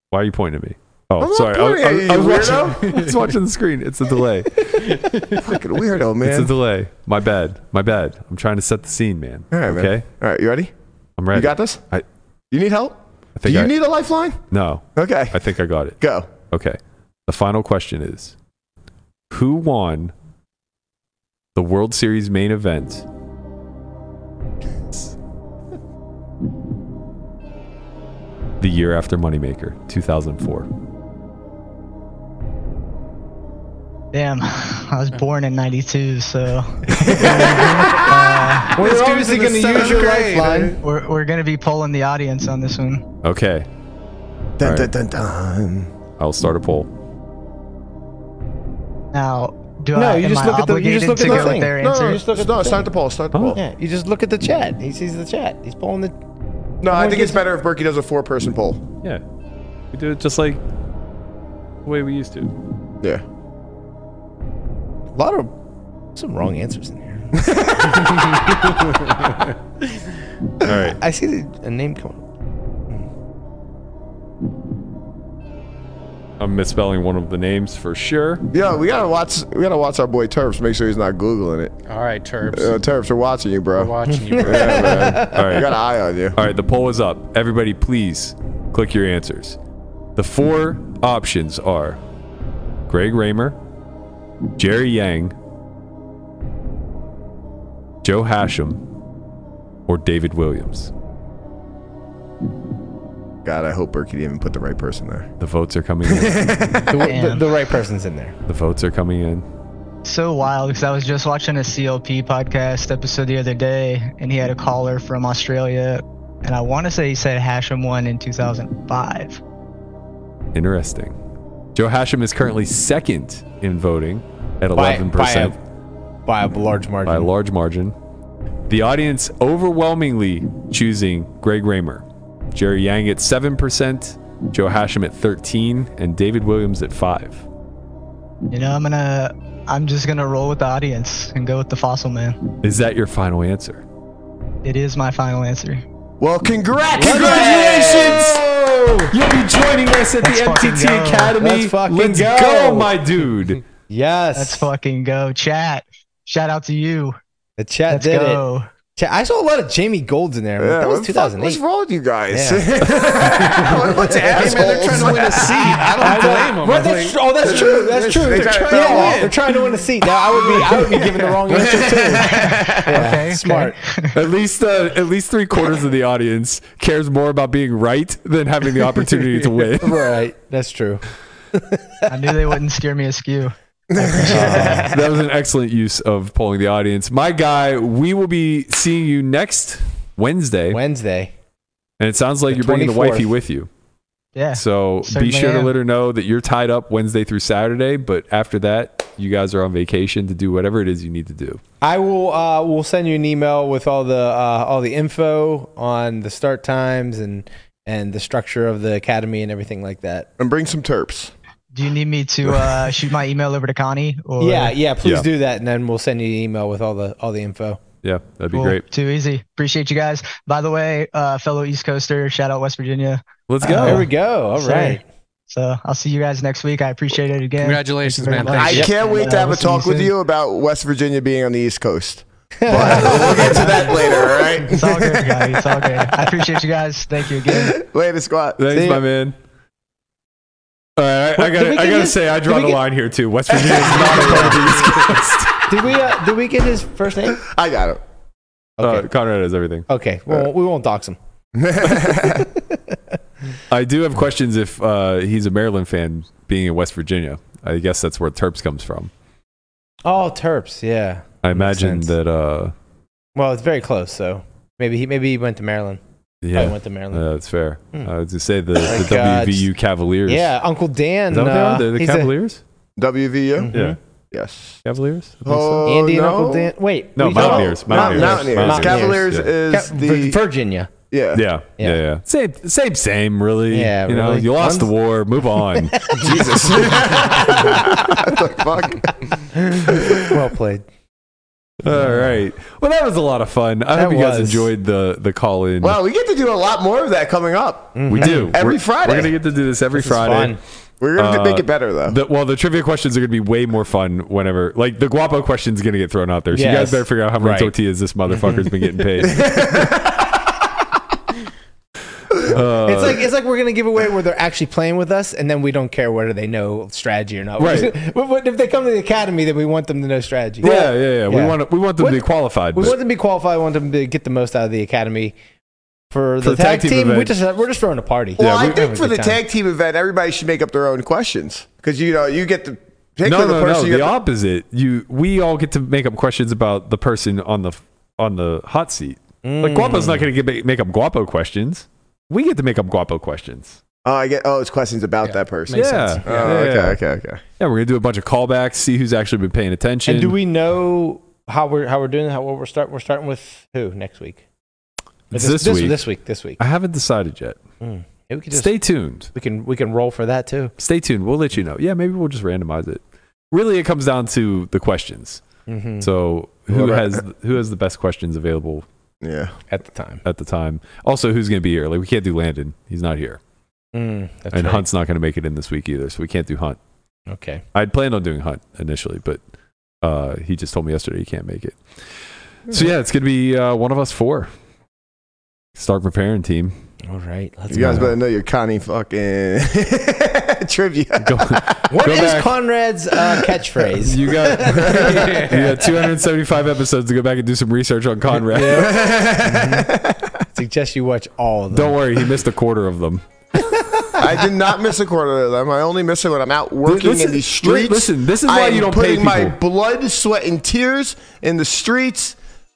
[SPEAKER 4] why are you pointing at me? Oh,
[SPEAKER 2] I'm not
[SPEAKER 4] sorry. I was, I,
[SPEAKER 2] pointing
[SPEAKER 4] was-
[SPEAKER 2] at
[SPEAKER 4] I was
[SPEAKER 2] you,
[SPEAKER 4] watching, I was watching the screen. It's a delay.
[SPEAKER 2] fucking weirdo, man.
[SPEAKER 4] It's a delay. My bad. My bad. I'm trying to set the scene, man.
[SPEAKER 2] All right, man.
[SPEAKER 4] okay.
[SPEAKER 2] All right, you ready?
[SPEAKER 4] I'm ready.
[SPEAKER 2] You got this?
[SPEAKER 4] I-
[SPEAKER 2] you need help?
[SPEAKER 4] I
[SPEAKER 2] Do
[SPEAKER 4] think
[SPEAKER 2] you
[SPEAKER 4] I,
[SPEAKER 2] need a lifeline?
[SPEAKER 4] No,
[SPEAKER 2] Okay.
[SPEAKER 4] I think I got it.
[SPEAKER 2] Go.
[SPEAKER 4] Okay. The final question is Who won the World Series main event? The year after Moneymaker, 2004.
[SPEAKER 7] Damn, I was born in '92, so
[SPEAKER 3] We're obviously
[SPEAKER 5] in the
[SPEAKER 3] going to use
[SPEAKER 5] seventh
[SPEAKER 3] your
[SPEAKER 5] grade,
[SPEAKER 3] lifeline.
[SPEAKER 7] we're we're gonna be polling the audience on this one.
[SPEAKER 4] Okay.
[SPEAKER 2] Dun, dun,
[SPEAKER 4] All right.
[SPEAKER 2] dun, dun.
[SPEAKER 4] I'll start a poll.
[SPEAKER 7] Now, do
[SPEAKER 3] No,
[SPEAKER 7] I?
[SPEAKER 3] you
[SPEAKER 7] am
[SPEAKER 3] just
[SPEAKER 7] I
[SPEAKER 3] look at the- you just
[SPEAKER 7] obligated
[SPEAKER 3] look at
[SPEAKER 7] to
[SPEAKER 3] the
[SPEAKER 7] go
[SPEAKER 3] thing.
[SPEAKER 7] with their
[SPEAKER 2] No,
[SPEAKER 7] answer?
[SPEAKER 2] no, no, no, start the poll. Start the poll.
[SPEAKER 3] Yeah, you just look at the chat. He sees the chat. He's pulling the.
[SPEAKER 2] No, I think it's better if Berkey does a four-person poll.
[SPEAKER 4] Yeah. We do it just like the way we used to.
[SPEAKER 2] Yeah.
[SPEAKER 3] A lot of some wrong answers in here.
[SPEAKER 4] All right.
[SPEAKER 3] I see the, a name coming. up.
[SPEAKER 4] I'm misspelling one of the names for sure.
[SPEAKER 2] Yeah, we gotta watch. We gotta watch our boy Terps. Make sure he's not googling it.
[SPEAKER 5] All right, Turbs.
[SPEAKER 2] Uh, Terps, we're watching you, bro.
[SPEAKER 5] We're watching you. bro.
[SPEAKER 2] Yeah, man.
[SPEAKER 4] All
[SPEAKER 2] I
[SPEAKER 4] right.
[SPEAKER 2] got an eye on you.
[SPEAKER 4] All right, the poll is up. Everybody, please click your answers. The four options are Greg Raymer, Jerry Yang, Joe Hashem, or David Williams.
[SPEAKER 2] God, I hope Berkey didn't even put the right person there.
[SPEAKER 4] The votes are coming in.
[SPEAKER 3] The, the,
[SPEAKER 7] Damn.
[SPEAKER 3] the right person's in there.
[SPEAKER 4] the votes are coming in.
[SPEAKER 7] so wild because I was just watching a CLP podcast episode the other day, and he had a caller from Australia, and I want to say he said Hashem won in 2005.
[SPEAKER 4] Interesting. Joe Hashem is currently second in voting at 11%.
[SPEAKER 3] By- by a- By a large margin.
[SPEAKER 4] by a large margin. The audience overwhelmingly choosing Greg Raymer, Jerry Yang at 7%, Joe Hashem at 13 and David Williams at 5.
[SPEAKER 7] You know, I'm gonna, I'm just gonna roll with the audience and go with the fossil man.
[SPEAKER 4] Is that your final answer?
[SPEAKER 7] It is my final answer.
[SPEAKER 2] Well, congrats!
[SPEAKER 4] Congratulations! You'll be joining us at
[SPEAKER 7] Let's
[SPEAKER 4] the
[SPEAKER 7] fucking
[SPEAKER 4] MTT
[SPEAKER 7] go.
[SPEAKER 4] Academy.
[SPEAKER 3] Let's fucking
[SPEAKER 4] Let's
[SPEAKER 3] go.
[SPEAKER 4] go, my dude.
[SPEAKER 3] Yes.
[SPEAKER 7] Let's fucking go, chat. Shout out to you.
[SPEAKER 3] The chat
[SPEAKER 7] Let's
[SPEAKER 3] did it.
[SPEAKER 7] go.
[SPEAKER 3] Chat- I saw a lot of Jamie Golds in there. but that was
[SPEAKER 2] what the fuck- What's
[SPEAKER 3] 2008.
[SPEAKER 2] wrong with you guys? What's
[SPEAKER 5] Hey, man, they're trying to win a seat. I don't blame them.
[SPEAKER 3] Well, that's tr- oh, that's true. That's true.
[SPEAKER 2] They
[SPEAKER 3] They're,
[SPEAKER 2] tried to
[SPEAKER 3] trying,
[SPEAKER 2] throw
[SPEAKER 3] yeah,
[SPEAKER 2] off.
[SPEAKER 3] they're trying to win a seat. Now, I would be, I would be giving the wrong answer too. Yeah,
[SPEAKER 7] Okay,
[SPEAKER 3] smart.
[SPEAKER 4] At least uh, at least 3 quarters of the audience cares more about being right than having the opportunity to win.
[SPEAKER 3] Right, that's true.
[SPEAKER 7] I knew they wouldn't steer me askew.
[SPEAKER 4] that was an excellent use of polling the audience. My guy, we will be seeing you next Wednesday,
[SPEAKER 3] Wednesday.
[SPEAKER 4] and it sounds like
[SPEAKER 3] The
[SPEAKER 4] you're bringing the
[SPEAKER 3] 24th.
[SPEAKER 4] wifey with you.
[SPEAKER 7] Yeah.
[SPEAKER 4] So
[SPEAKER 7] Certainly
[SPEAKER 4] be sure to
[SPEAKER 7] am.
[SPEAKER 4] let her know that you're tied up Wednesday through Saturday, but after that, you guys are on vacation to do whatever it is you need to do.
[SPEAKER 3] I will. Uh, will send you an email with all the uh, all the info on the start times and and the structure of the academy and everything like that.
[SPEAKER 2] And bring some Terps.
[SPEAKER 7] Do you need me to uh, shoot my email over to Connie? Or
[SPEAKER 3] yeah, yeah. Please
[SPEAKER 4] Yeah.
[SPEAKER 3] do that, and then we'll send you an email with all the all the info.
[SPEAKER 4] Yeah, that'd be
[SPEAKER 7] Cool.
[SPEAKER 4] great.
[SPEAKER 7] Too easy. Appreciate you guys. By the way, uh, fellow East Coaster, shout out West Virginia.
[SPEAKER 4] Let's
[SPEAKER 7] Oh,
[SPEAKER 3] There
[SPEAKER 4] go.
[SPEAKER 3] we go. All
[SPEAKER 7] Sorry.
[SPEAKER 3] right.
[SPEAKER 7] So I'll see you guys next week. I appreciate it again.
[SPEAKER 5] Congratulations,
[SPEAKER 7] Thank you
[SPEAKER 5] man.
[SPEAKER 7] very
[SPEAKER 2] I
[SPEAKER 5] Thank you.
[SPEAKER 2] can't wait to have a
[SPEAKER 7] We'll see you
[SPEAKER 2] talk with
[SPEAKER 7] soon.
[SPEAKER 2] you about West Virginia being on the East Coast. But we'll get to that later,
[SPEAKER 7] It's all good, guys. It's all good. I appreciate you guys. Thank you again.
[SPEAKER 2] all right? Later, squad.
[SPEAKER 4] Thanks,
[SPEAKER 3] See ya.
[SPEAKER 4] my man. All right, I,
[SPEAKER 3] did
[SPEAKER 4] I
[SPEAKER 3] we
[SPEAKER 4] gotta, I
[SPEAKER 3] get
[SPEAKER 4] gotta
[SPEAKER 3] his-
[SPEAKER 4] say, I
[SPEAKER 3] did
[SPEAKER 4] draw
[SPEAKER 3] we
[SPEAKER 4] the
[SPEAKER 3] get-
[SPEAKER 4] line here too. West Virginia is not a part of the East Coast.
[SPEAKER 3] Did we uh, did we get his first name?
[SPEAKER 2] I got it.
[SPEAKER 4] Uh, Conrad has everything.
[SPEAKER 3] Okay, well we won't dox him.
[SPEAKER 4] I do have questions if uh, he's a Maryland fan, being in West Virginia. I guess that's where Terps comes from.
[SPEAKER 3] Oh, Terps, yeah.
[SPEAKER 4] I
[SPEAKER 3] Makes
[SPEAKER 4] imagine
[SPEAKER 3] sense.
[SPEAKER 4] that. Uh,
[SPEAKER 3] Well, it's very close, so maybe he maybe he went to Maryland. Yeah,
[SPEAKER 4] yeah,
[SPEAKER 3] went to Maryland.
[SPEAKER 4] uh, that's fair.
[SPEAKER 3] Hmm.
[SPEAKER 4] I was to say the, the
[SPEAKER 3] Like, uh,
[SPEAKER 4] WVU Cavaliers.
[SPEAKER 3] yeah, Uncle Dan.
[SPEAKER 4] Is that what they
[SPEAKER 3] uh,
[SPEAKER 4] are? They're the
[SPEAKER 3] he's a- Mm-hmm.
[SPEAKER 4] Cavaliers?
[SPEAKER 3] Mm.
[SPEAKER 2] WVU?
[SPEAKER 4] yeah.
[SPEAKER 2] Yes.
[SPEAKER 4] Cavaliers? I think so.
[SPEAKER 2] Oh,
[SPEAKER 3] Andy and
[SPEAKER 2] no.
[SPEAKER 3] Uncle Dan. Wait,
[SPEAKER 4] No,
[SPEAKER 3] we don't-
[SPEAKER 4] Mountaineers,
[SPEAKER 2] Mountaineers.
[SPEAKER 4] Mountaineers.
[SPEAKER 2] Mountaineers.
[SPEAKER 3] Mountaineers,
[SPEAKER 2] Cavaliers
[SPEAKER 4] yeah.
[SPEAKER 2] is
[SPEAKER 3] Ca-
[SPEAKER 2] the.
[SPEAKER 3] Vir- Virginia.
[SPEAKER 2] yeah.
[SPEAKER 4] Yeah, yeah,
[SPEAKER 3] Yeah.
[SPEAKER 4] yeah, Same, same, same. Really.
[SPEAKER 3] Yeah,
[SPEAKER 4] You know,
[SPEAKER 3] really.
[SPEAKER 4] you lost
[SPEAKER 3] One's-
[SPEAKER 4] the war. Move on.
[SPEAKER 2] Jesus. What the fuck?
[SPEAKER 3] Well played.
[SPEAKER 4] All right. Well, that was a lot of fun. I hope
[SPEAKER 3] That
[SPEAKER 4] you guys
[SPEAKER 3] was.
[SPEAKER 4] enjoyed the the call in.
[SPEAKER 2] Wow, we get to do a lot more of that coming up.
[SPEAKER 4] we do
[SPEAKER 2] Every
[SPEAKER 4] We're-
[SPEAKER 2] Friday.
[SPEAKER 4] We're gonna get to do this every
[SPEAKER 3] This is
[SPEAKER 4] Friday.
[SPEAKER 3] fun.
[SPEAKER 2] We're going to
[SPEAKER 4] Uh,
[SPEAKER 2] make it better, though.
[SPEAKER 4] The, well, the trivia questions are going to be way more fun whenever, like the guapo question's going to get thrown out there. So you
[SPEAKER 3] Yes.
[SPEAKER 4] guys better figure out how many
[SPEAKER 5] Right.
[SPEAKER 4] tortillas this motherfucker's been getting paid. Uh,
[SPEAKER 3] It's like it's like we're gonna give away where they're actually playing with us, and then we don't care whether they know strategy or not.
[SPEAKER 4] Right.
[SPEAKER 3] but, but if they come to the academy, then we want them to know strategy.
[SPEAKER 4] yeah, yeah, yeah, We
[SPEAKER 3] Yeah.
[SPEAKER 4] want we want them to be
[SPEAKER 3] What-
[SPEAKER 4] qualified.
[SPEAKER 3] We
[SPEAKER 4] but-
[SPEAKER 3] want them to be qualified. We want them to get the most out of the academy. For the
[SPEAKER 4] the
[SPEAKER 3] tag,
[SPEAKER 4] tag team
[SPEAKER 3] team, we
[SPEAKER 4] event.
[SPEAKER 3] just we're just throwing a party.
[SPEAKER 2] well, I
[SPEAKER 3] We're having
[SPEAKER 2] think
[SPEAKER 3] a
[SPEAKER 2] for
[SPEAKER 3] good
[SPEAKER 2] the
[SPEAKER 3] time.
[SPEAKER 2] tag team event, everybody should make up their own questions because you know you get to pick
[SPEAKER 4] no,
[SPEAKER 2] the
[SPEAKER 4] no, no.
[SPEAKER 2] person. you
[SPEAKER 4] The
[SPEAKER 2] have to-
[SPEAKER 4] opposite. You, we all get to make up questions about the person on the on the hot seat.
[SPEAKER 3] Mm. Hmm.
[SPEAKER 4] Like guapo's not going to make up guapo questions. We get to make up guapo questions.
[SPEAKER 2] oh, I get. Oh, it's questions about that person.
[SPEAKER 5] Makes
[SPEAKER 4] yeah.
[SPEAKER 5] sense.
[SPEAKER 2] Oh,
[SPEAKER 4] yeah.
[SPEAKER 2] okay,
[SPEAKER 4] yeah.
[SPEAKER 2] okay, okay.
[SPEAKER 4] Yeah, we're gonna do a bunch of callbacks. See who's actually been paying attention.
[SPEAKER 3] And do we know how we're how we're doing? How what we're starting? We're starting with who next week? Or
[SPEAKER 4] It's this week.
[SPEAKER 3] This week. This week.
[SPEAKER 4] I haven't decided yet.
[SPEAKER 3] Mm. Maybe we can just
[SPEAKER 4] Stay tuned.
[SPEAKER 3] we can we can roll for that too.
[SPEAKER 4] stay tuned. We'll let you know. Yeah, maybe we'll just randomize it. Really, it comes down to the questions.
[SPEAKER 3] Mm-hmm.
[SPEAKER 4] So who
[SPEAKER 2] Well,
[SPEAKER 4] has who has the best questions available
[SPEAKER 2] Yeah.
[SPEAKER 3] At the time.
[SPEAKER 4] at the time? Also, who's going to be here? Like we can't do Landon. He's not here,
[SPEAKER 3] Mm, that's
[SPEAKER 4] and
[SPEAKER 3] right.
[SPEAKER 4] Hunt's not going to make it in this week either. So we can't do Hunt.
[SPEAKER 3] Okay.
[SPEAKER 4] I'd planned on doing Hunt initially, but uh, he just told me yesterday he can't make it. So yeah, it's going to be uh, one of us four. Start preparing, team.
[SPEAKER 3] All right. Let's
[SPEAKER 2] You guys
[SPEAKER 3] go.
[SPEAKER 2] better know your Connie fucking trivia.
[SPEAKER 4] Go,
[SPEAKER 3] What
[SPEAKER 4] go
[SPEAKER 3] is
[SPEAKER 4] back.
[SPEAKER 3] Conrad's uh, catchphrase?
[SPEAKER 4] You got you got 275 episodes to go back and do some research on Conrad.
[SPEAKER 3] Suggest you watch all of them.
[SPEAKER 4] Don't worry, he missed a quarter of them.
[SPEAKER 2] I did not miss a quarter of them. I only miss it when I'm out working
[SPEAKER 4] Listen-
[SPEAKER 2] in the streets.
[SPEAKER 4] listen, this is why
[SPEAKER 2] I am
[SPEAKER 4] you don't pay
[SPEAKER 2] putting my
[SPEAKER 4] people.
[SPEAKER 2] blood, sweat, and tears in the streets.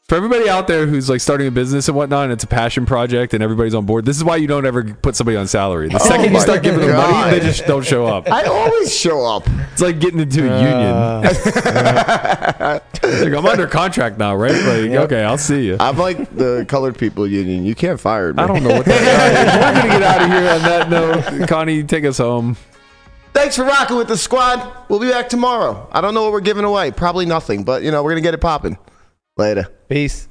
[SPEAKER 4] For everybody out there who's like starting a business and whatnot, and it's a passion project, and everybody's on board. This is why you don't ever put somebody on salary. The
[SPEAKER 2] my
[SPEAKER 4] second you start giving them
[SPEAKER 2] God.
[SPEAKER 4] money, they just don't show up.
[SPEAKER 2] I always show up.
[SPEAKER 4] It's like getting into a union. It's like I'm under contract now, right? Like, okay, I'll see you.
[SPEAKER 2] I'm like the colored people union. You can't fire me.
[SPEAKER 4] I don't know what that. We're gonna get out of here on that note. Connie, take us home.
[SPEAKER 2] Thanks for rocking with the squad. We'll be back tomorrow. I don't know what we're giving away. Probably nothing, but you know, we're going to get it popping. Later.
[SPEAKER 3] Peace.